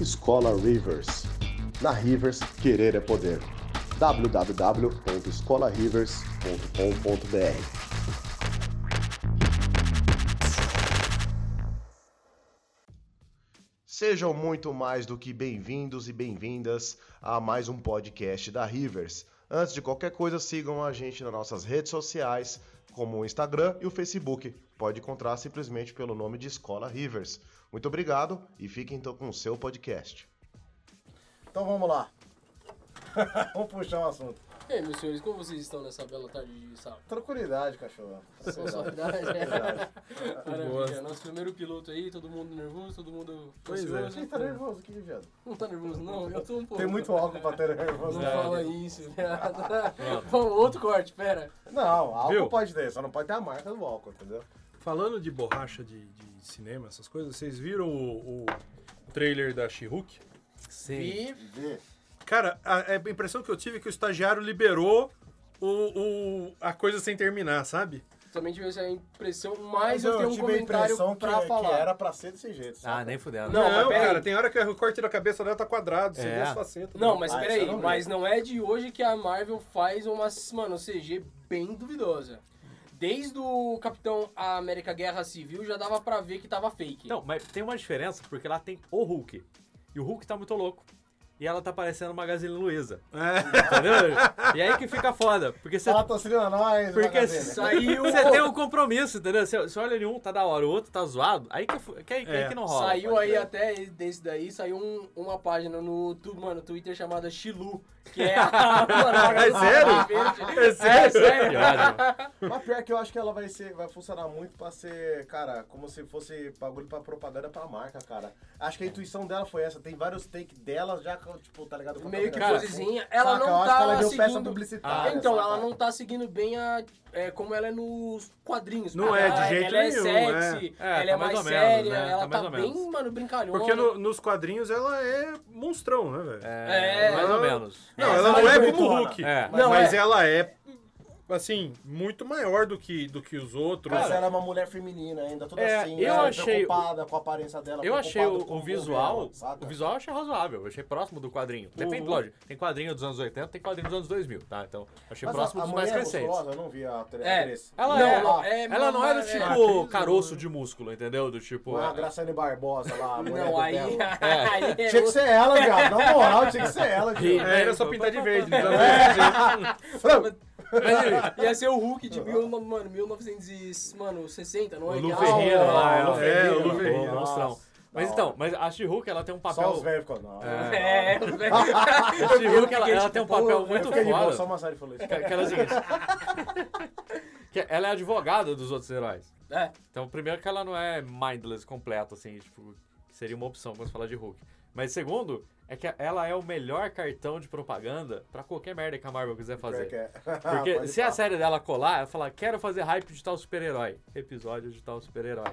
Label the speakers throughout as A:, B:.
A: Escola Rivers. Na Rivers, querer é poder. www.escolarivers.com.br
B: Sejam muito mais do que bem-vindos e bem-vindas a mais um podcast da Rivers. Antes de qualquer coisa, sigam a gente nas nossas redes sociais, como o Instagram e o Facebook. Pode encontrar simplesmente pelo nome de Escola Rivers. Muito obrigado e fiquem então com o seu podcast.
C: Então vamos lá. vamos puxar um assunto.
D: E aí, É, meus senhores, como vocês estão nessa bela tarde de sábado?
C: Tranquilidade, cachorro.
D: Só saudade,
C: É
D: né? Maravilha, nosso primeiro piloto aí, todo mundo nervoso, todo mundo ansioso.
C: Quem tá nervoso aqui, viado?
D: Não tá nervoso, não? Eu tô um pouco.
C: Tem muito álcool pra ter nervoso.
D: Não fala isso, viado. Vamos, outro corte, pera.
C: Não, álcool
E: Viu?
C: pode ter, só não pode ter a marca do álcool, entendeu?
E: Falando de borracha de, de cinema, essas coisas, vocês viram o, o trailer da She-Hulk?
D: E
E: Cara, a, a impressão que eu tive é que o estagiário liberou o, o- a coisa sem terminar, sabe?
D: também tive essa impressão, mas eu tenho um comentário pra
C: que,
D: falar.
C: que era pra ser desse jeito.
F: Ah,
C: sabe?
F: nem fudendo.
D: Não, mas peraí.
E: cara, tem hora que o corte da cabeça dela tá quadrado, você
F: É.
E: vê as facetas. né?
D: Não, mas
C: Ah, isso
D: peraí,
C: eu não vi.
D: mas não é de hoje que a Marvel faz uma, mano, CG bem duvidosa. Desde o Capitão América Guerra Civil já dava pra ver que tava fake.
F: Não, então, mas tem uma diferença, porque lá tem o Hulk. E o Hulk tá muito louco. E ela tá parecendo Magazine Luiza.
E: É,
F: Entendeu? E aí que fica foda. Porque você.
C: Patrocina "Tá nós,
F: Porque
C: Magazine.
F: saiu. Você tem um compromisso, entendeu? Você, você olha nenhum, tá da hora, o outro tá zoado. Aí que, fu- que, aí- que aí
E: É.
F: que não rola.
D: Saiu
F: pode
D: aí
F: crer.
D: até desse daí, saiu um- uma página no tu, mano, Twitter chamada Shilu, que é a... mano, a
E: É sério?
D: verde.
E: É sério?
F: Que ódio, mano.
C: Mas pior que eu acho que ela vai ser, vai funcionar muito pra ser, cara, como se fosse bagulho pra propaganda pra marca, cara. Acho que a intuição dela foi essa. Tem vários takes dela já, tipo, tá ligado? Com a
D: Meio que
C: câmera
D: coisinha.
C: assim.
D: Ela
C: Saca?
D: não
C: eu acho
D: tá
C: que ela deu peça
D: seguindo-
C: publicitária.
D: então,
C: saca?
D: ela não tá seguindo bem a. é, como ela é nos quadrinhos.
E: Não é, de
D: Ah,
E: jeito
D: ela
E: nenhum,
D: Ela é sexy,
F: é. É,
D: ela
F: tá
D: é
F: mais
D: mais,
F: ou menos,
D: séria,
F: né?
D: ela
F: Tá mais
D: tá
F: ou
D: bem,
F: menos.
D: mano, brincalhona.
E: Porque no- nos quadrinhos ela é monstrão, né, velho?
F: É,
D: É.
F: mais ou menos.
E: Não,
C: É,
E: ela
C: ela
E: não
C: é
E: é como o
C: bonitona.
E: Hulk.
F: É.
E: Mas,
D: Não, é.
E: ela é, assim, muito maior do que, do que os outros.
C: Mas ela é uma mulher feminina ainda, toda
F: É,
C: assim,
F: eu
C: ela
F: achei-
C: preocupada com a aparência dela.
F: Eu achei
C: preocupada
F: o,
C: com
F: o
C: corpo
F: visual.
C: dela, saca?
F: o visual eu achei razoável. Eu achei próximo do quadrinho. Depende, lógico. Tem quadrinho dos anos 80, tem quadrinho dos anos 2000, tá? Então, achei
C: Mas a-
F: próximo
C: a
F: dos mais
C: mulher é
F: crescentes.
C: musculosa, Eu não vi a tre-
D: É,
C: três.
F: Ela,
D: Não,
F: é,
D: não, é
F: ela não é do
D: mamãe,
F: tipo
E: é.
F: caroço de músculo, entendeu? Do tipo.
C: Não é a Graciane Barbosa lá, a mulher
D: Não,
C: do
D: aí.
C: Belo.
D: aí é
C: Tinha que ser ela, viado. Na moral, tinha que ser ela,
F: Sim.
C: viado.
E: É, era só
D: então tá
E: pintar de verde. É.
D: Mas, ia ser o Hulk de mil, no- mano, 1960, não
F: O
D: é?
F: Lu
D: Ah,
F: Ferreira
D: ó.
F: lá,
C: é,
F: ela- é, o Lu
C: Ferreira,
F: Ferreira,
C: nossa,
F: monstrão. Mas
C: da
F: então, mas a She-Hulk ela tem um
C: Só os
F: papel.
C: velhos ficam, não. É. é
D: É, o velho.
F: A She-Hulk ela, ela tem um papel muito
C: Fica de boa,
F: foda.
C: só uma série falou isso.
F: Que, que ela é o seguinte. que ela é advogada dos outros heróis.
D: É.
F: Então, primeiro que ela não é mindless completa, assim, tipo, que seria uma opção quando se falar de Hulk. Mas segundo, é que ela é o melhor cartão de propaganda pra qualquer merda que a Marvel quiser
C: Pior
F: fazer.
C: que é.
D: Ah,
F: Porque
C: Pode
F: se a
C: pá.
F: série dela colar, ela fala, quero fazer hype de tal super-herói. Episódio de tal super-herói.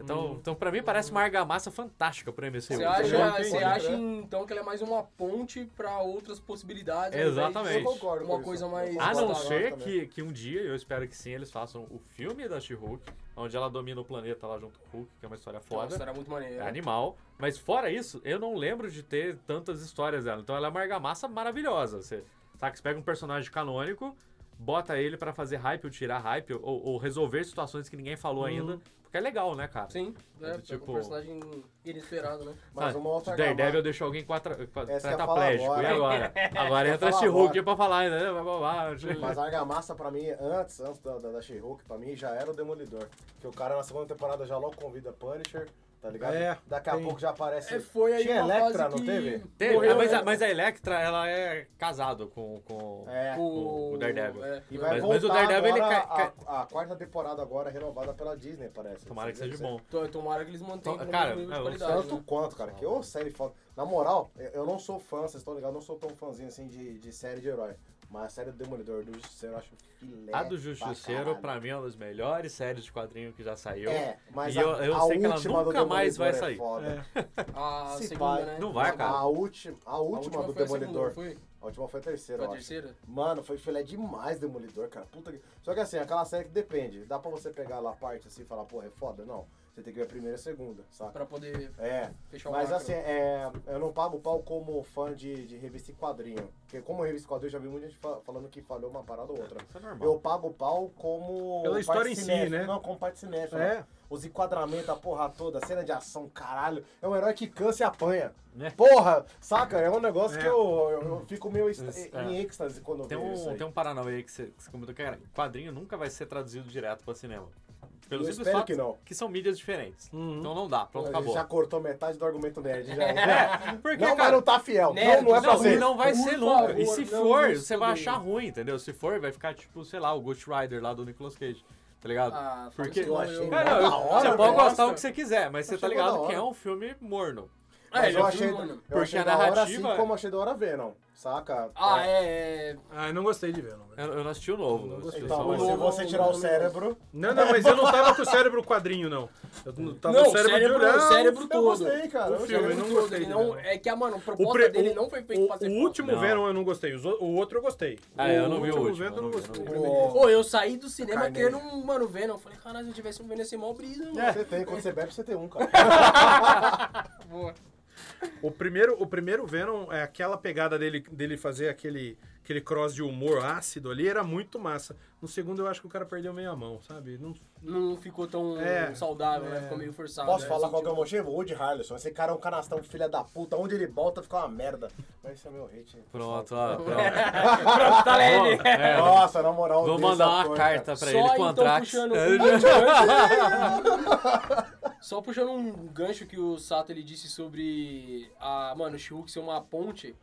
F: Então, então, pra mim, parece uma argamassa fantástica pro MCU.
D: Você
C: Eu
D: acha,
C: entendi.
D: você
F: né?
D: acha então que ela é mais uma ponte pra outras possibilidades? ao invés de
F: Exatamente.
C: Eu concordo com
D: Uma
C: isso.
D: coisa mais-
C: Eu
F: A
C: concordo
F: Ah, não
C: com
F: ser
C: ela
F: que, que um dia, eu espero que sim, eles façam o filme da She-Hulk, onde ela domina o planeta lá junto com o Hulk, que é uma história
D: Nossa,
F: foda.
D: era muito maneiro.
F: É animal. Mas fora isso, eu não lembro de ter tantas histórias dela. Então ela é uma argamassa maravilhosa. Você, saca? Você pega um personagem canônico, bota ele pra fazer hype ou tirar hype, ou, ou resolver situações que ninguém falou ainda. Porque é legal, né, cara?
D: Sim, né?
F: Do
D: Tipo...
F: tipo-
D: Um personagem inesperado, né?
C: Mas uma outra
F: Daredevil
C: camada-
F: deixou alguém quatra- qua-
C: Essa que eu ia falar
F: tetraplégico. E agora?
C: agora.
F: Agora
C: ia
F: entra a
C: falar
F: She-Hulk
C: agora.
F: pra falar, né? Blá, blá, blá.
C: Mas a argamassa pra mim, antes, antes da, da, da She-Hulk, pra mim já era o Demolidor. Que o cara na segunda temporada já logo convida Punisher, tá ligado?
E: É,
C: Daqui a
E: tem.
C: pouco já aparece.
D: É, foi aí
C: Tinha
D: uma
C: Electra,
D: fase
C: não
D: que-
C: teve?
F: Teve,
D: Morreu,
F: mas, a,
D: né?
F: mas a Electra, ela é casada com, com,
C: É.
F: com o Daredevil.
D: é.
C: E vai
F: Mas-
C: voltar
F: mas o Daredevil, ele
C: agora
F: cai-
C: a, a quarta temporada agora renovada pela Disney, parece.
F: Tomara que
C: Vocês
F: seja
C: viram
F: bom.
D: Tô- Tomara que eles mantenham
F: Então,
D: o
F: cara,
D: nível de
F: é, o
D: qualidade.
C: Tanto
D: né?
C: quanto, cara, que ô série foda. Na moral, eu- eu não sou fã, vocês estão ligados, eu não sou tão fãzinho assim de, de série de herói. Mas a série do Demolidor, do Justiceiro, eu acho filé.
F: A do
C: pra
F: Justiceiro,
C: caralho.
F: pra mim, é uma das melhores séries de quadrinho que já saiu.
C: É, mas
F: e
C: a,
F: eu, eu
C: a
F: sei que ela
C: última do
F: nunca mais vai
C: Demolidor é
F: sair.
C: foda.
D: A
C: Se
D: segunda,
C: vai.
D: né?
F: Não vai, cara.
C: A última, a
D: A
C: última, do
D: foi a segunda,
C: Demolidor.
D: Foi
C: A última foi a terceira,
D: Foi a
C: eu acho.
D: terceira?
C: Mano, foi filé demais Demolidor, cara. Puta que... Só que assim, aquela série que depende. Dá pra você pegar lá a parte assim e falar, porra, é foda? Não. Você Você tem que ver a primeira e a segunda, saca?
D: Pra poder
C: É.
D: fechar o né?
C: Mas
D: macro.
C: assim, é, eu não pago pau como fã de, de revista e quadrinho. Porque como revista e quadrinho, eu já vi muita gente fa- falando que falhou uma parada ou outra.
F: Isso é normal.
C: Eu pago pau como.
E: Pela
C: parte
E: história em si,
C: cinéfila.
E: né?
C: Não, como parte cinéfila.
E: É.
C: Os enquadramentos, a porra toda, cena de ação, caralho. É um herói que cansa e apanha.
F: É.
C: Porra, saca? É um negócio
E: É.
C: que eu, eu, eu fico meio est-
F: Isso, é.
C: em êxtase quando
F: Tem
C: eu vejo isso
F: um,
C: aí.
F: tem um Paranauê aí que você, que você comentou, cara, quadrinho nunca vai ser traduzido direto pra cinema. Pelo
C: Eu
F: simples
C: espero
F: fato
C: que não. Uhum.
F: são mídias diferentes. Então não dá, pronto,
C: A gente
F: acabou.
C: já cortou metade do argumento nerd. Já.
F: É, porque,
C: não, mas
F: cara, Né?
C: não tá fiel.
D: nerd,
C: não, não é pra
F: não,
C: ser.
F: não vai
D: Por
F: ser nunca.
D: favor,
F: e se
D: não
F: for,
D: isso
F: você vai
D: daí.
F: achar ruim, entendeu? Se for, vai ficar tipo, sei lá, o Ghost Rider lá do Nicolas Cage, tá ligado?
D: Ah, fala
F: porque
D: isso não,
C: eu achei um-
F: Cara,
C: Da
F: eu-
C: hora,
F: você pode
C: velho.
F: gostar o que você quiser, mas você tá
C: Achei da
F: ligado
C: hora.
F: que é um filme morno.
D: É,
C: Mas
D: ele
C: eu
D: é
C: achei,
D: filme, mano.
C: eu
F: Porque
C: achei
F: a
C: da hora assim
F: narrativa-
C: como achei da hora Venom, saca?
D: Ah, é. é...
E: Ah, eu não gostei de ver, não. velho.
F: Eu, eu não assisti é o novo. eu assisti
E: gostei.
F: só
C: Então,
F: mais-
C: se você tirar o cérebro,
E: Não, não, mas eu não tava com o cérebro quadrinho, não. Eu não tava
D: Não,
E: com o cérebro,
D: cérebro- é
E: de olhar.
D: o cérebro
C: eu
D: todo.
C: gostei, cara.
E: O
C: eu
E: filme,
C: gostei.
E: não
D: tudo,
E: gostei
D: ele
E: dele,
D: não-
E: não.
D: É que a, mano, a
E: O,
D: proposta
E: pre-
D: dele
E: o-
D: não foi feito
E: o,
D: pra ser
E: o
D: foda.
E: último
F: Não.
E: Venom eu não gostei. os o o outro eu gostei.
F: Ah, eu não vi o último,
E: Venom é, eu não gostei.
F: vi.
C: O-
D: Pô, eu saí do cinema
C: Carneiro.
D: querendo um, mano, Venom. Eu Falei, caralho, se eu tivesse um Venom, ia ser mó brisa, mano.
C: Você tem, quando você bebe, você tem um, cara.
D: Boa.
E: O primeiro, o primeiro Venom, é aquela pegada dele, dele fazer aquele, aquele cross de humor ácido ali, era muito massa. No segundo eu acho que o cara perdeu meio a mão, sabe? Não-
D: Não ficou tão
E: É,
D: saudável,
E: é.
D: né? Ficou meio forçado.
C: Posso
D: né?
C: falar
D: Senti-
C: qual que é o motivo? Woody Harrelson. Esse cara é um canastão, filha da puta. Onde ele volta, fica uma merda. Mas esse é meu hate. né?
F: Pronto, ó, pronto.
D: Pronto, tá leve.
F: Bom, é,
C: Nossa, na moral,
F: Vou
C: odeio
F: mandar
C: esse
F: uma
C: ator, cara.
F: carta pra
D: Só
F: ele com
D: então
F: Antrax.
D: puxando um- Só puxando um gancho que o Sato ele disse sobre a, mano, She-Hulk ser uma ponte.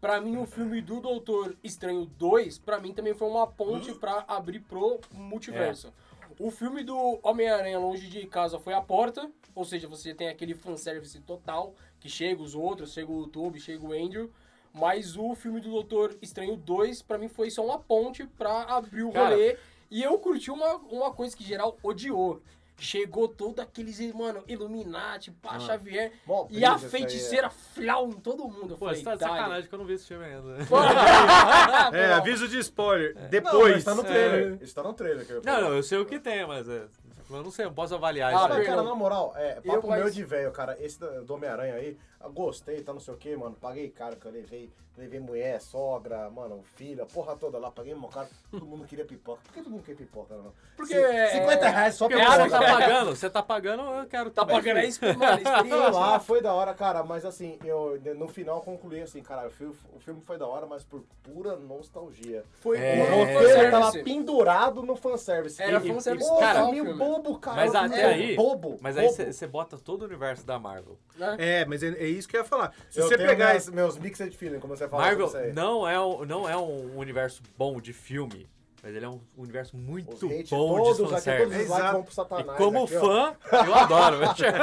D: Pra mim, o filme do Doutor Estranho 2, pra mim também foi uma ponte pra abrir pro multiverso.
F: É.
D: O filme do Homem-Aranha Longe de Casa foi a porta, ou seja, você tem aquele fanservice total, que chega os outros, chega o Toby, chega o Andrew. Mas o filme do Doutor Estranho 2, pra mim, foi só uma ponte pra abrir o
F: Cara,
D: rolê. E eu curti uma, uma coisa que geral odiou. Chegou todo aqueles, mano, Illuminati, Pá
F: Ah.
D: Xavier.
C: Mó
D: e a
C: brisa isso aí,
D: feiticeira flau em todo mundo. Eu
F: é. Pô,
D: falei,
F: você tá de
D: "Dale".
F: sacanagem que eu não vi esse filme ainda.
D: Ah,
E: É, aviso de spoiler.
D: É.
C: Não, mas
E: Depois.
C: tá no trailer. Isso tá no trailer. Que eu
F: É. Não, não, eu sei o que tem, mas é, eu não sei, eu não posso avaliar
D: Ah,
F: isso.
C: Mas,
F: aí.
D: perdão.
C: cara, na moral, é papo
D: Eu, mas-
C: meu de velho, cara. Esse do do Homem-Aranha aí, eu gostei, tá não sei o que, mano. Paguei caro, que eu levei, levei mulher, sogra, mano, filha, porra toda lá. Paguei mó caro. Todo mundo queria pipoca. Por que todo mundo quer pipoca, mano?
D: Porque
C: Cin-
D: é-
C: 50 reais só
F: Porque
C: pra
F: você tá
C: pipoca.
F: pagando, você tá pagando, eu quero
D: Tá
F: também.
D: pagando
C: é
D: aí, mano,
C: Sei
D: experiência.
C: lá, ah, foi da hora, cara, mas assim, eu no final eu concluí assim, cara, o filme, o filme foi da hora, mas por pura nostalgia.
D: Foi
F: É.
C: O
D: puro
C: roteiro tava
D: fanservice.
C: pendurado no fanservice.
D: Era
C: E-
D: fanservice
C: Pô,
F: total,
C: filminho
D: filme.
C: bobo, cara.
F: Mas
C: filminho
F: até aí,
C: Bobo,
F: mas aí
C: bobo.
F: você bota todo o universo da Marvel.
D: né?
E: É, mas é, é isso que eu ia falar. Se
C: Eu
E: você
C: tenho
E: pegar
C: minhas-
E: esse.
C: meus mixed feelings, como você fala
F: Marvel
C: sobre isso aí.
F: não é, um, não é um universo bom de filme, mas ele é um universo muito
C: Os hate
F: bom de
C: todos, aqui todos os
F: fanservice.
C: likes
E: Exato.
C: vão pro
F: E
C: satanás.
F: como
C: aqui, ó.
F: fã, eu adoro. velho.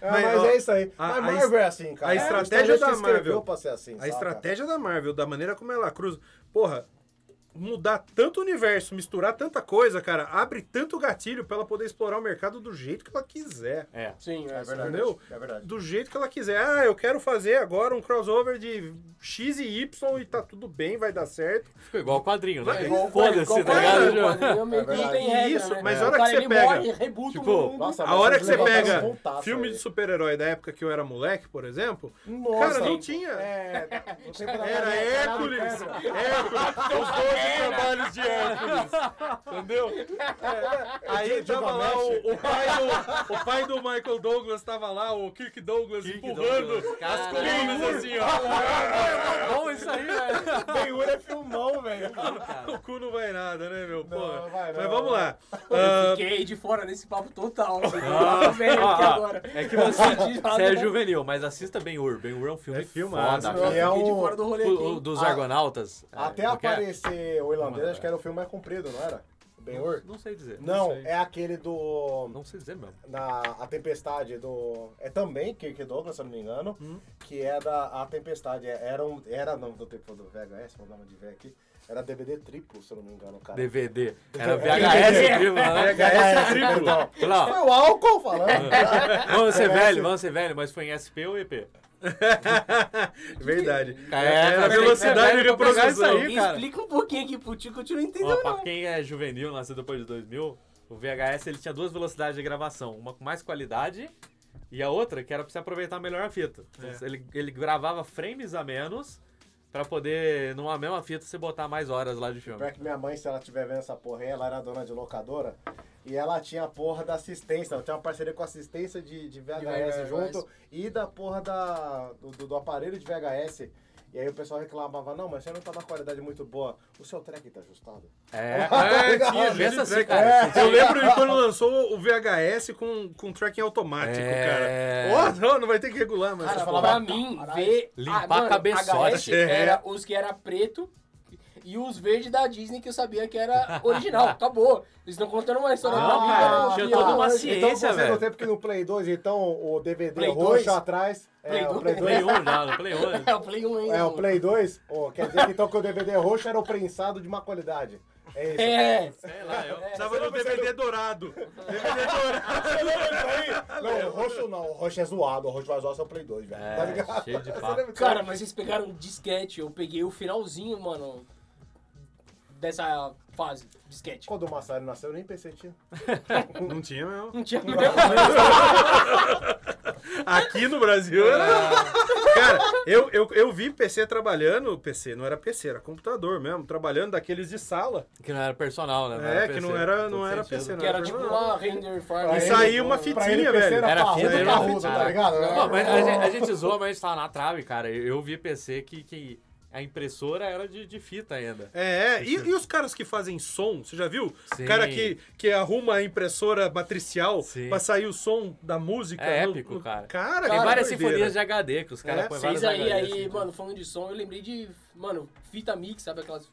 C: É,
E: Mas,
C: mas,
E: ó,
C: é isso aí.
E: a- a
C: mas Marvel é assim, cara.
E: a
C: É,
E: estratégia
C: que
E: da
C: escreveu
E: Marvel-
C: pra ser assim,
E: A
C: saca?
E: estratégia da Marvel, da maneira como ela cruza. Porra, mudar tanto universo, misturar tanta coisa, cara, abre tanto gatilho pra ela poder explorar o mercado do jeito que ela quiser.
F: É.
C: É
D: Sim, é, verdade.
C: verdade.
E: Entendeu?
C: É verdade.
E: Do jeito que ela quiser. Ah, eu quero fazer agora um crossover de X e Y e tá tudo bem, vai dar certo.
F: Ficou igual quadrinho, né?
E: É
D: igual-
F: Foda-se,
D: igual
F: tá
D: quadrinho,
F: ligado?
D: quadrinho meio que não
C: verdade.
D: tem regra,
E: Isso,
D: né?
E: mas
D: O
E: a hora
D: cara,
E: que você
D: ele
E: pega-
D: morre, rebuta
F: Tipo,
D: o mundo.
C: Nossa,
E: A
C: mas
E: hora
C: vocês
E: que você
C: levantaram
E: pega
C: um pontaço
E: filme
C: aí.
E: de super-herói da época que eu era moleque, por exemplo,
C: Nossa,
E: cara, não tinha.
C: É, não tem pra
E: Era Hércules, Hércules, Então, os 12 trabalhos de Hércules, entendeu? Aí tava lá o, o pai do, o pai do Michael Douglas, tava lá, o Kirk Douglas
F: Kirk
E: empurrando
F: Douglas,
E: as
F: caralho.
E: colunas assim, ó.
F: Bom isso aí, velho.
C: Bem-Hur é filmão, velho.
E: o cu não vai nada, né, meu? Porra.
C: vai não.
E: Mas vamos lá.
D: Eu
E: Ah,
D: fiquei de fora desse papo total. Assim, ah, velho, aqui
F: ah,
D: agora.
F: É que você,
D: Entendi nada,
F: você é
D: não.
F: juvenil, mas assista bem Ur. Ben Ur é um filme
E: É filmaço,
F: foda.
C: meu.
F: cara.
C: é
D: Eu fiquei de
C: um-
D: fora do rolê aqui.
F: O, o
D: hein?
F: dos
C: Ah,
F: Argonautas. é,
C: Até
F: como que é?
C: aparecer o irlandês, acho
F: é.
C: que era o filme mais comprido, não era? O Ben-Hur?
F: Não sei dizer.
C: Não,
E: sei.
C: é aquele do...
F: Não sei dizer mesmo.
C: Na a Tempestade do... É também Kirk Douglas, se eu não me engano,
F: Hum.
C: que é da A Tempestade. é- Era, um, era não, do tempo do VHS, vou dar uma de ver aqui. Era DVD triplo, se eu não me engano, cara. É,
F: DVD. Era VHS, primo, né?
C: VHS triplo.
F: Olha lá, ó.
C: Foi o álcool
F: Ah,
C: falando.
F: Vamos ser velho, vamos ser velho, mas foi em SP ou EP?
E: É verdade.
F: Cara,
E: Era
F: tem que ser
E: velocidade
F: velho
E: de
F: pra pegar
E: reprodução.
F: isso aí, cara.
D: Explica um pouquinho aqui pro tio que eu não entendeu,
F: Ó, pra
D: não.
F: quem é juvenil, nasceu depois de 2000, O VHS ele tinha duas velocidades de gravação, uma com mais qualidade e a outra que era pra você aproveitar melhor a fita. Então,
E: É.
F: ele, ele gravava frames a menos pra poder, numa mesma fita, você botar mais horas lá de filme.
C: Pior que minha mãe, se ela estiver vendo essa porra aí, ela era dona de locadora. E ela tinha a porra da assistência, ela tinha uma parceria com a assistência de, de VHS,
D: VHS.
C: junto e da porra da, do, do- do aparelho de VHS. E aí o pessoal reclamava, não, mas você não tá numa qualidade muito boa. O seu track tá ajustado?
F: É,
E: É,
C: Legal,
E: tinha gente
F: pensa assim,
E: track.
F: cara.
E: Eu lembro de quando lançou o VHS com, com tracking automático,
C: Tipo,
F: É.
E: cara. Oh, não, não vai ter que regular, mas.
D: Cara,
E: pô,
D: pra mim, ver.
F: Limpar
D: ah, mano,
F: a cabeçote.
D: HF
C: É.
D: era os que era preto e os verdes da Disney que eu sabia que era original. Acabou. Eles estão contando uma história
F: Não,
D: pra mim.
F: cara,
D: eu não
F: tinha um-
D: vi,
F: toda
D: ó.
F: uma
C: Ah, então
F: ciência,
C: você
F: velho.
C: no tempo que no Play 2, então o DVD
D: Play
C: roxo
D: 2?
C: atrás.
D: Play
C: é, o
D: 2?
C: Play 2.
F: Play 1 já, no Play 1.
D: É o Play 1 ainda.
C: É, o
D: mano.
C: Play 2, ó, quer dizer que então que o DVD roxo era o prensado de má qualidade. É isso.
D: É.
F: Sei lá, eu...
E: Precisava um do DVD dourado. DVD dourado.
C: Não, o roxo não, o roxo é zoado, o roxo vai zoar seu Play 2, velho. tá
F: É,
C: ligado?
F: cheio de papo.
D: Cara, mas vocês pegaram o disquete. Eu peguei o finalzinho, mano. Dessa fase, disquete.
C: Quando o Massari nasceu, eu nem pensei, tinha.
E: Não tinha mesmo.
D: Não tinha
E: Aqui no Brasil era. Cara, eu, eu, eu vi PC trabalhando, PC não era PC, era computador mesmo, trabalhando daqueles de sala.
F: Que não era personal, né?
E: É, que não era, não era PC, não
D: Que era tipo
E: personal.
D: uma render farm.
C: Pra
E: E
C: ele, um-
E: saiu uma
C: pra
E: fitinha,
C: ele, PC
E: velho.
F: Era
C: Era parrudo,
F: fita,
E: era
C: parrudo,
F: fita.
C: tá ligado?
F: Não, mas a gente, a
E: É.
F: gente zoa, mas a gente tava na trave, cara. Eu, eu vi PC que, que a impressora era de, de fita ainda.
E: É, é. E, e os caras que fazem som, você já viu?
F: Sim.
E: O cara que, que arruma a impressora matricial
F: Sim.
E: pra sair o som da música.
F: É épico, cara.
E: Cara,
F: Tem
E: que
F: várias
E: doideira.
F: sinfonias de HD que os caras
E: É,
F: põem
D: Vocês
F: várias
D: aí,
F: HD,
D: aí,
F: assim.
D: mano, falando de som, eu lembrei de, mano, fita mix, sabe aquelas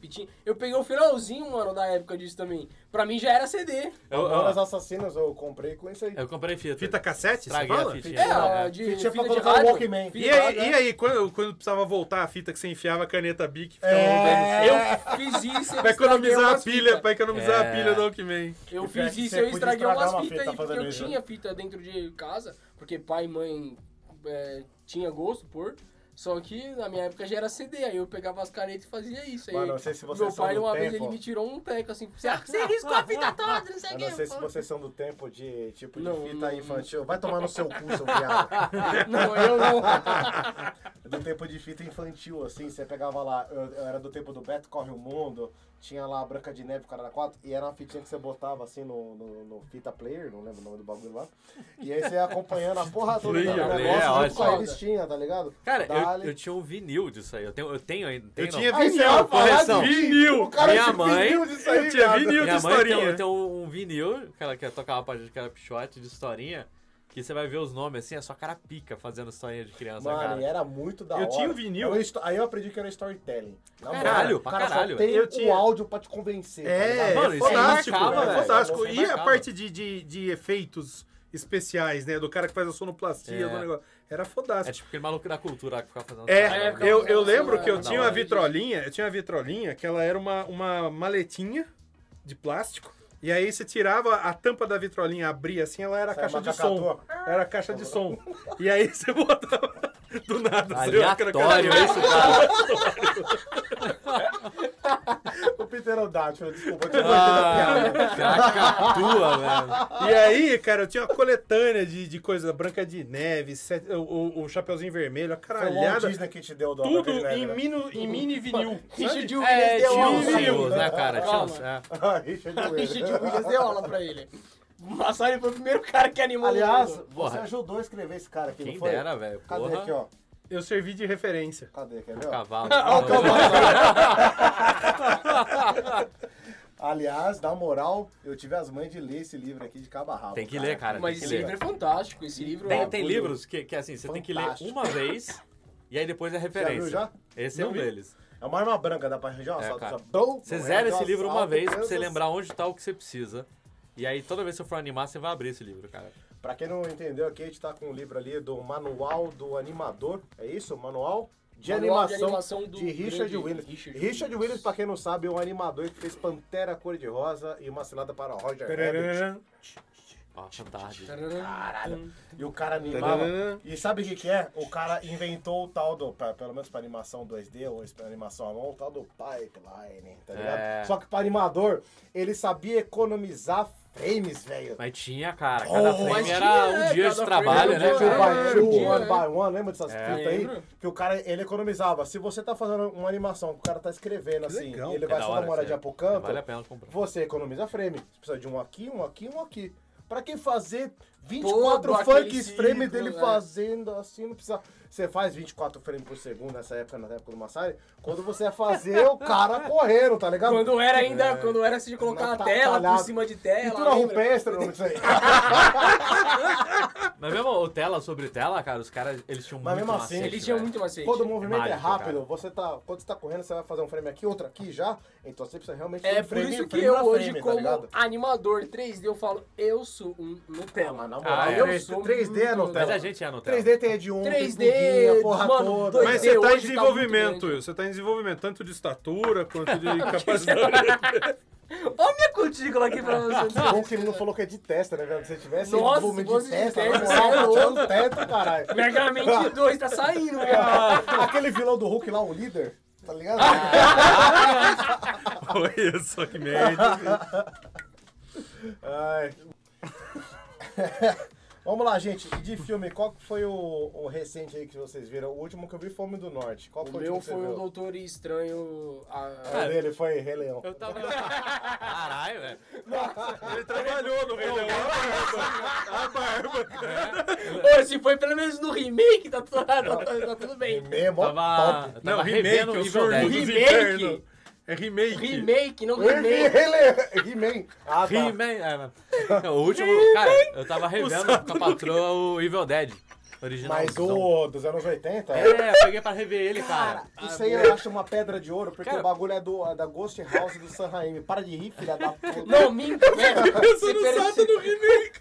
D: fitinhas? Eu peguei o finalzinho, mano, da época disso também. Pra mim já era CD.
F: Eu,
C: Horas
F: eu,
C: Assassinas eu comprei com isso aí.
F: eu comprei fita.
E: Fita cassete, você
F: Traguei a
E: fala?
F: fitinha.
D: É, a
F: né?
D: de
C: Fitinha
D: fita,
C: pra
D: de
C: colocar o
D: rádio.
C: Walkman.
D: Fita
E: E
D: de
E: aí,
D: rádio,
E: e
D: né?
E: aí quando, quando precisava voltar a fita que você enfiava a caneta Bic? né?
C: É.
D: Eu fiz isso e
E: Pra economizar a
D: umas
E: pilha,
D: fita.
E: pra economizar
F: É.
E: a pilha do Alckmin.
D: Eu
C: E pior
D: fiz
C: que
D: isso
C: você
D: e eu
C: podia
D: estraguei
C: estragar
D: umas
C: uma
D: fitas
C: fita
D: aí, porque
C: fazendo
D: eu
C: isso.
D: tinha fita dentro de casa, porque pai e mãe é, tinha gosto por... Só que na minha época já era CD, aí eu pegava as canetas e fazia isso. Aí
C: Mano, não sei se vocês
D: meu
C: são
D: pai,
C: do
D: uma vez,
C: tempo.
D: ele me tirou um teco assim. Você você riscou a fita toda, não sei o
C: Eu
D: que.
C: não sei se vocês são do tempo de tipo de
D: Não,
C: fita
D: não.
C: infantil. Vai tomar no seu cu, seu viado.
D: Não, eu não.
C: do tempo de fita infantil, assim, você pegava lá, eu, eu era do tempo do Beto Corre o Mundo, tinha lá a Branca de Neve, o cara era 4, e era uma fitinha que você botava assim no, no, no fita player, não lembro o nome do bagulho lá. E aí você ia acompanhando a porra toda do
E: Player,
C: negócio
F: player,
C: junto com a
D: ótimo.
C: revistinha, tá ligado?
F: Cara, eu,
C: Dali.
F: eu tinha um vinil disso aí. Eu tenho, eu tenho ainda.
E: Eu
F: tenho, não.
E: tinha
C: Aí você vai
E: vinil,
C: falar
E: correção.
F: de-
E: Vinil!
C: O cara
F: Minha
C: tinha
F: mãe-
C: vinil disso aí,
E: Eu tinha
C: viado.
E: vinil de
F: Minha mãe tem,
E: historinha.
F: tem um, um vinil, que ela que tocava pra gente, que era pichote de historinha, que você vai ver os nomes assim, é só cara pica fazendo historinha de criança,
C: Mano,
F: cara.
D: é
C: e era muito da
E: Eu
C: hora.
E: tinha o vinil.
C: Era um histo- Aí eu aprendi que era storytelling. Na moral,
F: Caralho, pra
C: cara,
F: caralho.
C: Só tem
E: Eu
C: o
E: tinha-
C: áudio pra te convencer. tá
E: É,
C: ligado?
F: Mano,
E: é
F: isso aí
E: fantástico,
F: marcava,
E: é
F: velho.
E: fantástico.
F: Isso aí
E: E a
F: marcava.
E: parte de, de, de efeitos especiais, né? Do cara que faz a sonoplastia,
F: É.
E: do negócio. Era
F: É
E: fodástico.
F: tipo aquele maluco da cultura lá que ficava fazendo.
E: É,
F: sarau, né?
E: eu, eu lembro que eu
F: Da
E: tinha
F: hora,
E: uma
F: gente.
E: vitrolinha, eu tinha uma vitrolinha que ela era uma, uma maletinha de plástico, e aí você tirava a tampa da vitrolinha, abria assim, ela era a
C: Saia
E: caixa de
C: macacatua.
E: som. Era a caixa de som. E aí você botava do nada. assim, ó, aquela caixa-
F: Aleatório isso, cara.
C: O Pterodátil, desculpa. eu tinha
F: Ah, Cacatua, velho.
E: E aí, cara, eu tinha uma coletânea de, de coisa Branca de Neve, sete- o, o, o Chapeuzinho Vermelho, a
C: Foi É o Walt
E: caralhada.
C: Disney que te deu o dólar.
E: Tudo em mini, em mini vinil.
D: Richard
E: sabe?
D: Dawkins
F: É,
D: deu
F: tinha
D: aula.
F: uns símbolos, né, cara? Tinha
D: Calma.
F: uns, é.
D: Richard Dawkins deu aula pra ele. O Massari foi o primeiro cara que animou
C: Aliás,
D: o
F: Porra.
C: você ajudou a escrever esse cara aqui,
F: Quem
C: não foi?
F: dera, velho.
C: Cadê
F: Porra.
C: aqui, ó?
E: Eu servi de referência.
C: Cadê? Quer ver? ó?
F: Cavalo.
C: Aliás, na moral, eu tive as mães de ler esse livro aqui de cabo a rabo.
F: Tem que ler, cara.
D: Mas
F: tem
D: esse
F: que ler.
D: livro é fantástico. Esse livro é
F: Tem,
D: um
F: tem
D: bagulho-
F: livros que, que assim, você tem que ler
C: Fantástico.
F: uma vez e aí depois é referência.
C: Já viu,
F: Esse é
E: Não
F: um
E: vi.
F: deles.
C: É uma arma branca, dá pra arranjar uma
F: É,
C: só- só-
F: cara.
C: Bum,
F: Você
C: morreu
F: zera
C: de um
F: esse livro uma
C: assalto,
F: vez pra você
C: Kansas.
F: lembrar onde tá o que você precisa. E aí toda vez que você for animar, você vai abrir esse livro, cara.
C: Pra quem não entendeu, aqui a gente tá com um livro ali do Manual do Animador, é isso? Manual de
D: Manual de
C: Animação
D: animação do
C: de Richard
D: grande
C: Williams.
D: Richard
C: Richard,
D: Williams.
C: Williams, pra quem não sabe, é um animador que fez Pantera Cor-de-Rosa e uma cilada para Roger Rabbit.
F: Ó, tarde.
C: Caralho. E o cara animava.
E: Tadadã.
C: E sabe o que, que é? O cara inventou o tal do. pra- pelo menos pra animação 2D ou pra animação à mão, o tal do pipeline, tá ligado?
F: É.
C: Só que pra animador, ele sabia economizar frames, velho.
F: Mas tinha, cara. Cada frame
D: mas
F: era
D: tinha,
F: um
D: né?
F: dia
D: Cada
F: de
D: frame
F: trabalho,
D: era
F: né?
D: um
C: Two
D: dia,
F: cara?
C: by
D: é,
C: two,
D: é.
C: one by one, lembra dessas
F: É.
C: fitas aí?
D: Lembro.
C: Que o cara, ele economizava. Se você tá fazendo uma animação que o cara tá escrevendo assim,
E: legal.
C: ele
F: É
C: vai
F: da
C: só dar
F: hora,
C: uma olhadinha
F: sério.
C: pro canto,
F: Vale a pena comprar.
C: você economiza frame. Você precisa de um aqui, um aqui, um aqui. Pra que fazer 24
D: Todo
C: funk
D: aquele
C: frame
D: ciclo,
C: dele
D: né?
C: fazendo assim, não precisa. Você faz 24 frames por segundo nessa época, na época do Massari, quando você ia fazer o cara correndo, tá ligado?
D: Quando era ainda, quando era assim de colocar
C: Tá
D: a tela por
C: talhado.
D: cima de tela.
C: Pintura
D: lembra?
C: rupestre, não sei.
F: Mas mesmo o tela sobre tela, cara, os caras, eles tinham
C: Mas
F: muito
C: mesmo assim,
F: macete,
D: Eles tinham
F: velho.
D: muito macete.
C: Todo movimento é
F: mágico,
C: rápido,
F: cara.
C: você tá. Quando você tá correndo, você vai fazer um frame aqui, outro aqui já. Então você precisa realmente
D: É
C: um
D: por
C: frame,
D: isso que
C: frame
D: eu
C: na
D: hoje,
C: frame, tá
D: como
C: ligado?
D: animador 3D, eu falo, eu sou um Nutella.
C: Ah, mas na
D: Ah,
C: moral,
F: eu
C: três-
D: sou
C: 3D é
D: muito-
C: Nutella.
F: Mas a gente é no tela.
C: 3D tem de um,
D: 3D,
C: porra
D: tá mano,
C: toda.
D: dois-
E: Mas
D: Hoje
E: você
D: tá
E: tá em
D: muito
E: desenvolvimento,
D: grande.
E: Will. Você tá em desenvolvimento, tanto de estatura quanto de capacidade.
D: Olha a minha cutícula aqui pra
C: Que Bom que
D: vocês.
C: ele não falou que é de testa, né, velho? Se tivesse
D: Nossa,
C: volume de
D: volume de
C: testa,
D: testa,
C: na moral,
D: é
C: batia no
D: louco.
C: teto, caralho.
D: Mega Man 2 tá saindo, cara.
C: Ah, Aquele vilão do Hulk lá, o líder, tá ligado?
D: Ah,
E: Olha só que merda.
C: Ai. Vamos lá, gente. E de filme, qual que foi o, o recente aí que vocês viram? O último que eu vi foi Homem do Norte. Qual
D: O
C: foi
D: meu
C: último que você
D: foi o
C: viu?
D: Doutor Estranho.
C: O
D: ah,
C: dele foi Rei Leão.
F: Eu tava... Caralho, velho.
E: Ele trabalhou no Rei Leão. A barba, cara.
D: Pô, se foi pelo menos no remake, tá, tá- tá- tá tudo bem.
C: Mesmo,
F: Tava,
C: top.
F: tava
E: Não,
F: revendo
E: remake, é
F: o
E: o
F: nível
E: surdo
F: 10.
E: dos
D: Remake.
E: infernos. É remake.
D: Remake, não
C: Eu vi
D: remake.
C: Rei Leão. He-Man. Ah, tá.
F: He-Man. é, O último, cara, eu tava revendo com a patroa o Evil Dead. Original.
C: Mas o dos anos 80... é-
F: É, eu peguei pra rever ele, cara.
C: Cara, isso
D: Ah,
C: aí eu acho uma pedra de ouro, porque
F: Cara-
C: o bagulho é do, é da Ghost House do San Raimi. Para de rir, filha da puta.
D: Não, minta.
E: Pensou no Sato do remake.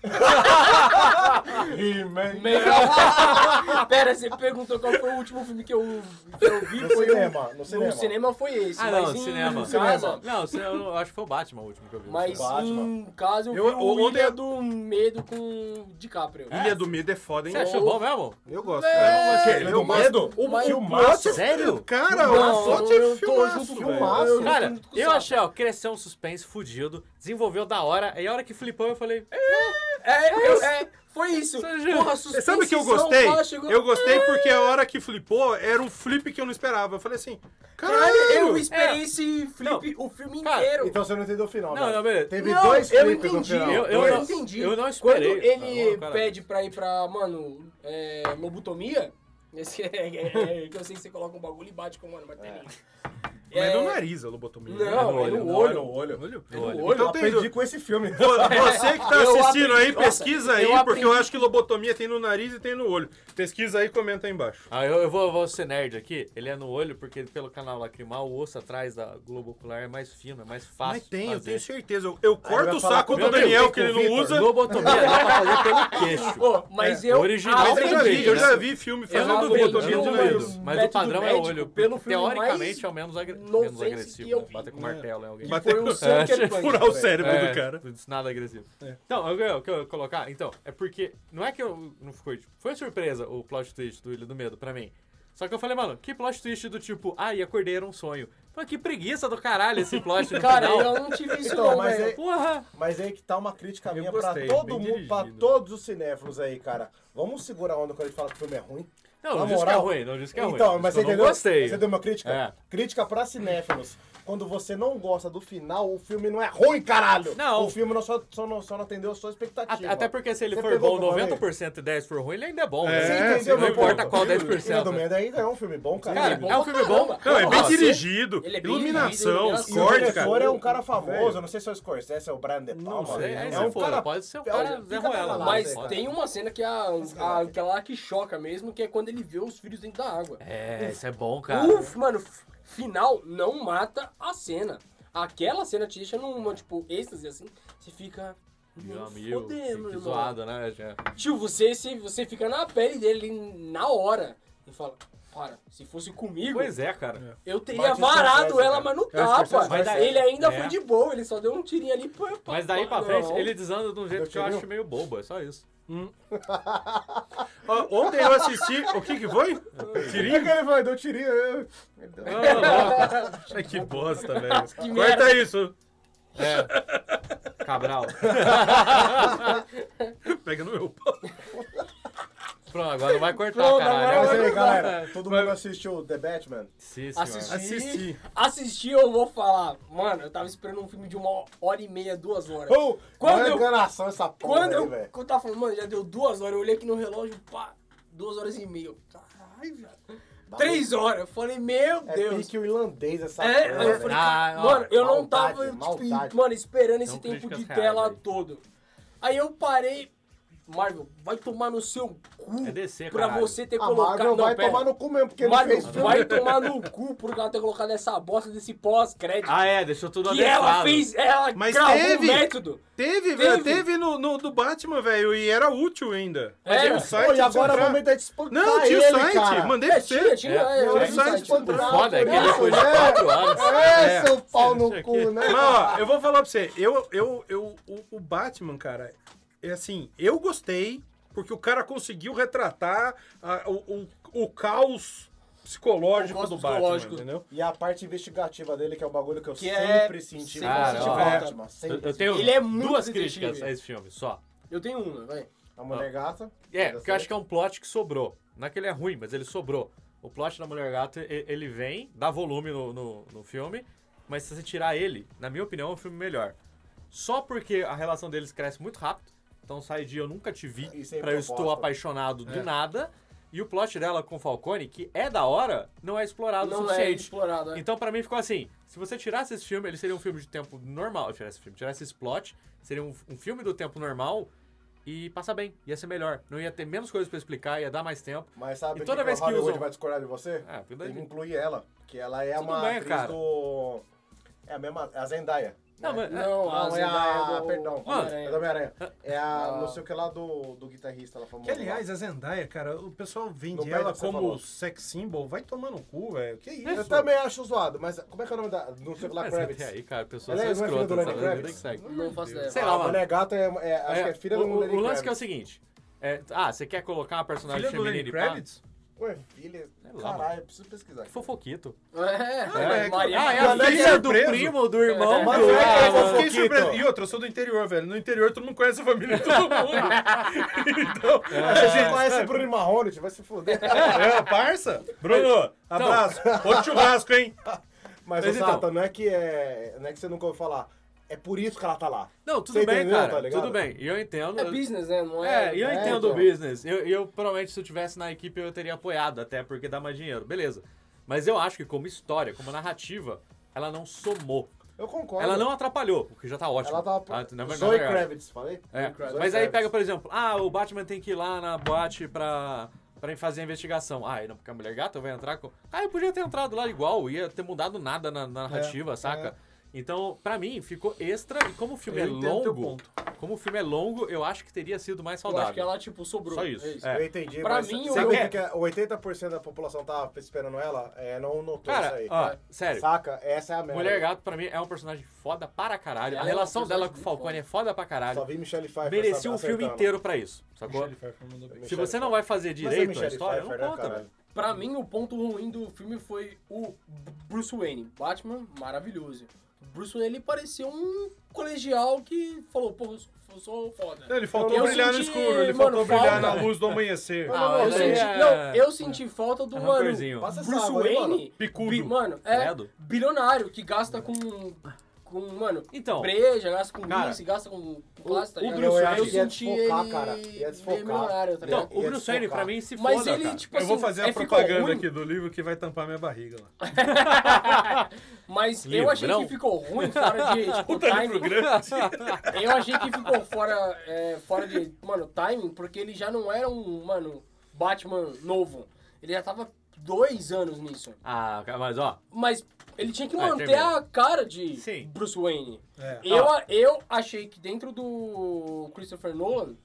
C: He-Man.
D: Melhor. Pera, você perguntou qual foi o último filme que eu, que eu vi.
C: No
D: foi o-
C: cinema, no cinema.
D: No cinema foi esse.
F: Ah,
D: mas
F: não,
D: em
F: cinema.
D: Casa,
F: Não, se- eu não- eu acho que foi o Batman o último que eu vi.
D: mas
C: Batman.
D: em casa eu,
E: Eu-
D: vi o
E: ontem-
D: Ilha do Medo com DiCaprio.
E: Ilha do Medo é foda, hein?
F: Você achou bom mesmo?
E: Eu gosto. cara.
C: Ele
E: Eu
C: deu
E: gosto. é
C: medo?
D: Mas-
C: Filmaço?
F: Sério?
E: Cara,
D: Não,
E: o sorte
D: eu
E: é
D: tô
E: filmaço,
D: junto
C: com o
E: velho.
C: Márcio.
D: Eu-
F: Cara,
D: tô com
F: eu
D: saco.
F: achei, ó, cresceu um suspense fudido, desenvolveu da hora, aí a hora que flipou eu falei, "É,
D: É, eu- é, foi isso.
F: Você-
D: Porra,
E: Você É, sabe o que eu
D: suspensão,
E: gostei?
D: fala, chegou-
E: Eu gostei porque a hora que flipou era um flip que eu não esperava. Eu falei assim,
D: Caralho, eu
E: caralho! É.
D: esperei esse flip o filme
F: Cara,
D: inteiro.
C: Então você não entendeu o final,
F: Não,
C: velho.
F: não, beleza.
C: Teve
D: não,
C: dois
D: eu
C: clipes no
D: entendi.
C: final.
F: Eu- eu
D: eu
F: não-
D: entendi.
F: eu não esperei.
D: Quando ele
F: Ah, cara.
D: pede pra ir pra, mano, é, lobotomia, esse é, é- é que eu sei que você coloca um bagulho e bate com, mano,
F: É.
D: martelinho.
E: Não é no nariz a lobotomia.
D: Não,
E: né? É no
D: é no
E: olho.
D: olho.
E: Olho?
F: olho.
E: Então
C: Eu
E: tem do-
C: aprendi com esse filme.
E: Você que tá
D: Eu aprendi-
E: assistindo aí,
D: nossa,
E: pesquisa aí,
D: eu
E: porque eu
D: aprendi-
E: acho que lobotomia tem no nariz e tem no olho. Pesquisa aí e comenta aí embaixo.
F: Ah, eu, eu vou, eu vou ser nerd aqui. Ele é no olho, porque pelo canal lacrimal, o osso atrás da globo ocular é mais fino, é mais fácil.
E: Mas tem,
F: de
E: eu
F: fazer.
E: tenho certeza. Eu, eu corto
C: vai
E: o
C: falar
E: saco
C: com o
E: do
C: Daniel,
E: Daniel,
C: tem
E: que ele
C: com o
E: não
C: Vitor.
E: usa.
F: Lobotomia dá pra fazer pelo queixo.
D: Pô, mas eu.
F: É, original
D: Ah,
E: Mas eu já vi, eu
F: né?
E: já vi filme
F: Eu
E: fazendo
F: não
D: aprendi
F: duvido,
E: lobotomia
F: eu
E: de
F: não
D: nariz.
E: nariz.
F: duvido. Mas o
D: Método
F: padrão é o
D: médico,
F: olho.
D: pelo filme mais
F: Teoricamente, é o menos, agre... menos
D: nonsense que eu
F: agressivo. Né?
D: vi.
F: Bater com martelo em alguém.
E: Bate-
D: Foi o Sunker
F: Achei
D: Punch.
E: É. Furar o cérebro
F: É,
E: do cara. É.
F: Nada agressivo. Então, eu- eu- o que eu ia colocar, então, é porque. Não é que eu não ficou. tipo, Foi surpresa o plot twist do Ilha do Medo pra mim. Só que eu falei, mano, que plot twist do tipo, ah, e acordei era um sonho. Pô, que preguiça do caralho esse plot no
D: Cara,
F: final.
D: eu não tive isso,
C: Então,
D: não,
C: mas
D: velho.
C: é-
F: Porra!
C: Mas aí que tá uma crítica minha
E: gostei,
C: pra todo
E: bem
C: mundo, pra
E: dirigido.
C: todos os cinéfilos aí, cara. Vamos segurar a onda quando a gente fala que o filme é ruim.
F: Não,
C: Na
F: não disse que é
C: moral.
F: ruim, não disse que é ruim.
C: Então,
F: Disse
C: mas
F: que
C: você
F: eu não
C: entendeu?
F: gostei.
C: Você deu uma crítica?
F: É.
C: Crítica pra cinéfilos. Quando você não gosta do final, o filme não é ruim, caralho!
F: Não.
C: O filme não só, só não, só não atendeu a sua expectativa.
F: A- Até porque se ele
C: Você
F: for
C: pegou o
F: bom
C: que eu falei?
F: 90% e 10 for ruim, ele ainda é bom.
E: É,
C: Você
F: né?
C: entendeu,
F: não
C: meu
F: importa
C: ponto?
F: qual
C: Ilha do
F: 10%.
C: Medo ainda é um filme bom, cara.
F: Cara,
C: Ele
F: é um filme bom.
D: Caramba.
E: Não, é bem
F: Nossa,
E: dirigido.
D: ele é bem
E: Iluminação,
D: dirigido,
E: os
C: E
D: iluminação.
E: cortes,
C: o
E: cara.
C: diretor é um cara famoso,
E: Velho.
C: não sei se é o Scorsese, é o Brian De Palma.
F: Não sei,
C: é,
F: aí
C: um
F: se for,
C: cara...
F: pode ser um
C: é um-
F: cara Zé
C: fica pra
F: Ruela.
C: lá,
D: Mas
C: Zé, cara.
D: tem uma cena que a, a, aquela lá que choca mesmo, que é quando ele vê os filhos dentro da água.
F: É, isso é bom, cara.
D: Uf, mano, f- final não mata a cena. Aquela cena te deixa numa, tipo, êxtase assim, você fica.
F: Meu
D: "Não
F: amigo,
D: fodendo,
F: que
D: irmão."
F: zoado, né? Já.
D: Tio, você, se, você fica na pele dele na hora e fala, para, se fosse comigo,
F: Pois é, cara.
D: eu teria
C: Martin
D: varado
C: Scorsese,
D: ela,
C: cara.
D: mas não
E: É, o
D: tapa.
E: Scorsese
F: vai dar-
D: ele ainda
F: é.
D: foi de boa, ele só deu um tirinho ali. pá, pá,
F: Mas daí
D: pá.
F: pra frente,
D: Não.
F: ele desanda de um jeito que eu
C: Entendeu?
F: acho meio bobo, é só isso.
E: Ó, Ontem eu assisti. O que que foi?
C: É que ele vai, deu tirinho. eu-
E: Ai, que bosta, velho.
D: merda.
E: Corta isso.
F: É. Cabral.
E: Pega no meu pau.
F: Pronto, agora não vai cortar,
D: Pronto,
F: caralho.
D: agora
C: Mas
D: vai
C: aí,
D: cortar.
C: galera, todo mundo assistiu The Batman?
F: Sim, senhor.
D: Assisti,
E: Assisti.
D: assisti, eu vou falar. Mano, eu tava esperando um filme de uma hora e meia, duas horas.
C: Oh,
D: Quando
C: quando
D: eu-
C: enganação essa porra
D: Quando
C: aí,
D: eu,
C: velho.
D: quando eu tava falando, mano, já deu duas horas, eu olhei aqui no relógio, pá, duas horas e meia. Eu, Caralho, velho. Três horas. Eu falei, meu
C: É
D: Deus.
C: pique o irlandês essa
D: É,
C: porra,
D: aí eu
C: velho.
D: falei,
F: Ah,
D: cara,
F: ó,
D: mano, eu não
C: maldade,
D: tava, eu,
C: maldade.
D: tipo, mano, esperando esse
F: Não
D: tempo de
F: críticas
D: tela
F: reais aí.
D: todo. Aí eu parei, Marvel, vai tomar no seu cu
F: É descer,
D: pra
F: caralho.
D: você ter
C: A
D: colocado...
C: Marvel
D: não,
C: vai
D: pera.
C: tomar no cu mesmo, porque
D: Marvel,
C: ele fez filme.
D: vai tomar no cu por ela ter colocado essa bosta desse pós-crédito.
F: Ah, é, deixou tudo
D: que
F: adequado.
D: ela fez, ela
E: Mas
D: gravou
E: teve.
D: o método.
E: Teve,
D: Teve.
E: velho. Teve no, no- do Batman, velho. E era útil ainda.
D: Mas
E: Tinha
D: era.
E: o
C: Pô,
E: site
C: e
E: pra
C: agora
E: você
C: o
E: entrar.
C: momento é de espancar
E: é. Não, tinha
C: ele,
E: o site.
C: cara.
E: Mandei
D: É,
E: pra você.
D: tinha, tinha. É,
C: Não,
E: Tinha
D: eu
E: o
C: ele
D: vi no
E: site
C: tá
E: de
D: site.
C: espancado,
F: O foda é que ele
C: né?
F: foi de quatro horas.
C: É, seu pau no
F: Isso aqui.
C: cu, né?
E: Mas, ó, eu vou falar pra você. Eu, eu, eu, o, o Batman, cara, é assim, eu gostei, porque o cara conseguiu retratar a- o, o, o caos psicológico
D: O caos
E: do
D: psicológico.
E: Batman, entendeu?
C: E a parte investigativa dele, que é o bagulho que eu
D: Que é-
C: sempre senti.
D: sempre
C: quando assisti
F: senti falta.
C: Batman, sempre
F: Eu, eu
C: senti.
F: tenho
D: Ele é muito
F: duas
D: detetive.
F: críticas a esse filme, só.
D: Eu tenho uma, vai.
C: A mulher gata.
F: É, porque eu acho que é um plot que sobrou. Não é que ele é ruim, mas ele sobrou. O plot da Mulher Gata, e- ele vem, dá volume no, no, no filme, mas se você tirar ele, na minha opinião, é um filme melhor. Só porque a relação deles cresce muito rápido, então sai de Eu Nunca Te Vi
C: E sem
F: pra Eu Estou
C: proposta.
F: Apaixonado do nada, e o plot dela com o Falcone, que é da hora, não é explorado o
D: Não é
F: suficiente.
D: explorado. é.
F: Então, pra mim, ficou assim: se você tirasse esse filme, ele seria um filme de tempo normal. Tirasse esse filme, tirasse esse plot, seria um, um filme do tempo normal e passa bem. Ia ser melhor. Não ia ter menos coisas pra explicar, ia dar mais tempo.
C: Mas sabe
F: E toda
C: que
F: vez
C: o
F: que
C: Hollywood
F: usam-
C: vai discordar de você?
F: Ah, porque daí-
C: Tem que incluir ela. Que ela é
F: Tudo
C: uma
F: bem,
C: atriz
F: cara.
C: do... É a mesma... É a Zendaya.
F: Não, mas.
D: Não, a
C: Não, é
D: Zendaya
C: a...
D: do-
C: Perdão.
F: Mano.
C: É do Homem-Aranha. É a... Não sei o que lá do, do guitarrista. Ela famosa.
E: Que, aliás, é a Zendaya, cara, o pessoal
C: Não
E: vende
C: perde o
E: ela
C: que você falou.
E: como sex symbol. Vai tomar no cu, velho. Que isso?
C: Eu também acho zoado, mas como é que é o nome da... Não sei o que lá,
F: Mas até
C: Kravitz.
F: aí, cara, pessoas são
C: Ela é- não é filha do
F: escrotas,
C: Lenny
F: sabe? Vida
C: Kravitz?
F: que segue.
D: Não faço ideia.
F: Sei lá,
C: a
F: mano.
C: mulher gata é... é- acho que é filha
F: o,
C: do
F: o-
C: Lenny
F: o lance que é o
C: Kravitz.
F: seguinte. é, ah, você quer colocar uma personagem
E: Filha do
F: feminina
E: Lenny
F: e pá?
E: Kravitz?
C: Ué, filha...
F: lá,
C: Caralho, eu preciso pesquisar.
F: Que fofoquito.
D: É,
E: é,
D: Maria.
F: Ah, é
E: Eu
F: a
E: andei
F: filha do
E: surpreso.
F: primo, do irmão,
C: Mas
F: do...
C: é que
F: Ah,
C: eu vou
F: mano.
C: ficar
E: fiquei
C: Fofoquito.
D: então.
E: surpreso. E outra, eu sou do interior, velho. No interior, todo mundo conhece a família de todo mundo. então,
C: A
D: É.
F: É.
C: gente conhece o Bruno Marrone, vai se fuder.
E: É, parça?
D: Então,
E: Bruno, abraço. Outro churrasco, hein?
C: Mas,
F: Mas
C: o
F: então-
C: Sata, não é que é. Não é que você nunca ouviu falar. É por isso que ela tá lá.
F: Não, tudo
C: Você
F: bem,
C: entendeu,
F: cara.
C: tá ligado?
F: tudo bem. E eu entendo.
D: É business, né? Não é.
F: É, e eu
C: é,
F: entendo o
C: então.
F: business. Eu, eu, provavelmente, se eu tivesse na equipe, eu teria apoiado, até porque dá mais dinheiro. Beleza. Mas eu acho que como história, como narrativa, ela não somou.
C: Eu concordo.
F: Ela não atrapalhou, o que já tá ótimo.
C: Ela tava.
F: Tá? Não é mais- não é
C: Zoe
F: mais-
C: Kravitz, falei?
F: É,
C: Zoe Kravitz.
F: Mas aí pega, por exemplo, ah, o Batman tem que ir lá na boate pra, pra fazer a investigação. Ah, e não, porque a mulher gata vai entrar com. Ah, eu podia ter entrado lá igual, ia ter mudado nada na, na narrativa, saca? Então, pra mim, ficou extra. E como o filme
E: Eu
F: é
E: entendo teu
F: longo,
E: ponto.
F: como o filme é longo, eu acho que teria sido mais
D: Eu
F: saudável.
D: acho que ela, tipo, sobrou.
F: Só isso.
D: É
F: É.
C: Eu entendi.
D: Pra
C: mas
D: mim,
C: sabe
D: o-
C: o que que é? 80% da população tá esperando ela? É, não notou isso
F: Cara,
C: aí.
F: ó, sério.
C: Saca? Essa é a merda.
F: Mulher Gato, pra mim, é um personagem foda para caralho.
D: Ela
F: a
D: é
F: relação
D: uma
F: dela
D: personagem
F: com o Falcone é foda pra
C: Só
F: caralho.
C: vi Michelle Pfeiffer.
F: Merecia um
C: acertando.
F: filme inteiro pra isso, sacou? Se
C: Michelle
F: você não vai fazer
C: Mas é
F: direito a
C: Michelle
F: história,
C: Pfeiffer,
F: não
C: né,
F: conta,
C: caralho?
F: velho.
D: Pra mim, o ponto ruim do filme foi o Bruce Wayne. Batman, maravilhoso. Bruce Wayne, ele parecia um colegial que falou, pô, eu sou, eu sou
C: É,
D: foda.
E: Ele faltou
D: Eu
E: brilhar
D: senti,
E: no escuro, ele
D: mano,
E: faltou
D: falta.
E: brilhar na luz do amanhecer.
F: Ah,
D: eu,
F: mas aí
D: senti,
F: é-
D: não, eu senti falta do, mano,
F: rancorzinho.
C: Passa
D: Bruce
C: essa água aí,
D: Wayne,
C: mano.
E: Picudo.
D: bi- mano, é
F: Credo.
D: bilionário, que gasta com, com mano,
F: Então,
D: breja, gasta com
F: cara,
D: isso, gasta com com plástico, tá
F: o
D: ligado?
F: Bruce
D: eu,
F: Wayne-
D: senti
C: Ia desfocar,
D: ele
C: cara, ia desfocar.
D: milionário, tá
F: Então,
D: ligado?
F: o
C: É, ia
F: Bruce Wayne,
C: desfocar.
F: pra mim, se foda,
D: Mas ele,
F: cara.
D: tipo
E: Eu
D: assim,
E: vou fazer
D: é,
E: a
D: ficou
E: propaganda
D: ruim.
E: aqui do livro que vai tampar minha barriga lá.
D: Mas eu
F: Livro,
D: achei
F: não?
D: que ficou ruim fora de tipo, timing. Eu achei que ficou fora, é, fora de, mano, timing, porque ele já não era um, mano, Batman novo. Ele já tava dois anos nisso.
F: Ah, cara, mas ó,
D: Mas ele tinha que
F: Ah,
D: manter
F: termina.
D: a cara de
F: Sim.
D: Bruce Wayne.
E: É.
D: Eu, eu achei que dentro do Christopher Nolan,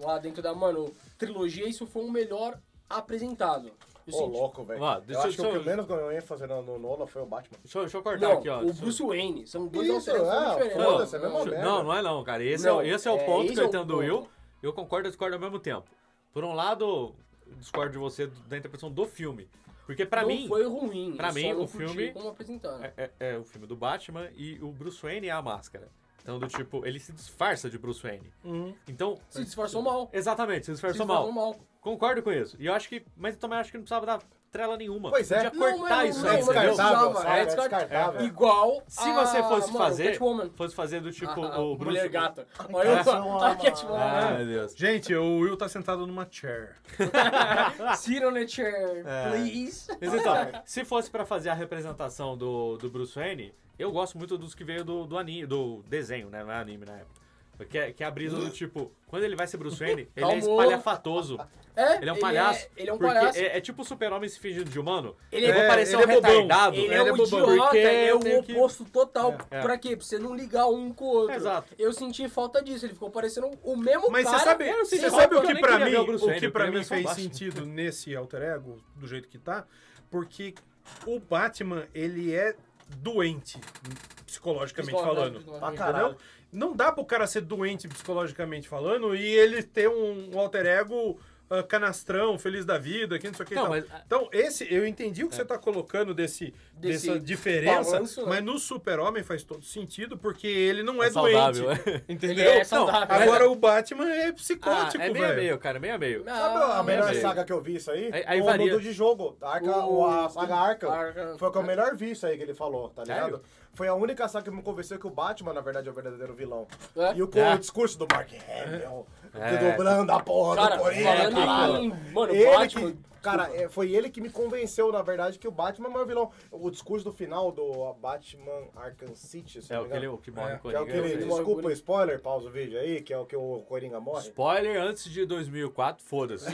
D: lá dentro da, mano, trilogia, isso foi o melhor apresentado. Assim, Eu
C: Ô,
D: senti-
C: louco, velho.
F: Ó,
C: Eu
F: deixa
C: acho
F: eu-
C: que o que
F: deixa eu-
C: menos ganhou ênfase no no Nolan foi o Batman.
F: deixa, eu- deixa eu cortar
D: não,
F: tá aqui, ó.
D: o Bruce Wayne. São dois
C: Isso,
D: alternativos
C: é,
D: diferentes.
C: foda-se, é a mesma
D: Não,
C: merda.
F: Não, não é não, cara. Esse,
D: Não,
F: é, o- esse é o
D: é,
F: ponto
D: esse
F: que
D: é
F: eu
D: o
F: entendo do
D: ponto.
F: Will. Eu concordo e discordo ao mesmo tempo. Por um lado, discordo de você da interpretação do filme. Porque pra
D: não
F: mim,
D: foi ruim.
F: pra
D: eu só
F: mim,
D: não
F: o
D: curti
F: filme-
D: Como apresentaram.
F: é, é- é o filme do Batman e o Bruce Wayne é a máscara. Então, do tipo, ele se disfarça de Bruce Wayne. Então,
D: Se disfarçou mal.
F: exatamente, se
D: Uhum. É. Se
F: disfarçou mal.
D: disfarçou mal.
F: Concordo com isso. E eu acho que. Mas eu também acho que não precisava dar trela nenhuma.
C: Pois é.
F: Podia cortar
D: mas-
F: isso
D: não,
F: aí,
C: é
D: mas
F: entendeu?
C: descartável,
D: precisava,
C: sabe?
D: é
C: É descartável.
D: Igual
F: Se
D: a,
F: você fosse
D: mano,
F: fazer.
D: Catwoman.
F: Fosse fazer do tipo
D: Ah,
F: o Bruce.
D: Mulher gata. Olha eu-
C: Essa é uma-
D: a Catwoman.
F: Ah, meu Deus.
E: Gente, o Will tá sentado numa chair.
D: Sit on a chair, please.
F: Mas então, se fosse pra fazer a representação do, do Bruce Wayne, eu gosto muito dos que veio do, do anime, do desenho, né? Não é anime na época. Que é, que é a brisa do tipo, quando ele vai ser Bruce Wayne, ele é
D: Calmou.
F: espalhafatoso.
D: É,
F: Ele é um palhaço.
D: Ele é, um
F: porque
D: palhaço.
F: É, é tipo o super-homem se fingindo de humano.
D: Ele
F: eu vou
E: é-
F: parecer
E: ele
F: um
E: é bobão.
F: retardado.
D: Ele,
E: Ele
D: é
E: é
D: um
E: bobão,
D: idiota,
F: porque
D: ele é
F: eu
D: o
F: tenho que-
D: oposto total.
F: É.
D: Pra quê? Pra você não ligar um com o outro.
F: Exato.
D: Eu senti falta disso, ele ficou parecendo o mesmo
E: Mas
D: cara.
E: você sabe,
F: eu não sei
E: você
F: se
E: sabe
F: eu
E: o que
F: nem
E: pra
F: queria
E: mim,
F: ver o Bruce
E: o
F: Wayne,
E: que
F: eu
E: para
F: queria
E: mim
F: ver só o
E: fez
F: Batman.
E: sentido nesse alter ego, do jeito que tá, porque o Batman, ele é doente psicologicamente
D: Pistola,
E: falando.
D: pistola,
C: Pra
D: pistola.
C: caralho.
E: Entendeu? Não dá pro cara ser doente psicologicamente falando e ele ter um, um alter ego ah, canastrão, feliz da vida, que não sei o que e
F: Não,
E: tal.
F: mas- É.
E: Então, esse, eu entendi o que você tá colocando desse,
D: Desse
E: dessa diferença,
D: balanço, né?
E: mas no super-homem faz todo sentido, porque ele não é,
F: É saudável,
E: doente.
D: Ele
E: Entendeu?
D: é
E: Não,
F: tipo,
D: saudável.
E: agora o Batman é
F: Ah,
E: psicótico,
F: é meio a
E: velho.
F: meio, cara, meio a meio.
D: Ah,
C: Sabe a melhor
F: velho.
C: saga que eu vi isso aí?
F: Aí- aí
C: o
F: varia.
C: mundo de jogo. A, Arca,
D: O-
C: a saga Arca.
D: Arca.
C: Foi o que eu melhor vi isso aí que ele falou, tá
F: Sério?
C: ligado? Foi a única saga que me convenceu que o Batman, na verdade, é o verdadeiro vilão.
D: É?
C: E o, co-
F: É.
C: o discurso do Mark Hamill,
F: É.
C: do dobrando a porra
D: Cara,
C: do Coringa,
D: falando
C: caralho.
D: em, mano,
C: Ele
D: Batman...
C: que- cara, é, foi ele que me convenceu, na verdade, que o Batman é o maior vilão. O discurso do final do Batman Arkham City, se
F: É
C: não
F: o
C: me
F: que, ele,
C: engano.
F: o que morre
E: É,
F: com
C: Que é o que
F: Coringa,
C: ele,
F: eu sei.
D: morre
C: desculpa
D: com
C: o
D: ele.
C: spoiler, pausa o vídeo aí, que é o que o Coringa morre.
F: Spoiler antes de 2004, foda-se.
D: É,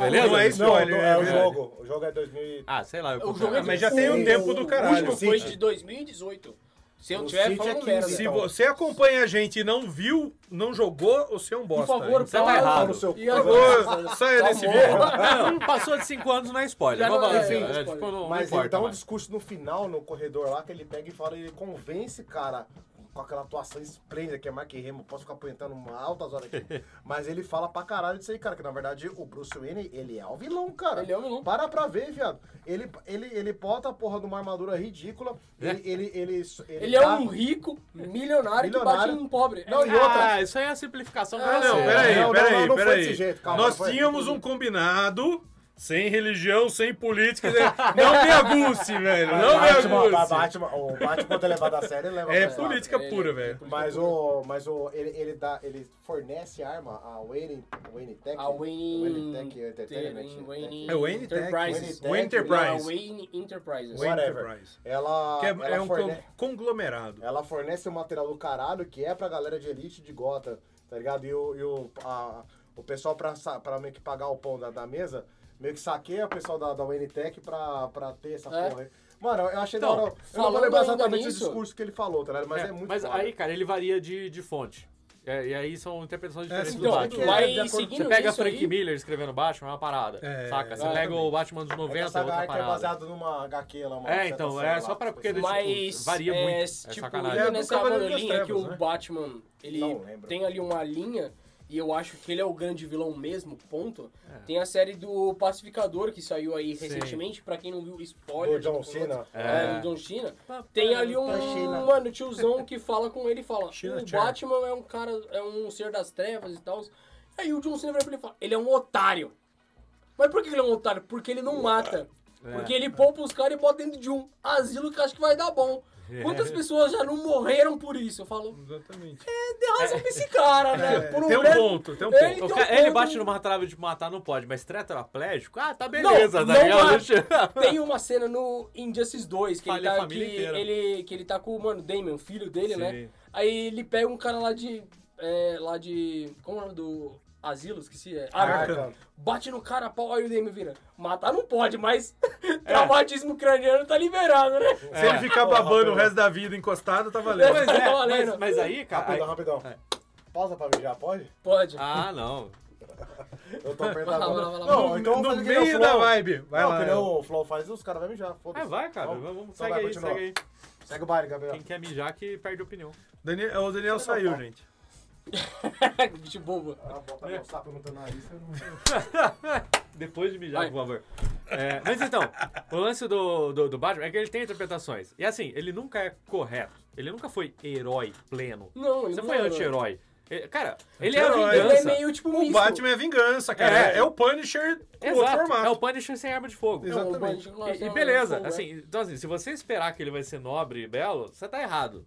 F: Beleza?
E: Não é
C: Não,
E: spoiler,
C: não, é o
E: verdade.
C: jogo. O jogo é 2000 e-
F: Ah, sei lá. Eu
D: O jogo é
F: comprei.
E: Mas já tem um
C: O-
E: tempo do
C: o
D: O
E: caralho.
D: último foi
C: City.
D: de 2018. Se eu
C: O
D: tiver
C: City é
D: falando
C: 15.
D: merda.
E: Se
C: Então.
E: você acompanha a gente e não viu, não jogou, você é um
D: Por
E: bosta.
D: favor,
F: Você tá
D: fala.
F: errado.
C: no seu
D: E tá
C: cu.
D: agora?
E: Ô, saia desse
D: Tomou.
E: vídeo.
F: Não, não, passou de 5 anos não é spoiler.
D: Já
F: Vamos
D: não é,
F: lá,
D: sim,
F: é,
D: spoiler.
F: tipo, não, não
C: Mas ele
F: importa
C: dá um
F: mais.
C: discurso no final, no corredor lá, que ele pega e fala, ele convence, cara, com aquela atuação esplêndida que é Mark Hamill, posso ficar apontando uma altas horas aqui. Mas ele fala pra caralho disso aí, cara, que na verdade o Bruce Wayne, ele é o vilão, cara.
D: Ele é o vilão.
C: Para pra ver, viado. Ele, ele, ele bota a porra numa armadura ridícula, ele, ele, ele,
D: É. Ele é
C: dá-
D: um rico, milionário, que bate
C: Milionário.
D: em um pobre.
C: Não,
D: É,
C: e outra, É,
F: Ah, isso aí é a simplificação
D: Ah,
F: pra
E: Não,
F: você.
E: peraí,
C: Não, não,
E: peraí,
C: não, não foi
E: peraí.
C: desse jeito, calma,
E: Nós
C: não foi.
E: tínhamos um combinado, sem religião, sem política. né? Não me aguce, velho. Não me
C: Batman,
E: aguce.
C: Batman, o Batman, quando é levado a sério, ele leva pra
E: É
C: esse lado.
E: política
D: Ele-
E: pura, velho.
C: Mas o. Mas o. Ele, ele dá. Ele fornece arma a Wayne. Wayne Tech.
D: A Wayne...
C: Wayne Tech Entertainment.
D: Wayne...
E: É o Wayne Tech.
D: Enterprises.
C: Wayne Tech.
E: Enterprise.
D: Não, é Wayne Enterprises.
E: Wayne
C: Whatever.
E: Enterprise.
C: Ela.
E: Que é,
C: ela,
E: é um
C: forne-
E: con- conglomerado.
C: ela fornece um material do caralho que é pra galera de elite de Gotham, tá ligado? E o. E o, a- o pessoal pra, sa- pra meio que pagar o pão da, da mesa, meio que saqueia o pessoal da, da Wayne Tech pra, pra ter essa
D: É.
C: porra aí. Mano, eu achei
F: Então,
C: da hora. Eu não vou
D: falando
C: lembrar
D: ainda
C: exatamente
D: nisso-
C: o discurso que ele falou, tá ligado? Mas é,
F: É,
C: muito
F: mas
C: foda.
F: aí, cara, ele varia de, de fonte. É, e aí são interpretações diferentes do
D: Então,
C: é
F: Batman.
C: que-
D: mas
C: de acordo-
D: seguindo
F: Você pega
D: isso
F: Frank
D: aí,
F: Miller escrevendo Batman, é uma parada.
E: É,
F: saca? Você
E: exatamente.
F: pega o Batman dos
C: É que
F: 90,
C: essa
F: outra
C: HQ é
F: parada.
C: baseada numa HQ lá, uma
F: tá É, então,
C: certa
F: é
C: série
F: só
C: lá,
F: pra- porque
C: específica.
D: Mas,
F: varia muito,
D: É,
F: é
D: tipo,
F: sacanagem.
D: indo
E: É,
D: nessa
E: Cavaleiro das
D: linha que
E: Trevas,
D: o
E: né?
D: Batman, ele
C: Não lembro.
D: tem ali uma linha, e eu acho que ele é o grande vilão mesmo, ponto. Tem a série do Pacificador, que saiu aí
F: É. Sim.
D: recentemente, pra quem não viu, spoiler.
C: Do John
D: tipo,
C: Cena.
D: É,
F: É.
D: do John Cena.
F: Papai
D: Tem ali um,
C: da China.
D: mano, tiozão que fala com ele e fala,
E: China
D: o
E: chair.
D: Batman é um cara, é um ser das trevas e tal. Aí o John Cena vai pra ele e fala, ele é um otário. Mas por que ele é um otário? Porque ele não mata.
E: É.
D: Porque ele poupa os caras e bota dentro de um asilo que acho que vai dar bom.
E: É.
D: Quantas pessoas já não morreram por isso? Eu falo,
E: Exatamente.
D: é, deu razão pra esse cara, né? Por
E: tem um
D: breve-
E: ponto, tem um
D: Ele
C: Então,
E: ponto.
F: O
D: tem um
F: cara- ele
D: ponto.
F: bate numa trave de matar, não pode, mas tetraplégico? Ah, tá
D: Não,
F: beleza,
D: não
F: tá ligado?
D: mata. Tem uma cena no Injustice 2 que ele
F: Falha a
D: tá, que
F: família inteira.
D: ele, que ele tá com o, mano, Damon, o filho dele,
F: Sim.
D: né? Aí ele pega um cara lá de. é, lá de. Como é o nome do. Asilo? Esqueci. É. Arkham.
C: Arkham.
D: Bate no cara, pau, aí o Damon vira. Matar não pode, mas É. traumatismo craniano tá liberado, né?
C: É.
E: Se ele ficar babando o resto da vida encostado, tá valendo.
F: Pois é,
D: Tá
F: mas-
D: valendo.
F: mas, aí, cara. aí-
C: Rapidão, rapidão. Pausa pra mijar, pode?
D: Pode.
F: Ah, não.
C: Eu tô apertado.
D: Vai lá, vai lá, vai lá.
C: Não, então eu vou
E: no
C: fazer que nem o
E: meio
C: Flow.
E: da vibe. Vai
C: não,
E: lá.
C: que nem o Flow faz, os caras vão mijar, foda-se.
F: Ah, vai, cara.
C: Vamos.
F: Vamos,
C: Então
F: segue
C: vai,
F: aí,
C: continua.
F: segue aí.
C: Segue o baile, Gabriel.
F: Quem quer mijar que perde opinião.
E: Daniel, é, o Daniel
C: é
E: saiu, gente.
D: Bicho bobo.
C: Ah, bota meu sapo no teu nariz, eu não
F: Depois de mijar,
D: Vai.
F: por favor. É, mas então, o lance do, do, do Batman é que ele tem interpretações. E assim, ele nunca é correto. Ele nunca foi herói pleno.
D: Não, ele
F: Você
D: não
F: foi
D: é
F: anti-herói. Eh, Cara, ele
E: Anti-herói.
F: é a
D: Ele é
F: vingança.
D: meio tipo
E: O
D: misto.
E: Batman é vingança, cara.
F: É.
E: É, é o Punisher com outro
F: Exato.
E: formato.
F: É o Punisher sem arma de fogo.
D: Não, É, o
C: Exatamente.
D: Batman,
F: E,
D: nossa,
F: e beleza,
D: fogo, é.
F: assim, então assim, se você esperar que ele vai ser nobre e belo, você tá errado.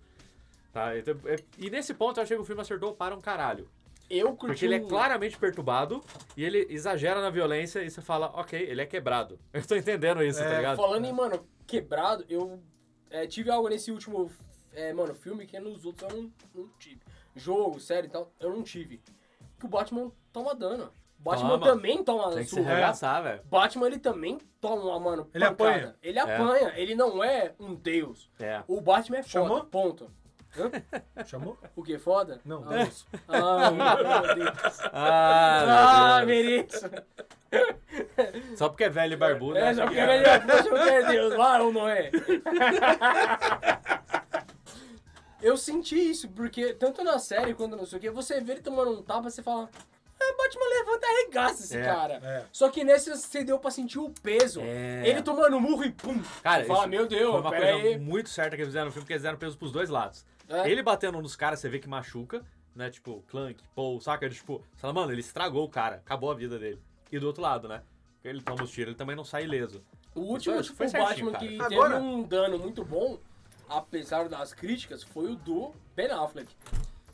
F: Tá? Então, é- e nesse ponto eu achei que o filme acertou para um caralho.
D: Eu curti
F: Porque ele é
D: o-
F: claramente perturbado e ele exagera na violência e você fala, ok, ele é quebrado. Eu tô entendendo isso,
D: É,
F: tá ligado?
D: Falando em,
E: Ah.
D: mano, quebrado, eu é, tive algo nesse último, é, mano, filme que nos outros eu não, não tive. Jogo, série e tal, eu não tive. Que o Batman toma dano. O Batman
F: Toma.
D: também toma
F: Tem que se
D: surra. né?
F: arregaçar, velho.
D: Batman, ele também toma, mano,
E: Ele
D: pancada.
E: apanha.
D: Ele apanha, ele não é um deus.
F: É.
D: O Batman é foda,
E: Chamou?
D: ponto.
E: Chamou?
D: É O que, foda?
E: Não.
D: Ah, isso. ah meu Deus.
F: Ah,
D: Ah, mereço.
F: Só porque é velho e barbudo.
D: É,
F: acha
D: já
F: que
D: porque é melhor, deixa eu ver Deus lá ou não é. Eu senti isso, porque tanto na série quanto no sei o que, você vê ele tomando um tapa, você fala, ah, Batman levanta e arregaça esse
F: É,
D: cara.
E: é.
D: Só que nesse você deu pra sentir o peso.
F: É.
D: Ele tomando um murro e pum.
F: Cara,
D: você fala,
F: isso
D: meu
F: Foi
D: Deus,
F: uma coisa
D: peraí.
F: muito certa que eles fizeram no filme, porque eles deram peso pros dois lados.
D: É.
F: Ele batendo nos caras, você vê que machuca, né? Tipo, Clank, Paul, saca? Ele, tipo, você fala, mano, ele estragou o cara, acabou a vida dele. E do outro lado, né? Ele toma os tiros, ele também não sai ileso.
D: O último,
F: Foi-
D: tipo,
F: foi
D: Batman
F: certinho,
D: que
E: cara.
D: teve
E: Agora-
D: um dano muito bom, apesar das críticas, foi o do Ben Affleck.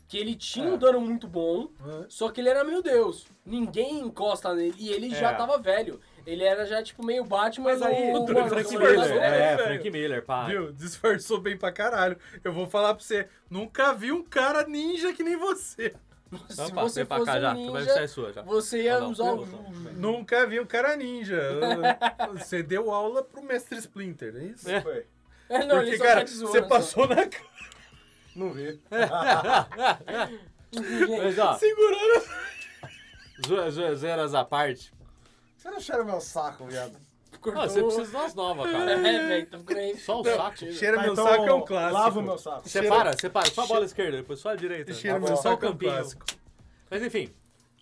D: Que ele tinha um dano muito bom,
E: É.
D: só que ele era meu Deus. Ninguém encosta nele. E ele já
F: É.
D: tava velho. Ele era já, tipo, meio Batman.
F: Mas aí,
D: no- no-
F: o
E: Frank
D: no-
F: Frank
D: no-
F: Miller,
E: velho,
D: né,
F: é,
E: velho.
F: Frank Miller,
D: Ah.
F: pá.
E: Viu? Disfarçou bem pra caralho. Eu vou falar pra você, nunca vi um cara ninja que nem você.
D: Se
F: Então, pá,
D: você
F: vem pra
D: fosse
F: cá já,
D: um
F: que vai sair
D: ninja,
F: sua já.
D: você ia
F: Ah, não,
D: usar o...
F: não, não,
E: Nunca vi um cara ninja. Você deu aula pro mestre Splinter, é isso?
F: É.
C: Foi.
D: É, não, ele
E: Porque,
D: só
E: cara,
D: tá te zoando,
E: você
D: só.
E: passou na cara
C: Não vi.
D: Enfim,
E: Ah,
D: gente,
F: Mas ó,
E: segurando.
C: Tá,
F: zo- zo- zoeiras à parte.
C: Você não cheira meu saco, viado.
D: cortou-
F: Ah, você precisa de umas novas,
D: É,
F: cara.
D: velho, tá ficando aí.
F: Só o saco.
E: Cheira
C: Tá,
E: meu
C: então,
E: saco é um clássico.
C: Lava o meu saco.
F: Separa, separa. Só a bola esquerda, depois só a direita.
E: Cheira
F: Tá
E: meu
F: bom. só o
E: saco é um
F: campinho.
E: clássico.
F: Mas enfim,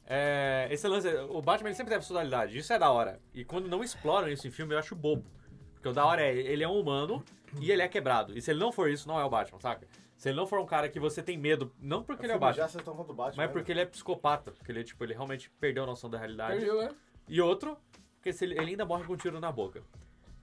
F: é, esse lance, o Batman ele sempre teve sexualidade, isso é da hora. E quando não exploram isso em filme, eu acho bobo. Porque o da hora é, ele é um humano e ele é quebrado. E se ele não for isso, não é o Batman, saca? Se ele não for um cara que você tem medo, não porque ele é o
C: Já
F: Batman,
C: vocês estão falando do Batman. né?
F: mas porque ele é psicopata. Porque ele, tipo, ele realmente perdeu a noção da realidade.
D: Perdeu, né?
F: E outro, porque se ele, ele ainda morre com um tiro na boca.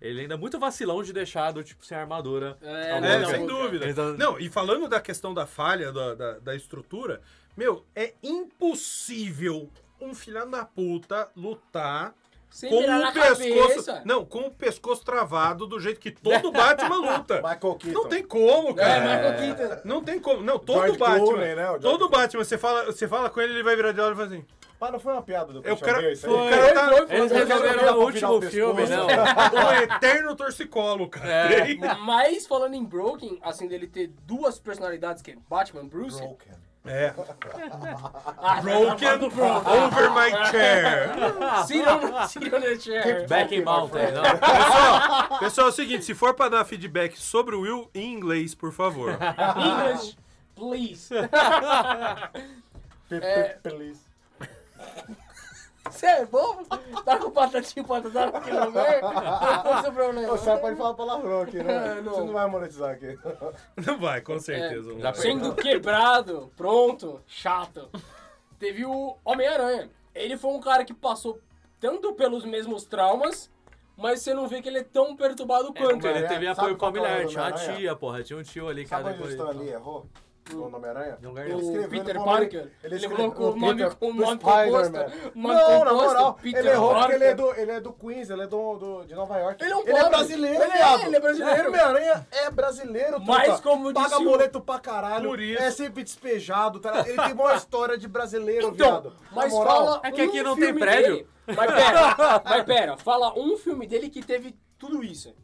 F: Ele ainda é muito vacilão de deixar do tipo sem armadura.
D: É,
F: alguma
E: É,
D: Não,
E: sem
D: não,
E: dúvida.
F: Então-
E: Não, e falando da questão da falha da, da, da estrutura, meu, é impossível um filho da puta lutar
D: Sem
E: com
D: virar
E: o
D: na
E: pescoço.
D: cabeça.
E: Não, com o pescoço travado do jeito que todo Batman luta.
C: Michael Keaton.
E: Não tem como,
D: É,
E: cara.
D: Michael Keaton.
E: Não tem como. Não, todo
C: George
E: Batman.
C: Clooney, né? O George
E: Todo Batman, você fala, você fala com ele, ele vai virar de olho e vai fazer assim.
C: Mas não foi uma piada do
E: Eu
C: Christian
E: quero.
C: Bale, isso aí? é
E: O cara tá.
F: Eles
C: Eu quero virar
F: resolveram
C: pra
F: no
C: virar o
F: último filme,
C: pescoço.
F: não.
E: Um eterno torcicolo, cara.
F: É.
D: Mas falando em Broken, assim, dele ter duas personalidades, que é Batman e Bruce,
C: Broken.
E: É.
D: Ah,
E: Broken over my chair.
D: Sit on, sit on the chair.
F: Back in Mountain, não.
E: Pessoal, pessoal, é o seguinte, se for pra dar feedback sobre o Will em inglês, por favor.
D: English, please.
C: Pe-
D: É.
C: pe- Please.
D: Você é bobo? Tá com batatinha pra dar naquele lugar? Qual é o seu problema?
C: Ô, Você pode falar palavrão aqui, né?
D: É, não.
C: Você não vai monetizar aqui.
E: Não vai, com certeza. não
F: já
E: vai.
F: foi.
D: Sendo quebrado, pronto, chato. Teve o Homem-Aranha. Ele foi um cara que passou tanto pelos mesmos traumas, mas você não vê que ele é tão perturbado quanto.
F: ele
C: Homem-Aranha,
F: teve
C: sabe
F: apoio
C: qual que é o
F: familiar,
C: nome do
F: tinha uma
C: Homem-Aranha?
F: tia, porra, tinha um tio ali,
C: Sabe
F: cara.
C: onde o
F: depois-
C: Stan Lee errou? O Homem-Aranha?
F: Não ganhou.
C: Ele
D: o
C: escreveu
D: Peter
C: no nome-
D: Parker, ele,
C: escreveu
D: colocou o
C: no
D: nome,
C: Peter-
D: o
C: no
D: nome composto.
C: Spider-Man.
D: nome
C: não, na
D: composto,
C: moral,
D: Peter
C: ele errou porque
D: Parker.
C: ele é, do, ele é do Queens, ele é do, do- de Nova York.
D: Ele é um
C: Ele é
D: pobre.
C: brasileiro,
D: Ele é,
C: viado.
D: ele é brasileiro.
C: O Homem-Aranha é brasileiro,
D: Mas
C: truta.
D: como
C: Paga
D: disse o-
C: boleto pra caralho,
E: Por isso.
C: é sempre despejado, tá ligado? Ele tem uma história de brasileiro, viado.
D: Então,
C: Na
D: mas
C: moral,
D: fala.
F: É que aqui
D: um
F: não tem
D: filme
F: prédio.
D: dele- Mas pera, mas pera, fala um filme dele que teve tudo isso.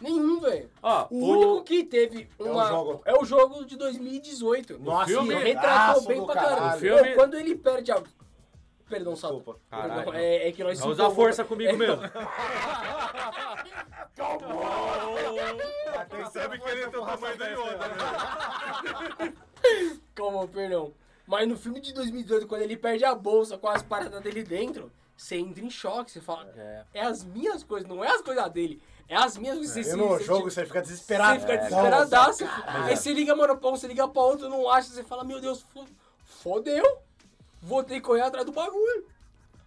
D: Nenhum, velho.
F: Ó,
D: o,
F: o-
D: único que teve
C: o
D: uma.
C: jogo.
D: é o jogo de 2018.
C: Nossa,
F: filme-
D: retratou
C: jogaço
D: bem
C: do
D: pra
C: caralho.
D: caralho.
F: O filme-
D: Meu, Quando ele perde a. Perdão, Sato.
C: Desculpa.
F: Caralho.
D: Perdão, É, é que nós Então,
F: Vai
D: se
F: usar
D: empolgou.
F: força comigo mesmo.
E: Sabe que ele é do tamanho da Yoda, né?
D: Calma, perdão. Mas no filme de 2018, quando ele perde a bolsa com as paradas dele dentro, Você entra em choque, você fala, é, as minhas coisas, não é as coisas dele, é as minhas coisas.
C: E
D: você-
C: no
D: você-
C: jogo você fica desesperado.
D: Você fica
C: É.
D: desesperadaço.
C: Nossa,
D: Aí você liga, mano, pra um, você liga pra outro, não acha, você fala, meu Deus, fo- fodeu. Vou ter que correr atrás do bagulho.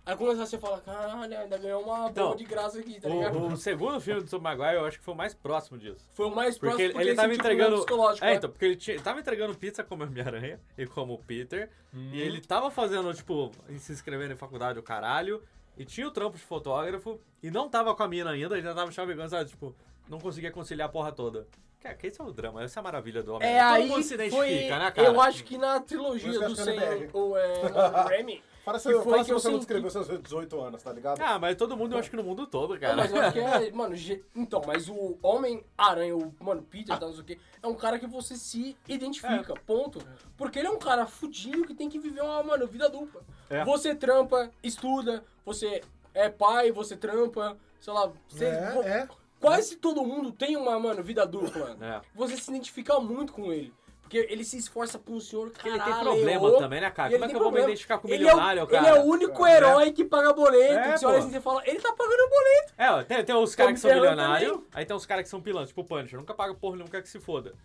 D: Aí começa a você fala, caralho, ainda ganhou uma
F: Então,
D: bomba de graça aqui, tá ligado?
F: O, o segundo filme do Tom Maguire eu acho que foi o mais próximo disso.
D: Foi o mais
F: Porque
D: próximo
F: ele,
D: porque
F: ele
D: ele
F: tava
D: sentiu problema
F: entregando.
D: psicológico,
F: é,
D: né?
F: então, porque ele, tinha, ele tava entregando pizza como a Homem-Aranha e como o Peter.
D: Uhum.
F: E ele tava fazendo, tipo, em- se inscrevendo em faculdade o caralho. E tinha o trampo de fotógrafo. E não tava com a mina ainda, ele já tava chavegando, sabe? Tipo, não conseguia conciliar a porra toda. Cara, que esse é o drama, essa é a maravilha do
D: É,
F: Homem-Aranha. Todo
D: aí
F: mundo se
D: foi,
F: identifica, né, cara?
D: eu acho que na
C: Por isso
D: trilogia
C: que eu
D: do
C: acho que eu não
D: Senhor,
C: pego.
D: ou é, o Remy,
C: Fala se,
D: Que
C: fala
D: foi
C: se
D: que eu
C: você não
D: senti.
C: descreveu seus 18 anos, tá ligado?
F: Ah, mas todo mundo, eu acho que no mundo todo, cara.
D: É, mas eu acho que é. Mano, ge- então, mas o Homem-Aranha, o mano,
F: Ah.
D: Peter, tal, não sei o quê, é um cara que você se identifica,
F: É.
D: ponto. Porque ele é um cara fudinho que tem que viver uma, mano, vida dupla.
F: É.
D: Você trampa, estuda, você é pai, você trampa, sei lá, você.
C: É,
D: vo-
C: é.
D: Quase todo mundo tem uma, mano, vida dupla.
F: É.
D: Você se identifica muito com ele. Porque ele se esforça pro senhor
F: Porque ele
D: caralho.
F: tem problema
D: errou,
F: também, né, cara?
D: e ele
F: Como é
D: tem
F: que eu vou me
D: problema.
F: identificar com o
D: Ele é o-
F: milionário, cara?
D: Ele é o único herói que paga boleto.
F: É,
D: que você olha
F: pô.
D: assim e você fala, ele tá pagando boleto.
F: É, ó, tem, tem os caras que são
D: Homem-Aranha
F: milionários, aí tem os caras que são pilantras, tipo o Punisher. Nunca paga porra nenhuma, quer que se foda.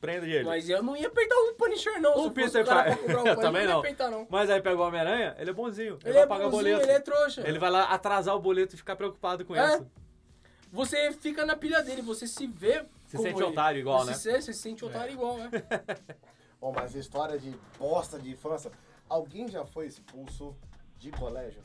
F: Prende ele.
D: Mas eu não ia peitar o Punisher, não. Se
F: o
D: eu fosse
F: Peter
D: o cara
F: Parker.
D: pra comprar o
F: eu
D: Punisher,
F: também
D: eu
F: não.
D: ia peitar, um não.
F: Mas aí pega o Homem-Aranha, ele é bonzinho. Ele,
D: Ele
F: vai
D: é
F: pagar
D: bonzinho,
F: boleto.
D: ele é trouxa.
F: Ele vai lá atrasar o boleto e ficar preocupado com
D: É.
F: isso.
D: Você fica na pilha dele, você se vê
F: Se
D: como
F: sente
D: ele.
F: otário igual,
D: você
F: né?
D: Se, você se sente otário igual, né?
C: Bom, mas história de bosta de infância. Alguém já foi expulso de colégio?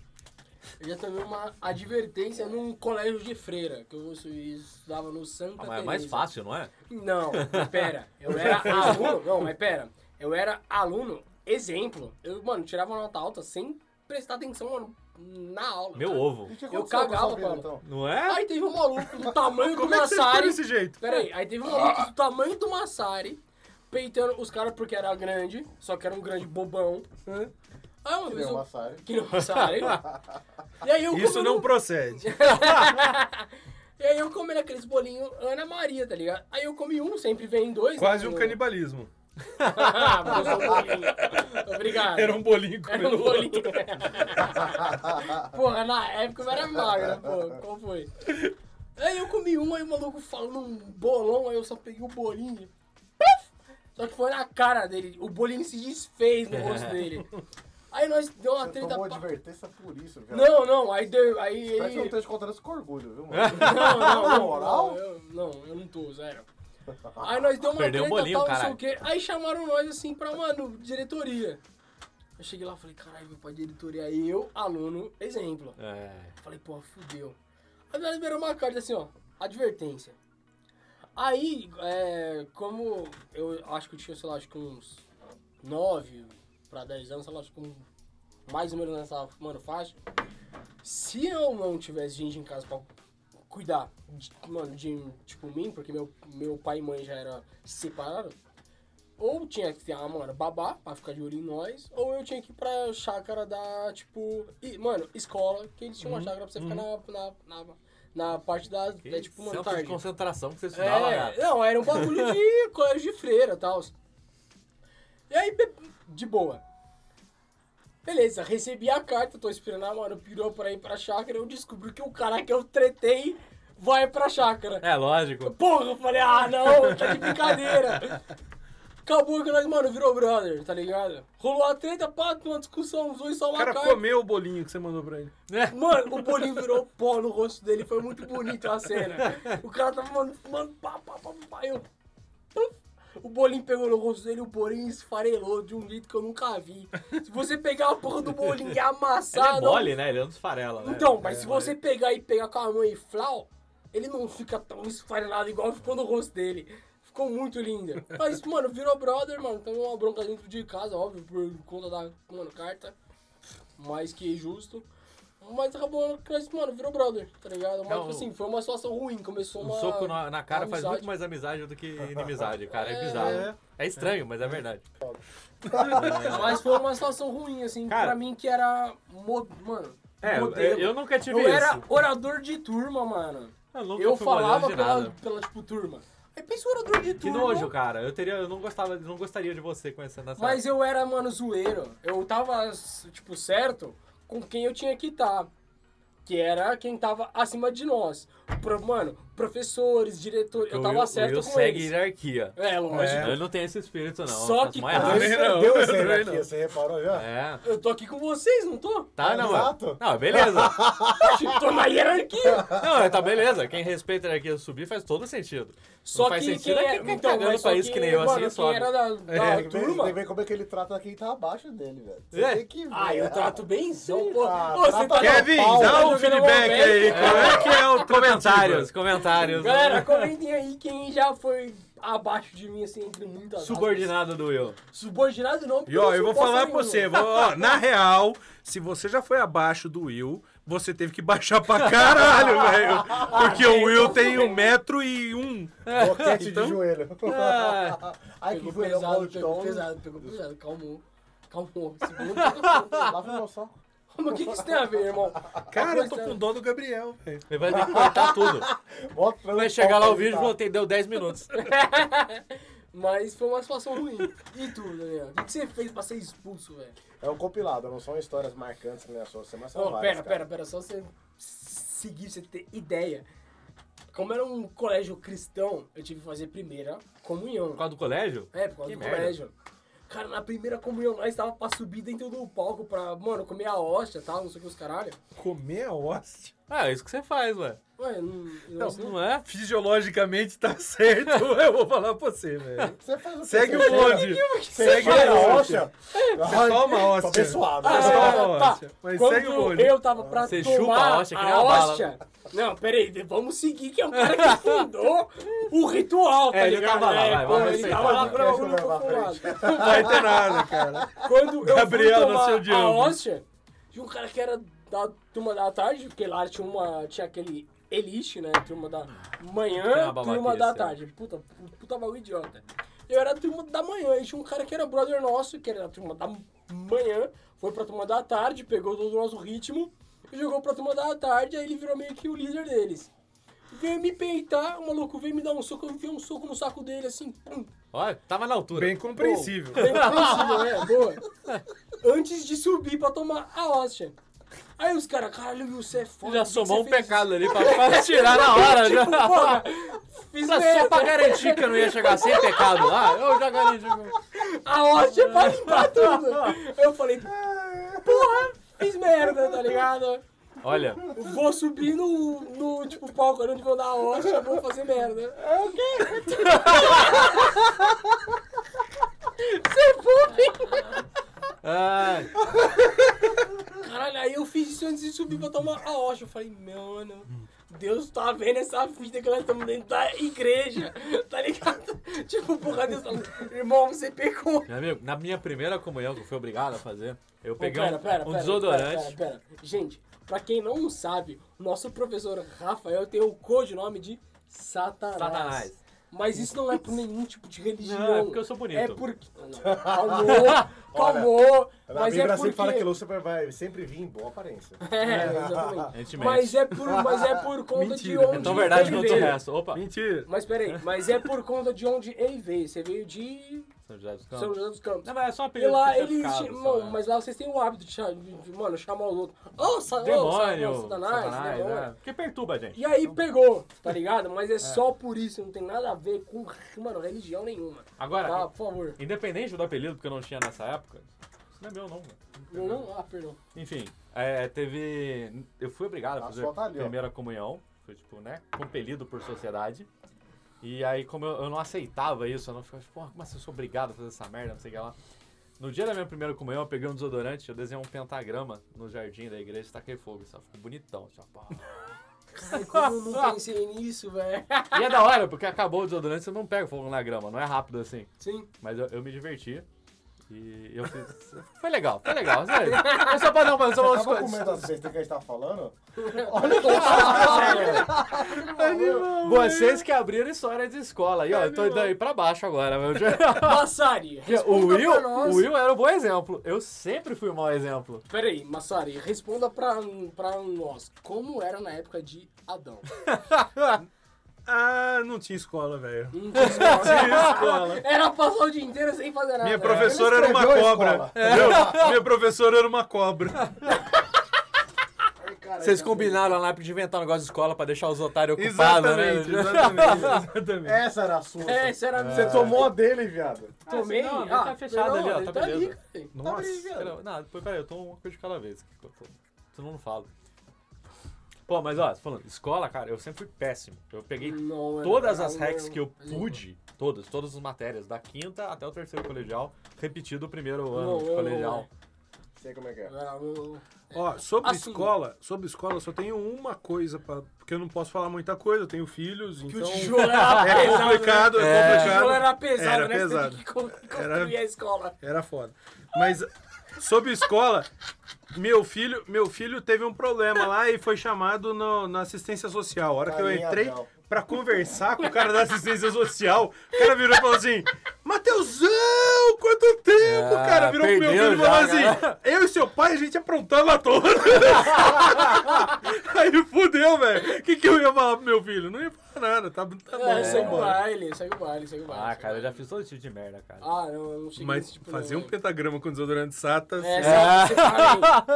D: Eu já tomei uma advertência num colégio de freira, que eu estudava no Santa
F: Ah, mas é
D: Teresa.
F: mais fácil, não é?
D: Não, mas pera. Eu era aluno. Não, mas pera. Eu era aluno, exemplo. Eu, mano, tirava nota alta sem prestar atenção, mano, na aula.
F: Meu
D: cara.
F: ovo.
C: E o que
D: Eu
C: aconteceu com a
D: cagava,
C: sua vida,
D: Paulo.
C: então?
F: Não é?
D: Aí teve um maluco do tamanho do
E: Como é que você ficou
D: Massari.
E: desse jeito?
D: Pera aí, aí teve um maluco do tamanho do Massari peitando os caras porque era grande, só que era um grande bobão. Aí um uma
C: Que nem
D: vez
C: o
D: eu...
C: Massari.
D: Que nem o Massari. E aí eu
E: Isso
D: como um-
E: não procede.
D: É. E aí eu comi aqueles bolinhos Ana Maria, tá ligado? Aí eu comi um, sempre vem dois.
E: Quase um
D: né?
E: canibalismo.
D: Ah, mas eu sou um bolinho. Obrigado.
E: Era um bolinho
D: Era
E: comendo
D: um
E: o outro.
D: bolinho. Porra, na época eu era magra, pô. Qual foi? Aí eu comi um, aí o maluco falando um bolão, aí eu só peguei o bolinho. Puf! Só que foi na cara dele. O bolinho se desfez no rosto dele. Aí nós deu uma
C: Você
D: treta.
C: tomou
D: pa-
C: advertência por isso, cara.
D: Não, não, aí deu.
C: Espero
D: Aí
C: que eu não
D: ele.
C: esteja contando isso com orgulho, viu, mano?
D: Não, não,
C: Na
D: não,
C: moral?
D: não, eu, não, eu não tô, zero. Aí nós deu uma
F: Perdeu o
D: treta,
F: bolinho,
D: tal,
F: caralho.
D: não sei o quê. Aí chamaram nós assim pra, mano, diretoria. Eu cheguei lá e falei, caralho, meu pai, é diretoria. Aí eu, aluno, exemplo.
F: É.
D: Falei, pô, fudeu. Aí nós liberamos uma carta assim, ó, advertência. Aí, é, como eu acho que eu tinha, sei lá, acho que uns 9 pra 10 anos, sei lá, acho que um- mais ou menos nessa mano, faixa. Se eu não tivesse gente em casa pra cuidar, de, mano, de, tipo, mim, porque meu, meu pai e mãe já eram separados, ou tinha que ter, ah, mano, babá pra ficar de olho em nós, ou eu tinha que ir pra chácara da, tipo, e, mano, escola, que eles tinham uma chácara pra você ficar na, na, na, na parte da,
F: Que
D: da tipo, mano,
F: centro de
D: tarde.
F: concentração que você estudava,
D: É,
F: cara.
D: não, era um bagulho de colégio de freira e tal. E aí, be- de boa. Beleza, recebi a carta, tô esperando a mano, pirou pra ir pra chácara, eu descubro que o cara que eu tretei vai pra chácara.
F: É, lógico.
D: Porra, eu falei, ah não, tá de brincadeira. Acabou que nós, mano, virou brother, tá ligado? Rolou a treta, pá, uma discussão, os dois só
E: O
D: uma
E: cara
D: carta.
E: comeu o bolinho que você mandou pra ele.
F: É.
D: Mano, o bolinho virou pó no rosto dele, foi muito bonito a cena. O cara tava, mano, fumando pá, pá, pá, pá, eu... puf, O bolinho pegou no rosto dele, o bolinho esfarelou de um jeito que eu nunca vi. Se você pegar a porra do bolinho e
F: Ele
D: amassar...
F: é mole, né? Ele é um dos farela, né?
D: Então, mas se você pegar e pegar com a mão e flau, ele não fica tão esfarelado igual ficou no rosto dele. Ficou muito lindo. Mas, mano, virou brother, mano. Teve uma bronca dentro de casa, óbvio, por conta da mano, carta. Mais que justo. Mas acabou que nós, mano, virou brother, tá ligado? Mas,
F: Não,
D: tipo assim, foi uma situação ruim. Começou
F: Um
D: uma.
F: soco na, na cara
D: uma
F: faz
D: amizade.
F: muito mais amizade do que inimizade, cara. É bizarro. É estranho, mas é verdade.
D: Mas foi uma situação ruim, assim,
F: Cara.
D: pra mim que era. mo- Mano.
F: É,
D: modelo.
F: eu nunca tive
D: Eu
F: isso.
D: Tipo era orador de turma, mano.
F: Eu nunca
D: Eu
F: fui modelo
D: falava
F: de
D: pela,
F: nada.
D: pela, tipo, turma. Aí pensa o orador de
F: Que
D: turma.
F: nojo, cara. Eu teria, eu não gostava, não gostaria de você conhecendo essa.
D: Mas eu era, mano, zoeiro. Eu tava, tipo, certo com quem eu tinha que estar. que era quem tava acima de nós. Pro- mano, professores, diretores, eu tava
F: Will-
D: certo
F: Will
D: com
F: segue
D: eles.
F: hierarquia.
D: É, lógico.
F: Eu não tenho esse espírito, não.
D: Só
F: Eu faço
D: que tá
F: mais
D: quando-
F: rápido.
E: também não,
C: Deu
E: eu
C: essa
E: também
C: hierarquia,
E: não.
C: você reparou já?
F: É.
D: Eu tô aqui com vocês, não tô?
E: É,
F: Tá, não,
C: Exato.
F: mano. Não, beleza.
D: tô na hierarquia.
F: Não, tá beleza. Quem respeita a hierarquia subir faz todo sentido.
D: Só
F: não faz
D: que
F: sentido
D: quem é...
F: é quem
D: então,
F: tá cagando
D: mas só
F: pra isso que nem eu,
D: mano,
F: assim,
D: quem
F: sobe.
D: era da, da
C: Tem que ver-
D: turma...
C: tem que ver como é que ele trata quem tá abaixo dele, velho. Você
F: É.
C: tem que ver.
D: Ah, eu trato bemzão, pô.
C: Ah,
D: Ô, você
C: trata
D: tá
C: bem.
D: no
E: Kevin,
D: pau,
E: dá
D: tá
E: um
D: jogando
E: feedback
D: mal,
E: aí.
D: velho.
E: Como é que é o
F: Comentários, comentários.
D: Galera, comentem aí quem já foi abaixo de mim, assim, entre muitas aspas.
F: Subordinado do Will.
D: Subordinado não, porque
E: E ó,
D: sou
E: eu vou
D: bosta
E: falar pra
D: nenhuma.
E: você, vou- ó, na real, se você já foi abaixo do Will, você teve que baixar pra caralho, velho. Porque
D: Ah,
E: o Will
D: então
E: tem um metro e um.
C: Boquete
E: Então-
C: de joelho.
F: Ah.
C: Ai, que
D: Pegou
C: joelho
D: pesado, pegou
C: molestão.
D: pesado, pegou pesado, calmou. Calmou, segura.
C: Lava o meu saco.
D: Mas o que que isso tem a ver, irmão?
E: Cara, eu tô
D: é
E: com dó do Gabriel, velho.
F: Ele vai ter que cortar tudo.
C: Bota
F: Vai chegar lá o vídeo e falou, "Tem- deu 10 minutos. É
D: Mas foi uma situação ruim. E tu, Daniel? O que que você fez pra ser expulso, velho?
C: É um compilado, não são histórias marcantes que me assustam, mas são
D: Não,
C: várias,
D: pera,
C: cara.
D: pera, pera, só você seguir, você ter ideia. Como era um colégio cristão, eu tive que fazer primeira comunhão.
F: Por causa do colégio?
D: É, por causa
F: Que
D: do
F: merda.
D: colégio. Cara, na primeira comunhão nós tava pra subir dentro do palco pra, mano, comer a hóstia e tal, não sei o que os caralho.
E: Comer a hóstia.
F: Ah, é isso que você faz, ué.
D: Ué, não, não,
F: Não, não é?
E: Fisiologicamente tá certo, eu vou falar pra você, velho.
C: Você faz o quê?
E: Segue
C: Você
E: o bonde.
C: Você
E: Segue o
C: cheira a
E: bonde.
C: hóstia?
E: Você toma a
C: Tô
E: hóstia.
C: abençoado.
E: Ah,
C: Você-
E: é. uma hóstia, mas
D: Quando
E: segue o bonde.
D: eu tava pra
F: Você
D: tomar
F: chupa a hóstia que nem uma bala.
D: hóstia... Não, peraí, vamos seguir, que é um cara que fundou o ritual, tá
F: É, ele
D: ligado?
F: tava lá, vai,
D: é, pô,
F: vamos
D: ele
F: aceitar.
D: tava lá pra
C: Deixa eu
D: algum
C: levar pra
D: lado.
E: Não vai ter nada, cara.
D: Quando eu
E: Gabriel
D: fui tomar
E: nasceu de
D: a
E: ambos.
D: hóstia, tinha um cara que era da turma da tarde, porque lá tinha uma. tinha aquele elite, né? Turma da
F: Tem
D: manhã,
F: uma babaquice,
D: turma da
E: assim,
F: né?
D: tarde. Puta, um puta bagulho idiota. Eu era a turma da manhã, e tinha um cara que era brother nosso, que era da turma da manhã, foi pra turma da tarde, pegou todo o nosso ritmo e jogou pra turma da tarde, aí ele virou meio que o líder deles. Veio me peitar, o maluco veio me dar um soco, eu enfiei um soco no saco dele, assim, pum,
F: Olha, tava na altura.
E: Bem compreensível.
D: Bem possível, né? Boa. Antes de subir pra tomar a hóstia. Aí os caras, caralho, Will, você é foda.
F: Já
D: por que que
F: somou um
D: você fez
F: pecado ali pra, pra tirar na hora.
D: isso?"
F: já.
D: Tipo, porra, fiz
F: Só,
D: merda.
F: só pra garantir que eu não ia chegar sem pecado lá, eu já garanti.
D: A hóstia é pra limpar tudo. Eu falei, porra, fiz merda, tá ligado?
F: Olha,
D: Vou subir no, no tipo, palco onde vou dar a hóstia, vou fazer merda. É o quê? Você foi,
F: ai,
D: Caralho, aí eu fiz isso antes de subir pra tomar a hoxa. Eu falei, mano, Deus tá vendo essa fita que nós estamos dentro da igreja, tá ligado? Tipo, porra, Deus tá... Irmão, você pecou.
F: meu amigo, na minha primeira comunhão que eu fui obrigado a fazer, eu
D: Pô,
F: peguei um- um, desodorante.
D: Pera, pera, pera. Gente, pra quem não sabe, nosso professor Rafael tem o codinome de Satanás.
F: Satanás.
D: Mas isso não é por nenhum tipo de religião.
F: Não, é porque eu sou bonito.
D: É porque... Ah, não. Calmou, calmou.
C: Na
D: mas
C: Bíblia sempre
D: é porque...
C: fala que Lúcifer vai sempre vir em boa aparência.
D: É, exatamente.
F: A gente
D: Mas
F: mexe.
D: é por, mas é por conta
E: Mentira.
D: de onde
F: Então, verdade,
D: ele
F: não
D: veio.
F: o resto. Opa.
E: Mentira.
D: Mas peraí, mas é por conta de onde ele veio. Você veio de
F: São José dos
D: São
F: Campos.
D: José dos Campos.
F: Não, mas é só um
D: E
F: apelido
D: lá
F: que tinha
D: eles.
F: ficado,
D: ti-
F: só,
D: mano,
F: né?
D: mas lá vocês têm o hábito de, cha- de- de, mano, chamar o outro. Ô, sa- ô,
F: é. Demônio,
D: sa- ô, Satanás, demônio.
F: é. Porque perturba a gente.
D: E aí pegou, tá ligado? Mas é, só por isso, não tem nada a ver com, mano, religião nenhuma.
F: Agora,
D: Tá, por favor.
F: independente do apelido, porque eu não tinha nessa época, isso não é meu não, mano.
D: Não, não? Ah, perdão.
F: Enfim, é, teve. Eu fui obrigado
C: A
F: a fazer
C: sua tá
F: a
C: ali, ó.
F: primeira comunhão. Foi, tipo, né? Compelido por sociedade. E aí, como eu, eu não aceitava isso, eu não ficava, tipo, "Porra, como assim eu sou obrigado a fazer essa merda, não sei o que lá. No dia da minha primeira comunhão, eu peguei um desodorante, eu desenhei um pentagrama no jardim da igreja e taquei fogo. Só ficou bonitão. Só, pá.
D: Ai, É como eu não pensei nisso, velho.
F: E é da hora, porque acabou o desodorante, você não pega fogo na grama, não é rápido assim.
D: Sim.
F: Mas eu, eu me diverti. E eu fiz. Foi legal, foi legal. Sério. Eu só pra não, mas eu
C: Tava
F: só
C: com medo vocês têm que a gente tá falando?
F: Vocês que abriram história de escola. E ó, eu tô indo aí pra baixo agora, meu.
D: Massari,
F: O
D: responda
F: Will,
D: pra nós.
F: o Will era um bom exemplo. Eu sempre fui um mau exemplo.
D: Peraí, Massari, responda pra, pra nós. Como era na época de Adão?
E: Ah, não tinha escola, velho.
D: Não tinha escola. É,
E: Escola.
D: era passar o dia inteiro sem fazer nada.
E: Minha
D: professora
E: professora era uma
C: escreveu a
E: cobra.
C: escola.
E: entendeu? Minha professora era uma cobra.
C: cara.
F: Vocês
D: então,
C: esse
F: combinaram lá de inventar um negócio de escola pra deixar os otários ocupados,
E: Exatamente,
F: né?
E: exatamente,
D: Tá
C: assunto-
E: exatamente.
C: Essa era a sua.
D: É, isso era
C: Você tomou a dele, viado.
D: Tomei.
F: não, ele tá fechado ali, ó,
D: ele
F: tá
D: tá ali,
F: beleza.
D: cara.
F: Nossa, pera, não, pô, peraí, eu tomo uma coisa de cada vez. aqui, pô, pô, Senão eu não falo. Pô, mas ó, falando, escola, cara, eu sempre fui péssimo. Eu peguei
D: Não, é-
F: todas as
D: é-
F: hacks que eu
D: é-
F: pude, todas, todas as matérias, da quinta até o terceiro colegial, repetido o primeiro
D: Não,
F: ano de
D: eu-
F: colegial.
C: Sei como é que é.
D: eu-
E: Ó, sobre
D: Assim.
E: escola, sobre escola, eu só tenho uma coisa pra. Porque eu não posso falar muita coisa, eu tenho filhos,
D: Que
E: então.
D: o tijolo era
E: É
D: pesado.
E: complicado, é,
D: né? O
E: complicado.
D: tijolo era pesado,
E: Era
D: né? Você
E: pesado.
D: tem que con- construir a escola.
E: Era foda. Mas sobre escola, meu filho, meu filho teve um problema lá e foi chamado no- na assistência social. A hora que eu
C: Carinha
E: entrei
C: Abel.
E: pra conversar com o cara da assistência social, o cara virou e falou assim: Mateusão, quanto tempo,
F: Ah,
E: cara? Virou pro meu
F: perdeu
E: filho e falou
F: já,
E: assim:
F: cara.
E: Eu e seu pai, a gente aprontava todo. Aí fudeu, velho. O que, que eu ia falar pro meu filho? Não ia falar nada, tá, tá bom.
D: É, segue o
E: vambora.
D: baile, segue o baile, segue o baile.
F: Ah,
D: segue o
F: cara,
D: baile.
F: eu já fiz todo tipo de merda, cara.
D: Ah, não, eu não cheguei
E: Mas
D: nesse tipo
E: fazer
D: não,
E: um
D: velho.
E: pentagrama com desodorante sata.
D: É, você- você fala
E: assim,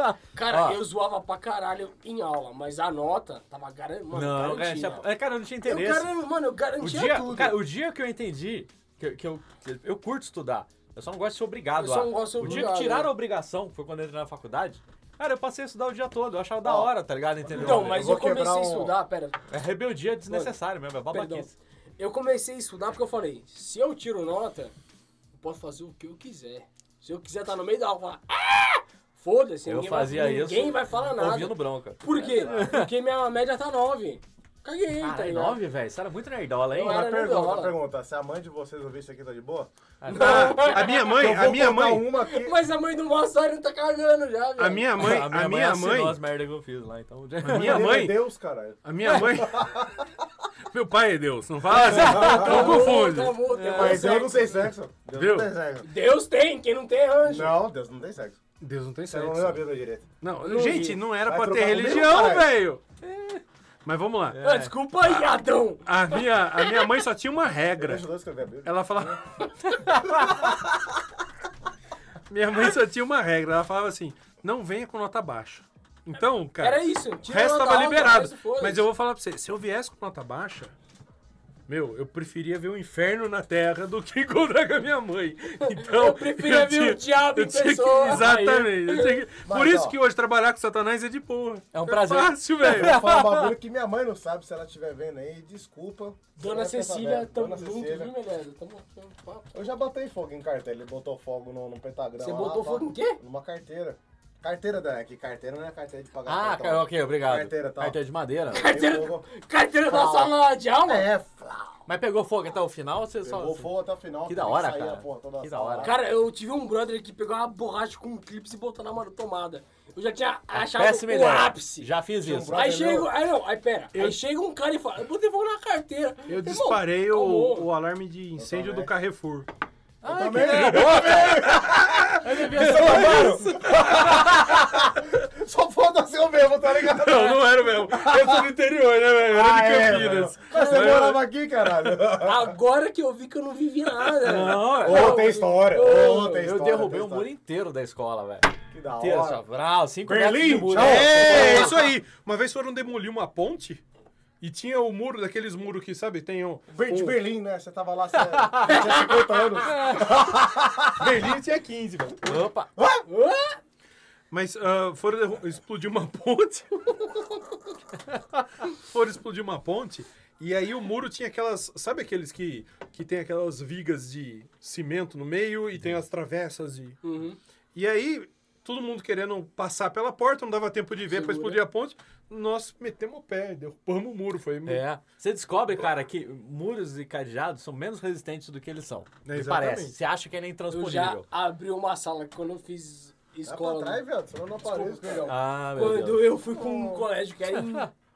D: aí.
F: Ó.
D: Cara, eu zoava pra caralho em aula, mas a nota tava garantindo. Mano,
F: não, cara,
D: garantia.
F: tinha- é, cara, eu não tinha
D: eu
F: interesse.
D: garan... Mano, eu
F: O
D: garantia
F: dia,
D: tudo.
F: cara, o dia que eu entendi que, eu- que eu, que eu curto estudar, eu só não gosto de ser obrigado
D: Eu só
F: a.
D: não gosto de ser
F: o dia que
D: obrigado,
F: tiraram
D: é.
F: a obrigação, que foi quando eu entrei na faculdade, cara, eu passei a estudar o dia todo, eu achava da
C: Ó.
F: hora, tá ligado? Entendeu?
D: Então, mas
C: vou
D: eu, comecei
C: quebrar
D: a
C: um-
D: estudar, pera,
F: É rebeldia desnecessário mesmo, é
D: perdão.
F: babaquice.
D: Eu comecei a estudar porque eu falei, se eu tiro nota, eu posso fazer o que eu quiser. Se eu quiser estar no meio da aula, falar, ah! foda-se,
F: Eu
D: ninguém,
F: fazia
D: vai,
F: isso
D: ninguém vai falar nada.
F: Ouvindo bronca.
D: Por quê? Porque minha média tá 9. Caguei, tá
F: Caralho,
D: ligado?
F: Ah, é nove, velho? Você era muito nerdola, hein?
D: Eu
C: Agora
D: era
C: pergunta,
D: nerdola.
C: pergunta. Se a mãe de vocês ouvir isso aqui, tá de boa?
E: Ah, a minha mãe,
C: Eu vou
E: a minha
C: contar
E: mãe,
C: uma aqui.
D: Mas a mãe do Massari tá cagando já, velho.
E: a minha mãe, é assim, a minha mãe,
F: assinou as merdas que eu fiz lá, então...
E: a minha
C: Meu é
E: mãe, É,
C: Deus, caralho.
E: a minha mãe. Meu pai é Deus, não fala assim. Não confunde.
D: Tá bom, tá bom.
C: Mas Deus não tem sexo. Deus
E: Viu?
C: não tem sexo.
D: Deus tem, quem não tem anjo.
C: Não, Deus não tem sexo.
E: Deus não tem
C: Você não leu a
E: sexo.
C: Bíblia direito.
E: Não, gente, não era
C: Vai
E: pra ter
C: trocar comigo,
E: religião,
C: caralho?
E: velho. Mas vamos lá.
D: Ah, desculpa aí, Adão.
E: A minha, a minha mãe só tinha uma regra.
C: Deixa eu escrever a Bíblia.
E: Ela falava. minha mãe só tinha uma regra. Ela falava assim: não venha com nota baixa. Então, cara.
D: Era isso.
E: O
D: tira
E: resto
D: nota
E: tava
D: alta,
E: liberado.
D: resto foda-se.
E: Mas eu vou falar pra você, se eu viesse com nota baixa, meu, eu preferia ver o inferno na terra do que encontrar com a minha mãe. Então,
D: Eu preferia ver o
E: tinha-
D: diabo
E: eu
D: em
E: tinha que-
D: pessoa.
E: exatamente. eu tinha que- por
C: ó.
E: isso que hoje trabalhar com Satanás é de porra.
F: É um prazer.
E: É fácil,
C: Eu
E: velho.
C: vou falar um bagulho que minha mãe não sabe se ela estiver vendo aí. Desculpa.
D: Dona
C: Essa é a
D: Cecília,
C: tabela.
D: tamo
C: Dona
D: junto, viu,
C: Cecília.
D: Meleza? Tamo tamo papo.
C: Eu já botei fogo em carteira. Ele botou fogo no, no pentagrama.
D: Você
C: lá,
D: botou
C: pá,
D: fogo em quê?
C: Numa carteira. Carteira da que carteira não é carteira de pagar
F: Ah,
C: cartão.
F: cara, ok, obrigado.
C: Carteira, tá?
F: Carteira de madeira.
D: Carteira,
C: fogo.
D: carteira da sala de aula?
C: É,
F: Mas pegou fogo até o final ou você só... assim?
C: pegou fogo até o final.
F: Que da
C: teve
F: hora,
C: sair a
F: cara.
C: porra toda
F: Que da
C: sala
F: hora.
C: lá.
D: Cara, eu tive um brother que pegou uma borracha com um clipe e botou na mano tomada. Eu já tinha achado
F: Péssima
D: o
F: ideia.
D: ápice.
F: Já fiz
C: Tinha um
F: isso.
C: brother-
D: Aí
C: Entendeu?
D: chega. Aí não, aí pera. Aí chega um cara e fala, eu botei fogo na carteira.
E: Eu
D: Irmão,
E: disparei o,
D: calma.
E: o alarme de incêndio do
C: também.
E: Carrefour.
F: Ah, que
C: também.
F: ideia boa, velho. Eu devia ser uma
C: Só falta ser o mesmo, tá ligado?
E: Não, não era mesmo. Eu sou do interior, né, velho? Eu Era
C: Ah, é,
E: de
C: mano.
E: Campinas.
C: Mas você
E: Mas-
C: morava aqui, caralho.
D: Agora que eu vi que eu não vivi nada.
F: Não,
C: Ô, tem história. Ô, tem história.
F: eu
C: tem
F: derrubei o muro
C: história.
F: inteiro da escola, velho.
C: Que da
F: Inteiro,
C: hora.
F: só brau, cinco metros de
E: Berlim?
F: muro.
E: É, isso aí. Uma vez foram demolir uma ponte e tinha o muro, daqueles muros que, sabe, tem um...
C: Ber- De Berlim, né? Você tava lá, você você tinha 50 anos.
E: Berlim tinha 15, velho.
F: É. Opa,
E: Mas ah, foram derru- explodir uma ponte. foram explodir uma ponte e aí o muro tinha aquelas... Sabe aqueles que, que tem aquelas vigas de cimento no meio e tem as travessas de...
D: Uhum.
E: E aí... Todo mundo querendo passar pela porta, não dava tempo de ver pra explodir a ponte. Nós metemos o pé, derrubamos o muro. Foi
F: É. Você descobre, cara, que muros e cadeados são menos resistentes do que eles são.
E: É,
F: Me
E: exatamente.
F: parece. Você acha que ele é
D: Eu já
F: intransponível.
D: abri uma sala quando eu fiz
C: Vai pra
D: escola.
F: né?
C: trás, viado. Senão eu não apareço,
D: Desculpa,
C: cara.
D: perdão.
F: Ah, meu
D: Quando
F: Deus.
D: eu fui pra um colégio que era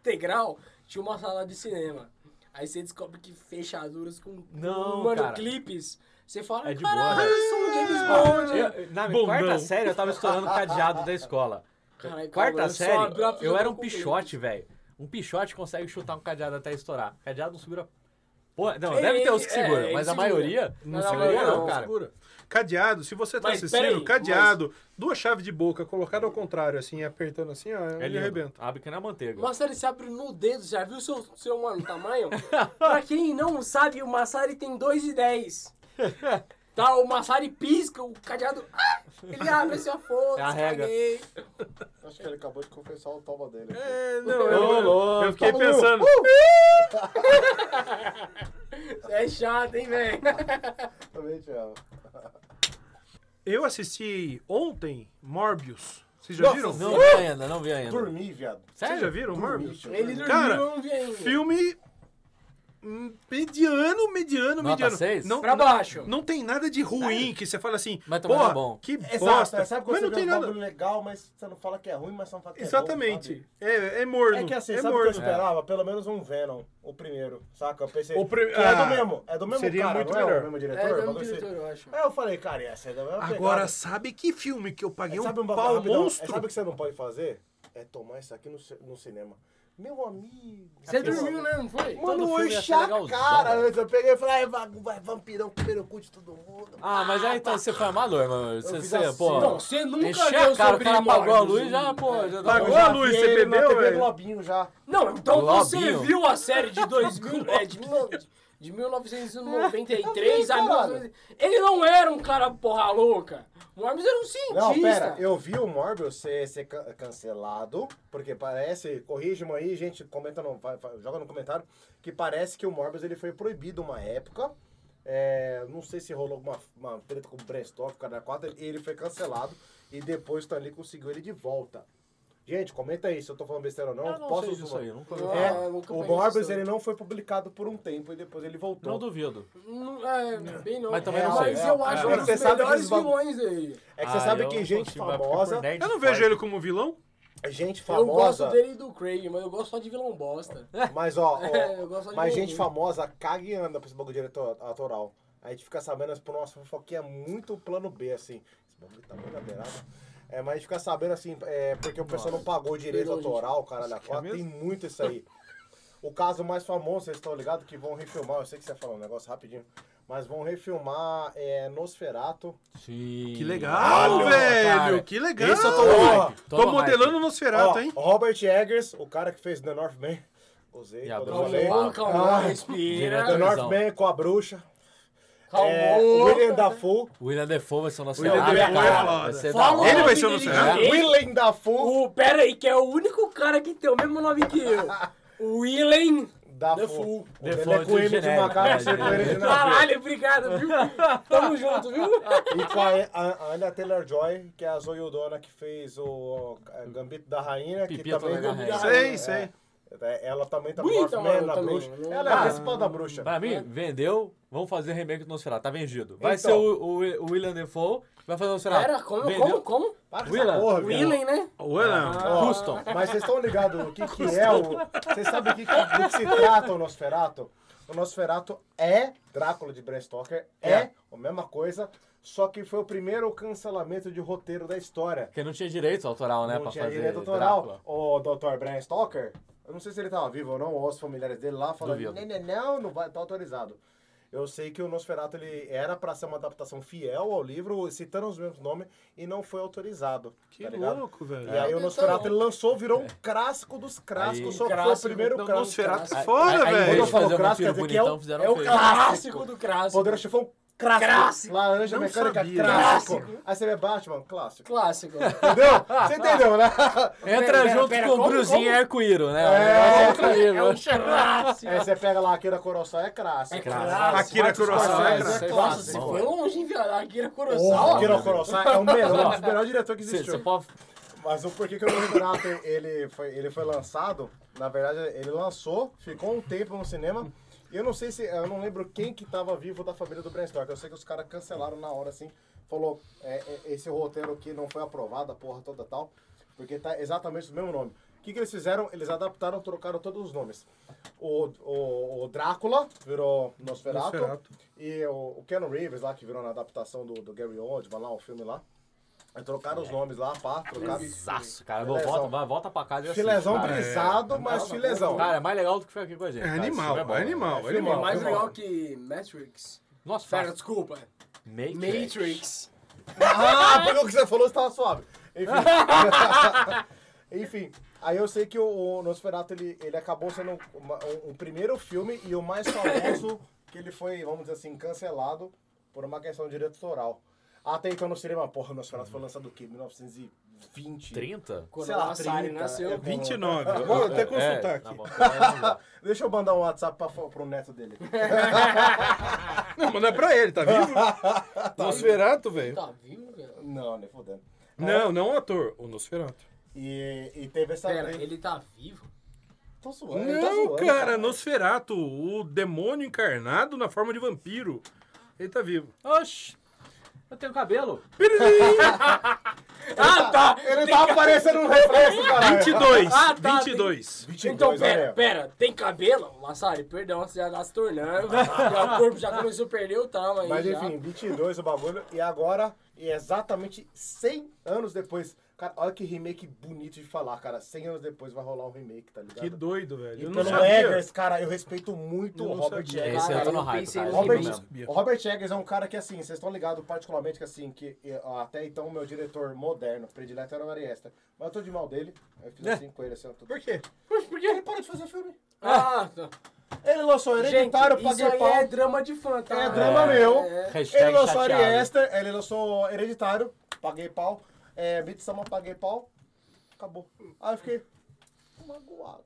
D: integral, tinha uma sala de cinema. Aí você descobre que fechaduras com
F: Não,
D: mano,
F: cara.
D: clipes. Você fala,
F: É de boa.
D: caralho, são James Bond.
F: Eu- na minha
E: Bom,
F: quarta
E: não.
F: série, eu tava estourando o cadeado da escola.
D: Caralho,
F: Quarta
D: calma, eu só
F: série,
D: abri uma fita
F: eu era um
D: com clipe.
F: pichote, velho. Um pichote consegue chutar um cadeado até estourar. Cadeado não segura. Pô, não,
D: Ele-
F: deve ter uns que
D: ele- é,
F: segura,
D: ele
F: mas a
D: segura.
F: maioria
D: Não,
F: não
D: não,
F: segura,
D: não,
F: não,
D: não
F: cara.
E: Segura. Cadeado, se você tá
D: Mas,
E: assistindo,
D: peraí,
E: cadeado, duas chaves de boca colocadas ao contrário, assim, apertando assim, ó,
F: É
E: ele
F: lindo.
E: arrebenta.
F: Abre que nem a manteiga.
D: O Massari se abre no dedo, já viu seu, seu mano, tamanho? pra quem não sabe, o Massari tem 2 de 10. Tá, o Massari pisca, o cadeado. Ah! Ele abre assim, ó, foda-se,
F: É a regra.
D: caguei.
C: Acho que ele acabou de confessar o toba dele.
E: É, não,
F: Ô,
E: eu,
F: louco.
E: eu fiquei pensando.
D: É chato, hein, velho?
C: Também te amo.
E: Eu assisti ontem Morbius. Vocês já
F: Nossa,
E: viram?
F: Não vi ainda, não vi ainda.
C: Dormi, viado.
E: Vocês já
F: Sério?
E: viram Morbius?
D: Ele dormiu,
E: Cara,
D: eu não vi ainda.
E: Filme hum, mediano, mediano,
F: Nota
E: mediano.
F: seis?
E: Não,
D: Pra
E: não-
D: baixo.
E: Não tem nada de ruim que você fala assim,
F: Mas também
E: porra,
F: não é bom.
E: que
C: Exato,
E: bosta.
C: né? sabe quando
E: mas não
C: você
E: tem
C: vê um
E: nada.
C: bagulho legal, mas você não fala que é ruim, mas você não fala que é bom,
E: Exatamente.
C: sabe?
E: É, é morno.
C: É que assim,
E: é
C: sabe o
E: morno.
C: que eu esperava? Pelo menos um Venom, o primeiro, saca? Eu pensei,
E: O prim-
C: que é do
E: Ah,
C: mesmo, é do mesmo
E: seria
C: cara,
E: muito
C: não é
E: melhor.
C: o mesmo diretor?
D: É, ele
C: o
D: dormiu
C: bagulho assim.
D: diretor, eu acho.
C: Aí eu falei, cara, essa é da mesma
E: Agora,
C: pegada.
E: sabe que filme que eu paguei
C: Sabe
E: um
C: um bagulho
E: pau
C: rapidão?
E: monstro?
C: Sabe o que você não pode fazer? É tomar isso aqui no, ci- no cinema. Meu amigo.
D: Você dormiu, né? Não foi?
C: Mano,
F: Todo
C: eu
F: filme ia
D: é
C: enchi
F: ser
C: a
F: legalzão,
C: cara.
F: velho.
C: antes. Eu peguei e falei, "Ai, vai, vai, vampirão, primeiro cu de todo mundo.
F: Ah, mas aí então você foi amador, mano. Você,
C: fiz
F: você,
C: assim,
F: pô.
D: Não, Então, você nunca viu
F: encheu a cara, o
D: sobre né?
F: cara apagou a
D: Morbius,
F: luz
D: hein?
F: já, pô. Já
E: Apagou
F: já-
E: a luz. Luiz,
C: Vi
E: você
C: ele na
E: perdeu,
C: TV
E: velho?
C: Globinho já.
D: Não, então
F: Globinho.
D: você viu a série de 2000, é, de, mil- de 1993 a
C: Eu vi, caralho.
D: 19... Ele não era um cara porra louca. O Morbius era um cientista.
C: Não, pera, eu vi o Morbius ser, ser can- cancelado, porque parece, corrija-me aí, gente, comenta no, fa- fa- joga no comentário, que parece que o Morbius ele foi proibido uma época. É, não sei se rolou alguma uma treta com o Brestoff, cara da quadra, e ele foi cancelado e depois o Stanley conseguiu ele de volta. Gente, comenta aí se eu tô falando besteira ou não.
F: Eu não
C: posso
F: sei disso aí, eu nunca vi.
D: Ah,
C: É,
D: eu nunca
C: o
D: peguei
C: Morbius
D: isso.
C: ele não foi publicado por um tempo e depois ele voltou.
F: Não duvido.
D: Não, é, bem não.
F: Mas também
C: não
D: Mas
C: sei.
D: eu acho
C: É,
D: um dos
C: você sabe que
D: melhores
C: eles vão-
D: vilões aí.
C: É que você
F: Ah,
C: sabe
F: eu
C: que
F: não
C: gente
F: consigo, vai ficar por
C: famosa,
F: nerd
E: Eu não
F: forte.
E: vejo ele como vilão.
C: É gente
D: Eu gosto
C: famosa,
D: dele e do Craig, mas eu gosto só de vilão bosta.
C: mas ó, ó,
D: É, eu gosto só de
C: Mas
D: vilão
C: gente
D: ruim.
C: famosa caga e anda pra esse bagulho de diretor atoral. A gente fica sabendo por uma fofoquinha é muito plano B, assim. Esse bagulho tá muito beirada. É, mas a gente fica sabendo assim, é, porque o pessoal não pagou o direito
D: Perdão,
C: autoral, caralho. a É quatro,
E: mesmo?
C: tem muito isso aí. O caso mais famoso, vocês estão ligados, que vão refilmar, eu sei que você falou um negócio rapidinho, mas vão refilmar é, Nosferato.
F: Sim.
E: Que legal,
F: Olha,
E: velho.
F: cara.
E: que legal.
C: Esse eu tô hype,
E: Tô
F: tô no
E: modelando o Nosferatu,
C: Ó,
E: hein?
C: Robert Eggers, o cara que fez The Northman. Usei,
F: E a
C: quando eu
F: bruxa
C: falei.
D: Calmou,
F: lá.
D: calmou,
C: Ah, The
F: direto.
D: respira.
C: Northman com a bruxa.
D: Tá
C: É,
D: Calmou.
C: William Dafoe.
F: O William Defoe vai ser o nosso
E: William
F: herói,
E: Dafoe é
F: cara.
E: foda.
F: Vai ser da
D: Fala o
F: hora.
E: Ele vai
D: nome
E: ser o
D: dele
E: nosso herói.
D: direito.
C: Willem É. Dafoe.
D: né? O, pera aí, que é o único cara que tem o mesmo nome que eu. O Willem.
C: Dafoe.
D: The Fool.
C: Ele
F: The
C: é
F: Fool
C: com
F: de
C: M de
F: Genebra, né,
C: macaco, você é com ele de navio.
D: Caralho, obrigado, viu? Tamo junto, viu?
C: E com a, a, a Anya Taylor-Joy, que é a Zoiudona que fez o é, Gambito da Rainha, que
F: Pipita
C: também...
F: da Rainha.
E: Sei, sei.
C: É, ela também tá
D: Bonita,
C: no Northman,
D: mano,
C: na
D: também.
C: bruxa.
D: Não-
C: Ela é
D: Ah.
C: a principal da bruxa.
F: Pra
D: Né?
F: mim, vendeu. Vamos fazer remake do Nosferatu. Tá vendido. Vai
C: Então.
F: ser o, o- o William Defoe. Vai fazer o Nosferatu.
D: Era, como, como,
F: Vendeu.
D: como?
C: Para com
F: Willa.
C: essa porra, viado.
D: Willem, né?
E: Olha,
C: Ó,
F: Custom.
C: Mas vocês estão ligados o que, que é o... Vocês sabem o que, que- do que se trata o Nosferato? O Nosferato é Drácula de Bram Stoker, é, a mesma coisa, só que foi o primeiro cancelamento de roteiro da história.
F: Porque não tinha direito autoral, né?
C: não
F: pra
C: tinha
F: fazer
C: direito autoral.
F: Drácula.
C: O Dr. Bram Stoker, eu não sei se ele tava vivo ou não, ou os familiares dele lá
F: Duvido.
C: falando, não, não, não, não vai, tá autorizado. Eu sei que o Nosferatu ele era pra ser uma adaptação fiel ao livro, citando os mesmos nomes, e não foi autorizado.
E: que
C: tá ligado?
E: louco, velho.
C: E aí o Nosferatu ele lançou, virou um clássico dos clássicos,
F: Aí-
C: só que foi o
D: Clássico,
C: primeiro
E: Não,
C: clássico.
E: Nosferatu é
F: Aí-
E: foda,
F: aí, Aí,
E: velho.
F: quando
C: Quando falou
F: fazer um
C: clássico,
F: vampiro
C: quer dizer que é o-
F: bonitão, fizeram
D: É o
F: feio.
D: clássico do clássico.
C: Poder chifão clássico.
D: Clássico.
C: Laranja
E: Não
C: mecânica
E: sabia.
C: clássico. Aí você vê Batman, clássico.
D: Clássico.
C: Entendeu? Você entendeu, né?
F: Entra
D: Pera,
F: junto
D: pera,
F: com o
D: como,
F: Bruzinho e
D: como?
F: Arco-Íro, né?
C: É.
F: O negócio É,
D: É um
F: incrível.
D: clássico.
C: Aí você pega lá Akira Kurosawa, é clássico.
D: É clássico.
E: Akira Kurosawa é
C: Scorsese
E: clássico.
D: Nossa,
C: clássico.
D: você foi longe, hein, viado? Akira
C: Porra,
D: Kurosawa.
C: Akira Kurosawa é o melhor, um dos melhores diretores que
F: Você
C: existiu.
F: você pode
C: Mas o porquê que o Nosferatu ele foi, ele foi lançado, na verdade, ele lançou, ficou um tempo no cinema. E eu não sei se. Eu não lembro quem que tava vivo da família do Bram Stoker. Eu sei que os caras cancelaram na hora, assim. Falou, é, é, esse roteiro aqui não foi aprovado, a porra toda tal. Porque tá exatamente o mesmo nome. O que, que eles fizeram? Eles adaptaram, trocaram todos os nomes. O, o, o Drácula virou Nosferatu,
E: Nosferatu.
C: E o, o Keanu Reeves lá, que virou na adaptação do, do Gary Oldman lá, o filme lá. Aí Trocaram
F: É.
C: os nomes lá, pá, trocaram.
F: Zaço, cara. Vou,
C: Filezão.
F: volta, vai, volta pra casa e assiste,
C: Filezão
F: cara.
C: brisado, mas filezão.
F: Cara, é mais legal do que foi aqui com a gente.
E: É
F: cara. Esse
E: animal,
F: filme
E: é
F: bom,
E: animal, é
C: filmão.
E: animal.
D: Mais
C: Foi mal.
D: legal que Matrix.
F: Nossa,
D: Pera,
F: cara.
D: desculpa.
F: Matrix.
D: Matrix.
C: Ah, pelo que você falou, você tava suave. Enfim. Enfim, aí eu sei que o, o Nosferatu, ele, ele acabou sendo uma- um- o primeiro filme e o mais famoso que ele foi, vamos dizer assim, cancelado por uma questão diretoral. Até então no cinema, porra, o Nosferatu
F: Uhum.
C: foi lançado o quê? 1920?
F: 30?
D: Quando
C: Sei lá,
D: a Massari
C: 30,
D: nasceu.
C: é bom.
E: 29. Vou
F: É,
E: É, até consultar
F: na
E: aqui.
F: boa, vamos lá.
C: Deixa eu mandar um WhatsApp pra, fa- pro neto dele.
E: Não, mas não é pra ele, tá vivo? Nosferato, velho.
D: Tá vivo, cara?
C: Não, nem fudendo.
E: Não, não o ator, o Nosferato.
C: E, e teve essa...
D: Pera, ele tá vivo?
C: Tô suando, ele tá
E: Não,
C: zoando,
E: cara, Nosferato, o demônio encarnado na forma de vampiro. Ele tá vivo.
F: Oxi! Eu tenho cabelo.
D: Ah, tá!
C: Ele tá aparecendo um reflexo, caralho.
E: 22,
D: Ah, tá,
E: 22.
C: 22,
D: Então, pera,
C: olha.
D: pera, tem cabelo? Massari, perdão, você já tá se tornando. já, o corpo já começou a perder o tal aí.
C: Mas
D: já.
C: enfim, 22 o bagulho. E agora, e é exatamente 100 anos depois. Cara, olha que remake bonito de falar, cara. 100 anos depois vai rolar um remake, tá ligado? Então
E: Que doido, velho.
C: E
E: Eu
C: pelo
E: não sabia.
C: Eggers, cara, eu respeito muito
E: Eu
C: o
E: não
C: Robert
E: sabia.
C: Eggers.
F: Esse eu
D: Cara,
F: tô no hype, tá?
D: pensei
F: cara.
D: no
C: Robert,
D: remake.
E: sabia.
C: o Robert Eggers é um cara que, assim, vocês estão ligados particularmente que, assim, que eh, até então o meu diretor moderno, predileto, era o Ari Aster. Mas eu tô de mal dele, eu fiz assim com ele, assim, eu tô...
E: Por quê?
D: Mas por
C: E
D: quê?
C: ele parou de fazer filme.
D: Ah, tá.
C: Ele lançou
D: Gente,
C: Hereditário,
D: isso
C: Paguei
D: aí
C: Pau.
D: é drama de fã, tá?
C: É drama meu.
D: É.
F: Hashtag
C: Ele lançou
F: chateado.
C: Ariester, ele lançou Hereditário, paguei pau. É, Midsummer, paguei pau. Acabou. Aí eu fiquei magoado.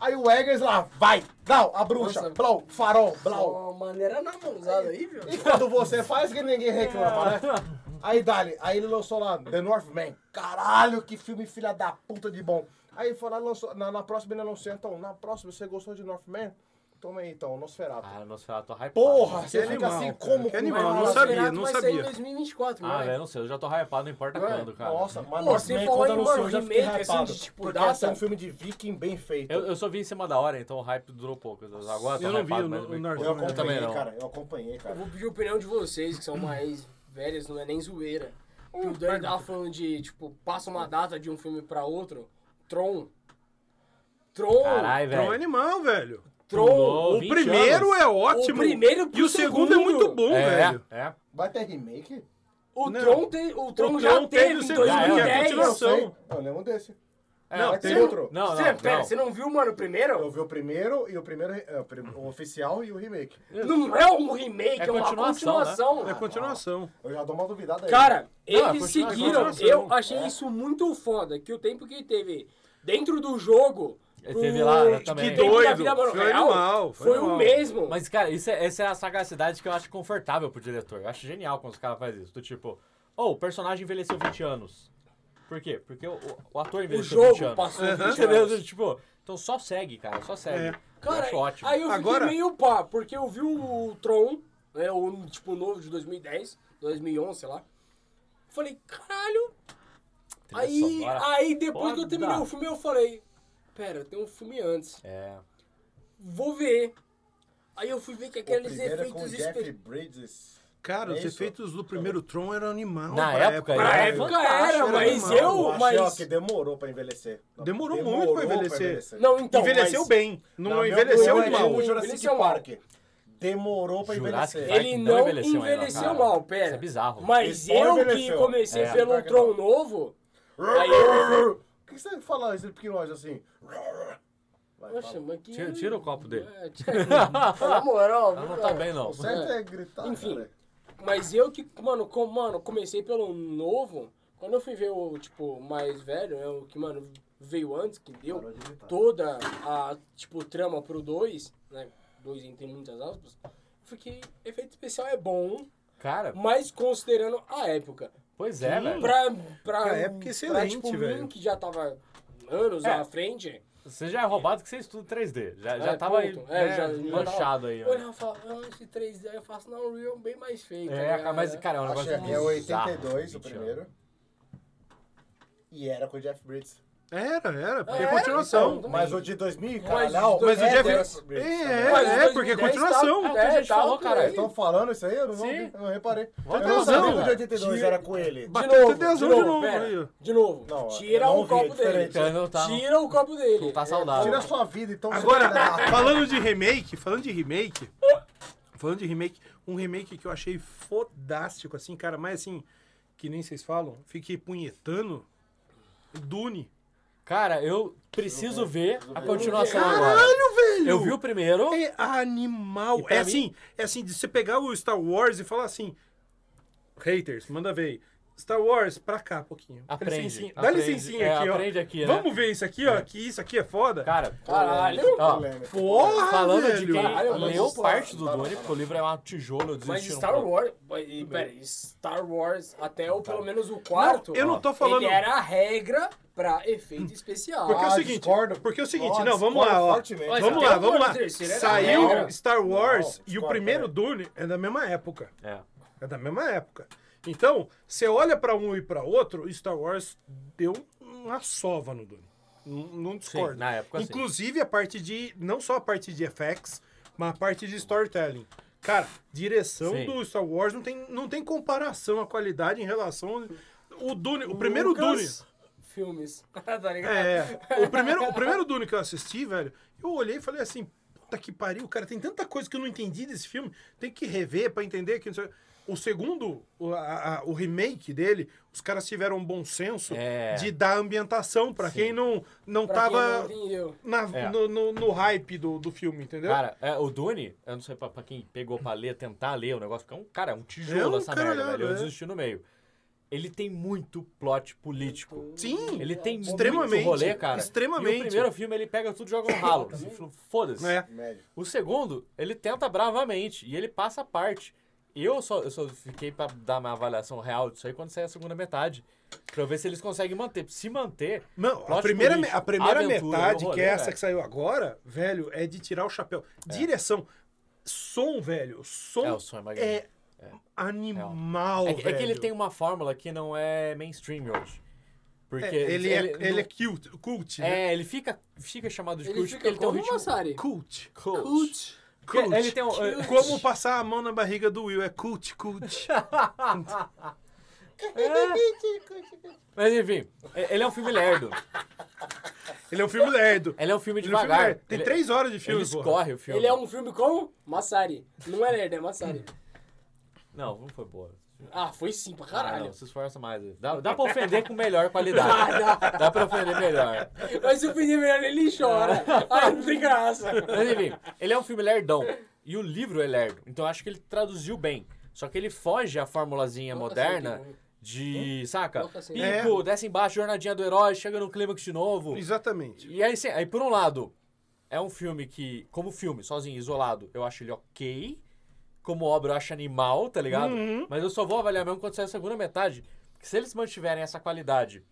C: aí o Eggers lá, vai, não, a bruxa,
D: Nossa.
C: blau, farol, blau.
D: Tá Uma maneira na mãozada aí, viu?
C: E quando você faz que ninguém reclama, né?
D: É.
C: Aí dali, aí ele lançou lá The Northman. Caralho, que filme filha da puta de bom. Aí foi lá, lançou, na, na próxima ele anunciou, então, na próxima você gostou de Northman? Toma aí então, Nosferatu.
F: Ah, Nosferatu hypado.
C: Porra, você fica
E: animal,
C: assim
E: cara,
C: como
E: que
C: com
E: animal,
C: uma
E: não
D: Mas
E: sabia,
D: Renato
E: não
D: vai sair
E: sabia.
D: em 2024,
F: Ah,
D: mano.
F: velho, eu não sei, eu já tô hypado, não importa
D: né? Ué,
F: quando, cara.
C: É, Nossa, mas
D: Pô,
C: North
D: você
C: Man,
D: falou
C: quando
D: em,
C: anunciou,
D: mano,
C: eu já fiquei
D: remake, assim,
C: hypado.
D: de, tipo,
C: Porque
D: data.
C: esse é um filme de viking bem feito.
F: Eu, eu só vi em cima da hora, então o hype durou pouco. Agora eu tô
E: Eu não vi
F: hypado,
E: o-
F: mas
E: o né?
F: meio que
E: Norte,
F: pouco.
C: Eu
E: não,
C: acompanhei,
F: também não.
C: cara. Eu acompanhei,
D: Eu
C: cara.
D: vou pedir a opinião de vocês, que são mais velhos, não é nem zoeira. Que o Dani tava falando de, tipo, passa uma data de um filme pra outro. Tron. Tron.
F: Caralho,
E: Tron é
F: velho.
E: animal, velho.
D: Tron.
F: Pulou
E: O
F: 20
E: primeiro
F: anos.
E: é ótimo.
D: O primeiro pro
E: e o segundo, é
D: segundo.
E: muito bom,
F: é,
E: velho.
F: é.
C: Vai ter remake?
D: O
E: Não.
D: Tron, tem, o Tron
E: O
D: já
E: Tron
D: teve,
E: teve o
D: em
E: segundo,
F: que é a
D: 2010.
C: Eu
E: continuação.
C: sei. Eu lembro desse.
F: É,
C: Vai
F: não,
C: ter
F: tem-
C: outro.
F: Não, não,
D: Você- pera,
F: não.
D: você é não viu, mano, o primeiro?
C: Eu vi o primeiro e o primeiro... é, o prim- O oficial e o remake.
D: Não é um remake, é,
F: É
D: uma
F: continuação,
D: continuação.
E: É continuação.
C: Eu já dou uma duvidada aí.
D: Cara,
F: Não,
D: eles
F: é continuação.
D: seguiram.
E: Continuação.
D: Eu achei isso muito foda. Que o tempo que teve dentro do jogo.
F: É,
D: pro-
F: teve lá, né,
D: que
F: também.
D: teve na
E: Doido,
D: vida
E: foi
D: real,
E: animal, foi
D: Foi, o
E: animal.
D: mesmo.
F: Mas, cara, isso é, essa é a sagacidade que eu acho confortável pro diretor. Eu acho genial quando os caras fazem isso. Do tipo, oh, o personagem envelheceu 20 anos. Por quê? Porque o, o- o ator
D: o
F: envelheceu 20
D: jogo
F: anos.
D: passou. 20 anos.
F: Entendeu? Tipo, então só segue, cara, só segue.
E: É.
F: eu
D: Cara,
F: acho ótimo.
D: aí eu fiquei
E: Agora-
D: meio pá, porque eu vi o Tron, né, o tipo novo de 2010, 2011, sei lá. Falei, caralho.
F: Trilha
D: Aí,
F: sonora.
D: aí depois que eu
F: foda.
D: terminei o filme, eu falei, pera, tem um filme antes.
F: É.
D: Vou ver. Aí eu fui ver que
C: O primeiro
D: aqueles
C: é com o
D: efeitos
C: Jeff
D: especiais.
C: Bridges.
E: Cara,
C: É
E: os
C: isso.
E: efeitos do primeiro Tron eram animal.
F: Na
E: pra
F: época,
D: Na
F: era
D: época
F: fantástico,
D: era,
F: era
D: mas
F: animal.
D: eu.
C: achei, ó,
D: Mas...
C: que demorou pra envelhecer.
E: Demorou muito pra envelhecer.
D: Não, então.
E: envelheceu
D: mas
E: bem. Não,
C: Não,
E: envelheceu
C: meu,
E: mal.
C: O
D: Não
C: Jurassic
D: envelheceu mal.
C: assim Park. Demorou pra
F: Jurassic
C: envelhecer.
F: Park
D: Ele
F: não
D: não
F: envelheceu
D: envelheceu,
F: ainda, cara.
D: mal, pera.
F: Isso é bizarro.
D: Mas
C: Ele só
D: eu que
C: envelheceu.
D: comecei
F: É.
D: pelo
C: Park
D: Tron
C: não.
D: novo. Aí eu.
C: Por que você fala esse pequenojo assim? Vai,
D: Poxa,
C: fala.
D: mas que.
F: Tira- tira o copo dele.
D: É, tira- Na moral,
F: Ela não
D: viu,
F: tá
D: cara?
F: bem, não.
C: O certo é gritar.
D: Enfim.
C: cara.
D: Mas eu que, mano, com, mano, comecei pelo novo. Quando eu fui ver o, tipo, mais velho, é o que, mano, veio antes, que deu
C: Parou de gritar.
D: toda a, tipo, trama pro 2, né? 2 entre muitas aspas. eu Fiquei, efeito especial é bom,
F: Cara,
D: mas considerando a época.
F: pois é, velho.
D: Pra, pra,
E: Pra época, excelente,
D: tipo, mim,
E: velho.
D: que já tava anos
F: É.
D: à frente.
F: Você já é roubado que você estuda 3D. Já, já
D: é,
F: tava aí,
D: ponto.
F: né,
D: É, já- já
F: manchado
D: tava-
F: aí. ó.
D: Olha, Rafa, ah, esse 3D eu faço na Unreal bem mais feio. tá
F: É, cara,
D: ligado?
F: mas, cara, é um negócio
C: Achei aqui, é o
F: bizarro,
C: 82, o
F: 20 anos.
C: primeiro. E era com o Jeff Bridges.
E: Era, era. Porque é
D: Era,
E: continuação.
D: então. Tudo
C: Mas
D: bem.
C: o de 2000,
D: Mas
C: cara,
D: o
C: não.
D: de
E: Mas o
D: É,
E: Jeff...
D: Jeff
E: É,
C: Bridges.
D: Mas
E: é, é, porque é
D: 2010
E: continuação.
D: tá-
F: É o que a gente
D: tá
F: falou,
D: por
F: caralho.
D: aí.
C: Estão falando isso aí? Eu não, vou-
F: Sim.
C: eu não reparei.
F: Olha
C: eu não
E: o
C: sabia
E: tesão,
C: que o de
E: cara.
C: 82 era com ele.
E: Bateu
D: de novo,
E: tesão
D: de novo,
E: de novo,
D: pera.
E: aí, ó.
D: De novo.
C: Não, eu
D: Tira
C: não
D: o
C: vi,
D: copo
C: é
D: dele.
C: diferente.
F: Cara, não tá-
D: Tira o copo dele.
F: Não tá
E: um
F: saudável.
C: Tira a sua vida, então. seu filho da
E: Agora, tá.
C: puta.
E: falando de remake, falando de remake, falando de remake, Um remake que eu achei fodástico, assim, cara, mas assim, que nem vocês falam, fiquei punhetando. Dune.
F: Cara, eu preciso ver a continuação agora.
E: Caralho, velho!
F: Eu vi o primeiro.
E: É animal.
F: E
E: É
F: pra mim-
E: assim, é assim, de você pegar o Star Wars e falar assim, haters, manda ver aí. Star Wars, pra cá um pouquinho. Dá
F: Aprende,
E: licencinha- Dá
F: aprende.
E: licencinha
F: É,
E: aqui, ó.
F: aprende aqui, né?
E: Vamos ver isso aqui, ó, que isso aqui é foda.
F: Cara,
D: Caralho,
F: ó,
C: polêmico.
E: Porra,
F: falando
E: velho.
F: de quem
D: Caralho, mas
F: leu
D: isso-
F: parte do
E: Tá,
D: não, não,
F: Dune, porque o livro é um tijolo, eu
D: Mas
F: desisti. um
D: Star
F: pouco.
D: Wars, e, pera, Star Wars, até o, pelo menos o
E: Não, tá.
D: quarto,
E: eu não tô falando...
D: ele era a regra pra efeito especial.
E: Porque é o
C: Ah,
E: seguinte,
C: discordo.
E: porque é o seguinte,
C: Ó,
E: não, vamos
C: discordo
E: lá, ó.
C: fortemente.
D: Mas
E: Vamos
D: até
E: lá,
F: um
D: o
E: vamos lá.
D: terceiro era
E: Saiu
F: né?
D: regra.
E: Star Wars
C: Não,
E: e o
C: discordo,
E: primeiro Dune é da mesma época. É da mesma época. Então, você olha pra um e pra outro, Star Wars deu uma sova no Dune. Não, não discordo.
F: na época, sim.
E: Inclusive a parte de, não só a parte de FX, mas a parte de storytelling. Cara, direção
F: Sim.
E: do Star Wars não tem, não tem comparação a qualidade em relação o Dune, o primeiro Dune.
D: Lucas Filmes. tá ligado?
E: É, o primeiro, o primeiro Dune que eu assisti, velho, eu olhei e falei assim, puta que pariu, cara, tem tanta coisa que eu não entendi desse filme, tem que rever pra entender que não sei o quê." O segundo, o, a- a- o remake dele, os caras tiveram um bom senso
F: É.
E: de dar ambientação pra quem não, não
D: Pra
E: tava
D: quem não entendeu.
E: na-
F: É.
E: no, no- no hype do, do filme, entendeu?
F: Cara, é, o Dune, eu não sei pra, pra quem pegou pra ler, tentar ler o negócio, porque é um, cara, é um tijolo
E: É um
F: essa merda,
E: caralhado,
F: velho. Eu
E: é.
F: desisti no meio. Ele tem muito plot político.
E: Sim,
F: Ele tem
E: Extremamente,
F: muito rolê, cara.
E: extremamente.
F: E o primeiro filme, ele pega tudo e joga no ralo. Assim, Foda-se.
E: né?
C: Médio.
F: O segundo, ele tenta bravamente e ele passa a parte. Eu só, eu só fiquei pra dar uma avaliação real disso aí quando sair a segunda metade. Pra ver se eles conseguem manter. Se manter.
E: Não, a
F: plot
E: primeira, me-
F: político,
E: a primeira
F: aventura,
E: metade,
F: rolê,
E: que é essa
F: velho.
E: que saiu agora, velho, é de tirar o chapéu. Direção, som, velho, som
F: É, o som é magnífico.
E: é animal,
F: É, que- é
E: velho.
F: que ele tem uma fórmula que não é mainstream hoje. Porque
E: É, ele, é, ele
F: não-
E: é cult, cult, né?
F: É, ele fica, fica chamado de
D: Ele
F: cult
D: fica
F: porque ele tem um
D: como
F: ritmo.
D: Massari.
E: Cult,
F: Cult.
D: Cult.
E: cult.
F: Ele tem um. é,
E: Como passar a mão na barriga do Will, é cult, cult.
F: Mas enfim, é- ele é um filme lerdo.
E: ele é um filme lerdo.
F: Ele é um filme
E: Ele é um filme
F: devagar.
E: lerdo. Tem
F: Ele-
E: três horas de filme,
F: Ele
E: porra.
F: escorre o filme.
D: Ele é um filme como? Massari. Não é nerd, é Massari.
F: Não, não foi boa.
D: Ah, foi sim pra
F: Ah,
D: caralho.
F: não, se esforça mais. Dá, dá pra ofender com melhor qualidade.
E: Ah,
F: dá pra ofender melhor.
D: Mas se o filme melhor, ele chora. Ai, não tem graça.
F: Mas enfim, ele é um filme lerdão. E o livro é lerdo. Então eu acho que ele traduziu bem. Só que ele foge à formulazinha
D: Nunca sei
F: moderna
D: o
E: um-
D: que é.
E: Hum?
F: de, saca?
D: Nunca sei.
F: Pico, desce embaixo, jornadinha do herói, chega no clímax de novo.
E: Exatamente.
F: E aí, sim, aí, por um lado, é um filme que, como filme, sozinho, isolado, eu acho ele ok. Como obra, eu acho animal, tá ligado? Mas eu só vou avaliar mesmo quando sair a segunda metade. Porque se eles mantiverem essa qualidade,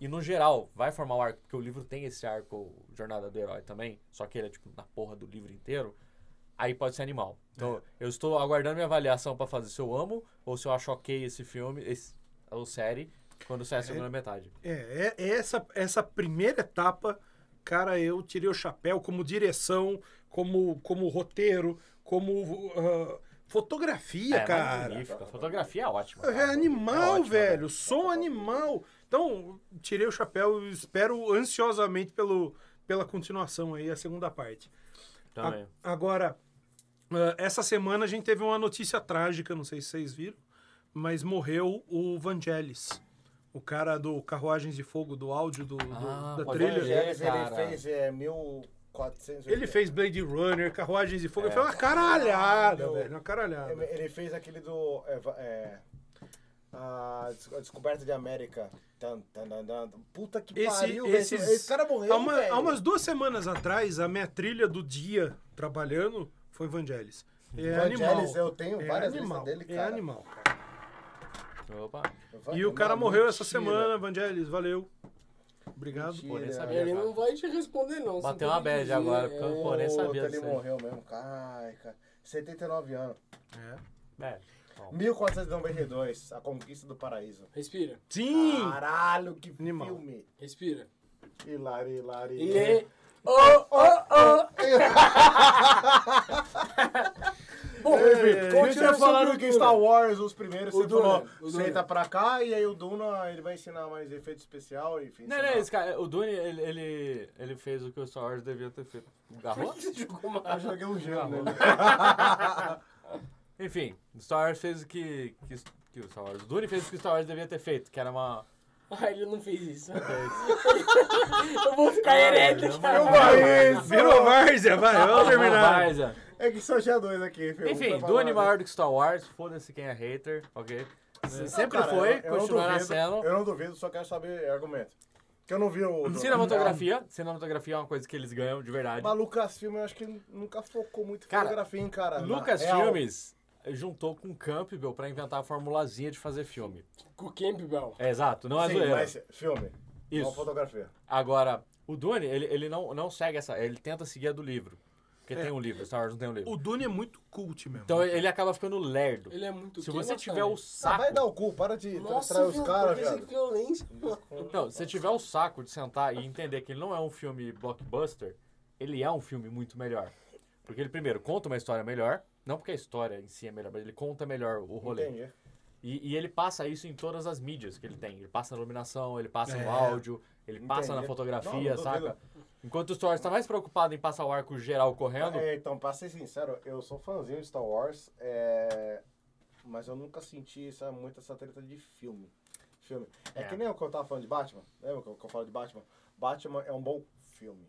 F: e no geral, vai formar o arco, porque o livro tem esse arco, Jornada do Herói também, só que ele é tipo na porra do livro inteiro, aí pode ser animal. Então, eu estou aguardando minha avaliação pra fazer se eu amo ou se eu acho ok esse filme, esse, ou série, quando sair a segunda metade.
E: É, é- é essa, essa primeira etapa, cara, eu tirei o chapéu como direção, como, como roteiro, como ah, fotografia,
F: é
E: cara.
F: magnífico. A fotografia é ótima.
E: É
F: cara.
E: animal,
F: ótima, né?
E: velho. Som animal. Então, tirei o chapéu e espero ansiosamente pelo, pela continuação aí, a segunda parte.
F: Também.
E: A- agora, ah, essa semana a gente teve uma notícia trágica, não sei se vocês viram, mas morreu o Vangelis. O cara do Carruagens de Fogo, do áudio do, do-
F: Ah,
E: da
F: pode
E: trilha.
F: crer.
C: Evangelis,
F: cara.
C: ele fez é, 1400.
E: Ele fez Blade Runner, Carruagens de Fogo.
F: É.
E: Foi uma caralhada,
C: Meu.
E: velho. Uma caralhada.
C: Ele ele fez aquele do. é, va- é, a des- a descoberta de América. Tan, tan, tan, tan. Puta que
E: Esse,
C: pariu, velho.
E: esses,
C: Esse cara morreu.
E: há, uma-
C: velho.
E: há umas duas semanas atrás, a minha trilha do dia trabalhando foi Vangelis. É
C: Vangelis,
E: animal.
C: eu tenho
E: É
C: várias
E: animal.
C: listas dele,
E: É
C: cara.
E: animal. cara.
F: Opa.
C: Vai
E: E o
C: tomar
E: cara morreu
C: é
E: essa
C: mentira.
E: semana, Vangelis. Valeu. Obrigado.
C: Mentira.
F: Pô, nem sabia.
D: Ele
F: cara.
D: não vai te responder, não. É.
F: Bateu
D: só
F: uma
D: tem
F: bad
D: que
F: agora,
D: dizer,
F: porque eu- pô, nem
C: Puta,
F: sabia
C: Ele
F: disso aí.
C: morreu mesmo. Ai, cara. 79 anos.
F: É.
C: 1492, A Conquista do Paraíso.
D: Respira,
E: Sim!
C: Caralho, que
E: Animal.
C: filme.
D: respira.
C: Hilari, hilari.
D: E... Oh, oh, oh! Bom,
C: É,
D: continua
C: Continua falando
D: falando
C: que Star Wars, os primeiros,
D: O
C: você falou,
D: Duna, o Duna.
C: senta pra cá e aí o Duna ele vai ensinar mais efeito especial, enfim.
F: Não,
C: sei
F: não, é
C: lá.
F: esse cara, o Dune, ele, ele, ele fez o que o Star Wars devia ter feito. Garrou?
C: Eu joguei um gelo nele.
F: Enfim, Star Wars fez o que, que, que o Star Wars. O Dune fez o que o Star Wars devia ter feito, que era uma.
D: Ah, ele não fez isso. eu vou ficar herético.
E: Virou
C: Ah,
E: Várzea, virou Várzea, vai,
F: Tá
E: vamos
F: uma
E: terminar.
F: várzea.
C: É que são já dois aqui. filho.
F: Enfim,
C: Não tá
F: Dune
C: falando.
F: maior do que Star Wars, foda-se quem é hater, ok? Se- Sempre
C: Cara, eu-
F: foi,
C: eu não
F: continuará
C: duvido,
F: sendo.
C: Eu não duvido, só quero saber argumento. Que eu não vi o.
F: Cinematografia, cinematografia é uma coisa que eles ganham de verdade.
C: Mas Lucasfilm eu acho que nunca focou muito em
F: Cara,
C: fotografia, hein, cara.
F: Lucas
C: Na real.
F: Filmes juntou com Campbell pra inventar a formulazinha de fazer filme.
D: Com o Campbell.
F: É, exato, não é
C: Sim,
F: zoeira.
C: mas filme.
F: Isso.
C: Não fotografia. Ah,
F: Agora, o Dune, ele, ele não, não segue essa. Ele tenta seguir a do livro. Porque
C: É.
F: tem um livro, Star Wars não tem um livro.
E: O Dune é muito cult mesmo.
F: Então ele acaba ficando lerdo.
D: Ele é muito
F: Se
D: quem
F: você
D: gosta,
F: tiver
D: né?
F: o
C: Ah,
F: saco.
C: vai dar o cu, para de
D: Nossa,
C: distrair os caras,
D: velho.
C: viado.
D: violência.
F: Não, então, se você tiver o saco de sentar e entender que ele não é um filme blockbuster, ele é um filme muito melhor. Porque ele, primeiro, conta uma história melhor. Não porque a história em si é melhor, mas ele conta melhor o rolê.
C: Entendi.
F: E, e ele passa isso em todas as mídias que ele tem. Ele passa na iluminação, ele passa no áudio, ele passa na
C: É, Entendi.
F: fotografia,
C: Não, não
F: saca? Enquanto o Star Wars tá mais preocupado em passar o arco geral correndo,
C: É, então, pra ser sincero, eu sou fãzinho de Star Wars, é, mas eu nunca senti essa, muito essa treta de filme. filme. É, que nem o que eu tava falando de Batman, lembra que eu, que eu falo de Batman? Batman é um bom filme.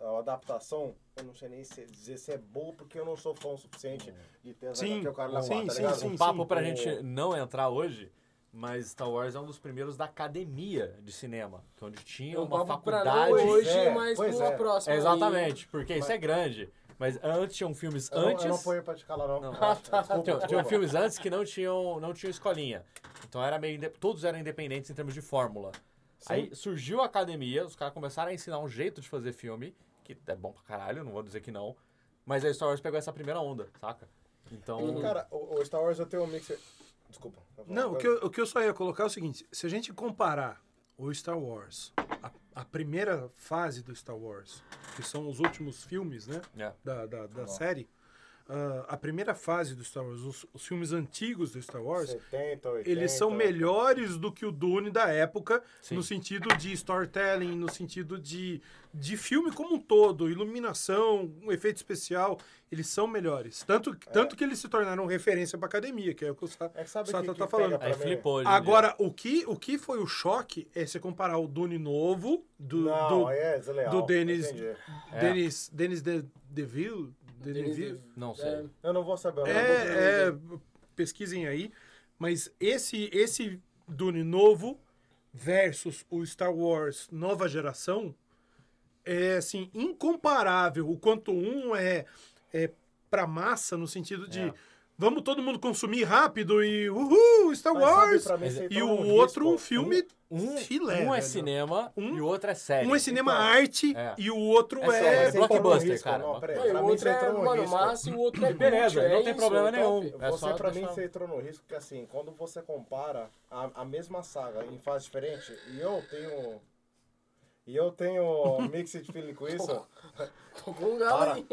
C: A adaptação, eu não sei nem se, dizer se é boa, porque eu não sou fã o suficiente de ter as
E: Sim,
C: HQ, o cara lá
E: sim,
C: fora, tá
E: sim,
C: ligado?
E: sim.
F: um papo pra
C: o-
F: gente não entrar hoje, mas Star Wars é um dos primeiros da academia de cinema, que é onde tinha
D: É um
F: uma
D: papo pra não
F: faculdade.
D: hoje,
C: É,
D: mas
C: pois
D: numa
C: é.
D: próxima.
F: É, exatamente, porque isso é grande. Mas antes tinham filmes
C: Eu,
F: antes.
C: não, eu não ponho pra te calar, não.
F: Não.
C: Ah, tá.
F: tinham-
C: Desculpa,
F: tinham
C: desculpa.
F: filmes antes que não tinham, não tinham escolinha. Então era meio inde- todos eram independentes em termos de fórmula. Aí surgiu a academia, os caras começaram a ensinar um jeito de fazer filme, que é bom pra caralho, não vou dizer que não. Mas a Star Wars pegou essa primeira onda, saca? Então.
C: Cara, o, o Star Wars eu tenho um mix... Desculpa. eu vou falar
E: Não,
C: uma
E: o que,
C: coisa.
E: eu, o que eu só ia colocar é o seguinte: se a gente comparar o Star Wars, a, a primeira fase do Star Wars, que são os últimos filmes, né?
F: É.
E: Da, da, da série, ah, a primeira fase do Star Wars, os, os filmes antigos do Star Wars,
C: 70, 80...
E: eles são melhores do que o Dune da época,
F: Sim.
E: no sentido de storytelling, no sentido de, de filme como um todo, iluminação, um efeito especial, eles são melhores. Tanto, tanto que eles se tornaram referência pra academia, que é o que o Sa-
C: É que sabe
E: Sato
C: que, que
E: tá
C: pega
E: falando.
C: pra
F: Aí
C: mim?
F: flipou. hoje em dia.
E: Agora, o que, o que foi o choque é você comparar o Dune novo, do,
C: não,
E: do
C: aí é desleal.
E: do Denis-
C: entendi.
F: É.
E: Denis, Denis de, DeVille? De
D: Denis
E: DeVille?
F: Não sei.
D: É,
C: Eu não vou saber. o nome do filme.
E: É, é, pesquisem aí. Mas esse, esse Dune novo versus o Star Wars nova geração é, assim, incomparável. O quanto um é, é pra massa, no sentido de...
F: É.
E: Vamos todo mundo consumir rápido e uhul, Star
C: Mas sabe,
E: Wars!
C: pra mim, você
E: E
C: tá
E: o
C: num
E: outro
C: risco.
E: um filme
F: Um,
E: filé,
F: um é
E: velho.
F: cinema
E: Um-
F: e o outro é série.
E: Um é cinema
C: Então,
E: arte
F: é.
E: e o outro
F: Essa
E: é.
F: é
C: Você tá num
F: blockbuster,
C: risco,
F: cara.
C: Não, peraí,
D: Não, e
C: pra
D: o
C: mim
D: outro
C: você
D: é,
C: entrou num
D: mano,
C: risco.
D: massa e o outro é
F: Beleza,
D: cult,
F: não
D: é
F: tem
D: isso,
F: problema
D: é top.
F: nenhum. É
C: Você,
F: só
C: pra mim,
F: deixar-
C: você entrou no risco que, assim, quando você compara a, a mesma saga em fase diferente, e eu tenho... E eu tenho mixed feeling com isso.
D: Tô com um galo aí.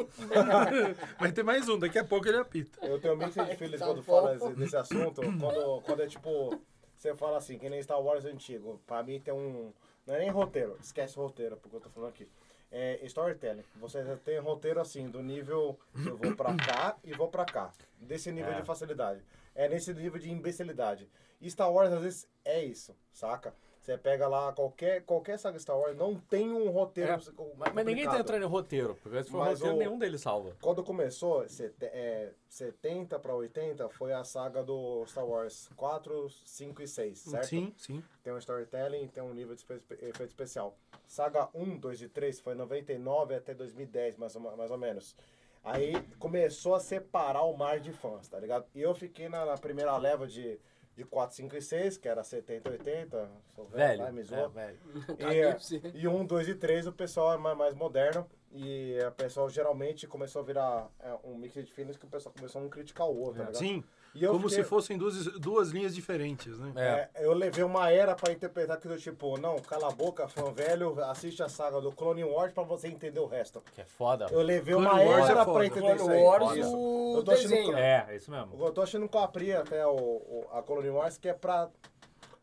E: Vai ter mais um, daqui a pouco ele apita.
C: Eu tenho mixed feelings
D: Tá
C: quando
D: bom.
C: fala desse, desse assunto. Quando, quando é tipo. Você fala assim, que nem Star Wars antigo. Pra mim tem um. Não é nem roteiro, esquece o roteiro, porque eu tô falando aqui. É storytelling. Você tem roteiro assim, do nível eu vou pra cá e vou pra cá. Desse nível de facilidade. É nesse nível de imbecilidade. E Star Wars às vezes é isso, saca? Você pega lá qualquer, qualquer saga Star Wars, não tem um roteiro.
F: É,
C: complicado.
F: Mas, mas ninguém tá entrando em roteiro, porque se for
C: Mas
F: roteiro,
C: o-
F: nenhum deles salva.
C: Quando começou, sete- é, 70 pra 80 foi a saga do Star Wars 4, 5 e 6,
F: Hum,
C: certo?
E: Sim, sim.
C: Tem um storytelling, tem um nível de espe- efeito especial. Saga 1, 2 e 3 foi 99 até 2010, mais ou, mais ou menos. Aí começou a separar o mar de fãs, tá ligado? E eu fiquei na, na primeira leva de, de 4, 5 e 6, que era 70, 80. sou
F: Velho.
C: vai, me zoa.
F: É, velho.
D: Caguei pra você.
C: E, e um, dois e três o pessoal é ma- mais, moderno. E o pessoal geralmente começou a virar é, um mix de filmes que o pessoal começou a um criticar o outro. tá ligado?
E: É. Sim.
C: E eu
E: Como
C: fiquei-
E: se fossem duas, duas linhas diferentes, né?
F: É.
C: é, eu levei uma era pra interpretar que do tipo, não, cala a boca, fã velho, assiste a saga do Clone Wars pra você entender o resto.
F: Que é foda.
C: Eu levei
E: Clone
C: uma
E: Wars é
C: era
E: foda.
C: pra entender
D: Clone
C: isso aí.
D: Wars,
C: Isso.
D: o
C: Eu tô achando
D: desenho.
F: É, é isso mesmo.
C: Eu tô achando que eu abri até o, o- a Clone Wars, que é pra.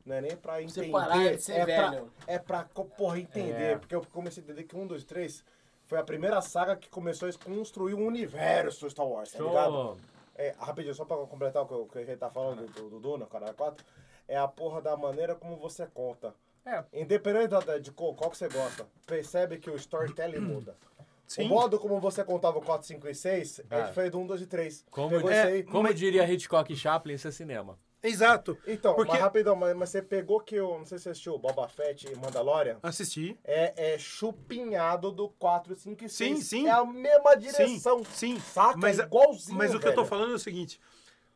C: Não é nem pra entender.
D: parar de ser
C: é
D: velho.
C: Pra, é pra, co- porra, entender.
F: É.
C: Porque eu comecei a entender que 1, 2, 3 foi a primeira saga que começou a construir um universo Star Wars, tá
F: Deixa eu-
C: ligado? É, rapidinho, só pra completar o que, o que a gente tá falando do, do Duna, cara, 4, é a porra da maneira como você conta.
F: É.
C: Independente da- da- de qual, qual que você gosta, percebe que o storytelling muda.
E: Sim.
C: O modo como você contava o 4, 5 e 6 é diferente do 1, 2 e 3.
F: Como,
C: Pegou
F: di- é,
C: isso aí?
F: como diria Hitchcock e Chaplin, isso é cinema.
E: Exato.
C: Então,
E: Porque-
C: mas rapidão, mas, mas você pegou que eu não sei se você assistiu Boba Fett e Mandalorian.
E: Assisti.
C: É, é chupinhado do 4, 5 e 6.
E: Sim, sim.
C: É a mesma
E: Sim,
C: direção.
E: sim.
C: Saca?
E: Mas,
C: é igualzinho.
E: mas o que eu tô
C: velho.
E: falando é o seguinte: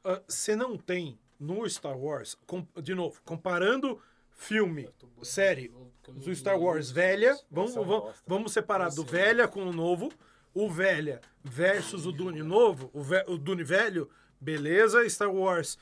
E: ah, você não tem no Star Wars, com- de novo, comparando filme, série do Star Wars velha, vamos,
C: Essa é uma
E: vamos,
C: bosta.
E: vamos separar do velha com o novo, o velha versus o Dune novo, o, ve- o Dune velho, beleza, Star Wars.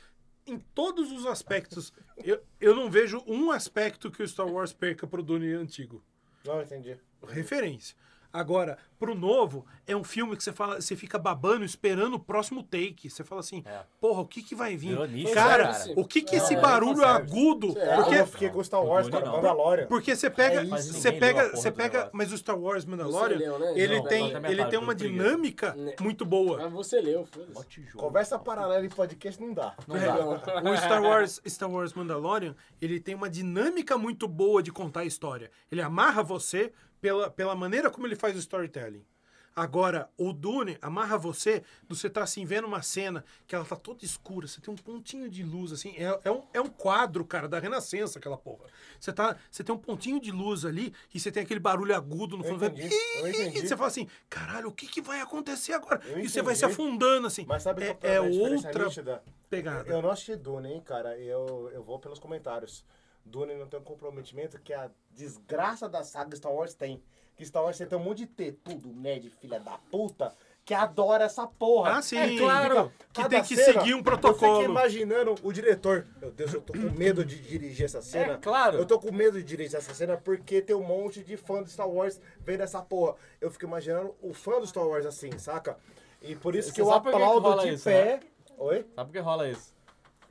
E: Em todos os aspectos, eu, eu não vejo um aspecto que o Star Wars perca pro Dune antigo
C: Não, entendi.
E: referência. Agora, pro novo, é um filme que você fala, você fica babando, esperando o próximo take. Você fala assim, porra, o que que vai vir?
F: Virou nicho,
E: cara,
F: né, cara?
E: o que que
F: Não,
E: esse
F: é,
E: barulho
F: fanservice.
E: agudo?
C: É,
E: Porque,
C: Eu fiquei com Star Wars,
F: Não,
C: cara.
F: não.
C: Mandalorian.
E: porque você pega,
D: É isso.
F: Mas
E: você
F: ninguém leu a
E: pega,
F: porra
E: você
F: do
E: pega,
F: negócio.
E: mas o Star Wars Mandalorian,
D: Você leu, né?
E: ele
D: Não,
E: tem,
F: não, tá
E: ele
F: metade,
E: tem uma
F: tô com
E: dinâmica muito boa.
D: Mas você leu, foda-se.
C: Conversa paralela em podcast não dá.
F: Não dá.
E: O Star Wars, Star Wars Mandalorian, ele tem uma dinâmica muito boa de contar a história. Ele amarra você pela, pela maneira como ele faz o storytelling. Agora, o Dune amarra você, do você tá assim, vendo uma cena que ela tá toda escura, você tem um pontinho de luz, assim, é, é um, é um quadro, cara, da Renascença, aquela porra. Você, tá, você tem um pontinho de luz ali e você tem aquele barulho agudo no fundo. vai-
C: entendi, eu entendi.
E: Você fala assim, caralho, o que, que vai acontecer agora?
C: Eu
E: E você vai se
C: entendi.
E: afundando, assim.
C: Mas sabe
E: é,
C: qual
E: é
C: a diferença
E: outra
C: nítida?
E: pegada.
C: Eu não assisti Dune, hein, cara. Eu, eu vou pelos comentários. Dune não tem um comprometimento que a desgraça da saga Star Wars tem. Que Star Wars tem um monte de ter tudo, nerd, filha da puta, que adora essa porra.
E: Ah, sim.
C: É
E: Claro.
C: fica-
E: Que
C: cada
E: tem que seguir um
C: Eu
E: protocolo.
C: fico imaginando o diretor. Meu Deus, eu tô com medo de dirigir essa cena.
F: É claro.
C: Eu tô com medo de dirigir essa cena porque tem um monte de fã do Star Wars vendo essa porra. Eu fico imaginando o fã do Star Wars assim, saca? E por isso
F: Você
C: que eu
F: sabe por que que
C: aplaudo
F: rola
C: de
F: isso,
C: pé. Oi?
F: Sabe por que rola isso?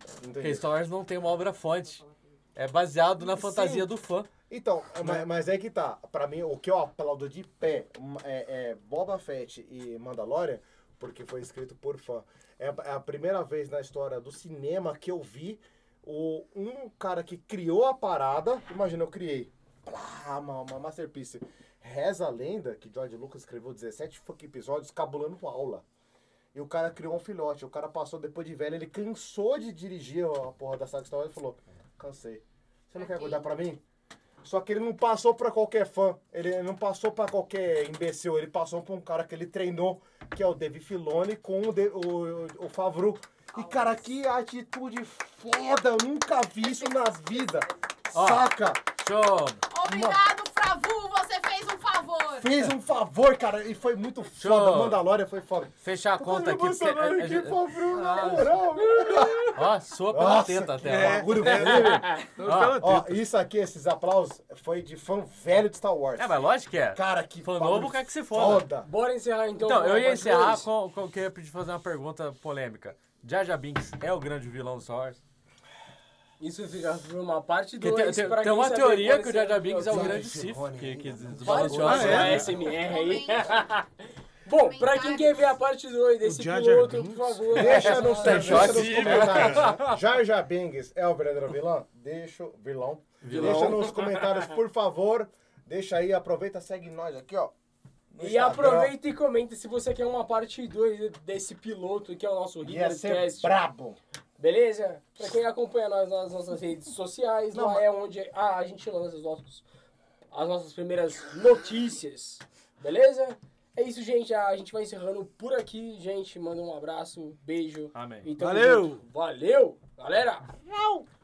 C: Não
F: Porque
C: entendi.
F: Star Wars não tem uma obra-fonte. É baseado na fantasia do fã.
C: Então, mas, mas é que tá. Pra mim, o que eu aplaudo de pé é, é Boba Fett e Mandalorian, porque foi escrito por fã. É a, é a primeira vez na história do cinema que eu vi o, um cara que criou a parada. Imagina, eu criei. Plá, uma, uma masterpiece. Reza a lenda que George Lucas escreveu 17 fucking episódios cabulando com aula. E o cara criou um filhote. O cara passou depois de velho, ele cansou de dirigir a porra da saga Star Wars e falou: Cansei. Você não quer cuidar pra mim? Só que ele não passou pra qualquer fã, ele não passou pra qualquer imbecil, ele passou pra um cara que ele treinou, que é o Dave Filoni com o, De- o, o Favreau. E cara, que atitude foda, eu nunca vi isso na vida.
F: Ó.
C: Saca?
F: Show!
G: Obrigado, Fravu, você fez um favor.
C: Fez um favor, cara, e foi muito foda.
F: Show.
C: Mandalorian foi foda.
F: Fechar a conta aqui. pra você-
C: Mandalorian,
F: a- a-
C: que Favreau, na
F: Ah.
C: moral, né?" velho.
F: Ó, soa pela
C: Nossa,
F: teta
C: que
F: até. ó.
C: bagulho velho.
E: 어.
F: Ó,
C: Ó, isso aqui, esses aplausos, foi de fã velho de Star Wars.
F: É, mas lógico que é.
C: Cara, que
F: Fã
C: bagulho
F: novo quer que se foda.
D: Bora encerrar então.
F: Então, eu
D: a
F: ia
D: parte
F: encerrar
D: dois.
F: com, com que eu ia pedir fazer uma pergunta polêmica. Jaja Binks é o grande vilão do Star Wars?
D: Isso fica por uma parte
F: Porque
D: 2.
F: tem, tem- tem uma teoria que o Jaja Binks é o grande Sif, que, que desbalanceou a
D: Ah,
F: série.
D: é? SMR aí. Bom, pra quem quer ver a parte 2 desse
E: Jar Jar
D: piloto,
E: Binks?
D: por favor.
C: Deixa nos,
F: Tá
D: essa-
C: deixa nos comentários. Jar Jar Binks é o verdadeiro vilão? Deixa, o- vilão. Deixa nos comentários, por favor. Deixa aí, aproveita, segue nós aqui, ó. no
D: E
C: Instagram.
D: aproveita e comenta se você quer uma parte 2 desse piloto que é o nosso
C: Ia ser
D: Rivercast.
C: brabo.
D: Beleza? Pra quem acompanha nós nas nossas redes sociais,
C: Não,
D: lá
C: mas-
D: é onde ah, a gente lança os nossos, as nossas primeiras notícias. Beleza? É isso, gente. A gente vai encerrando por aqui. Gente, manda um abraço, beijo.
F: Amém.
D: E tamo
E: Valeu!
D: junto. Valeu, galera!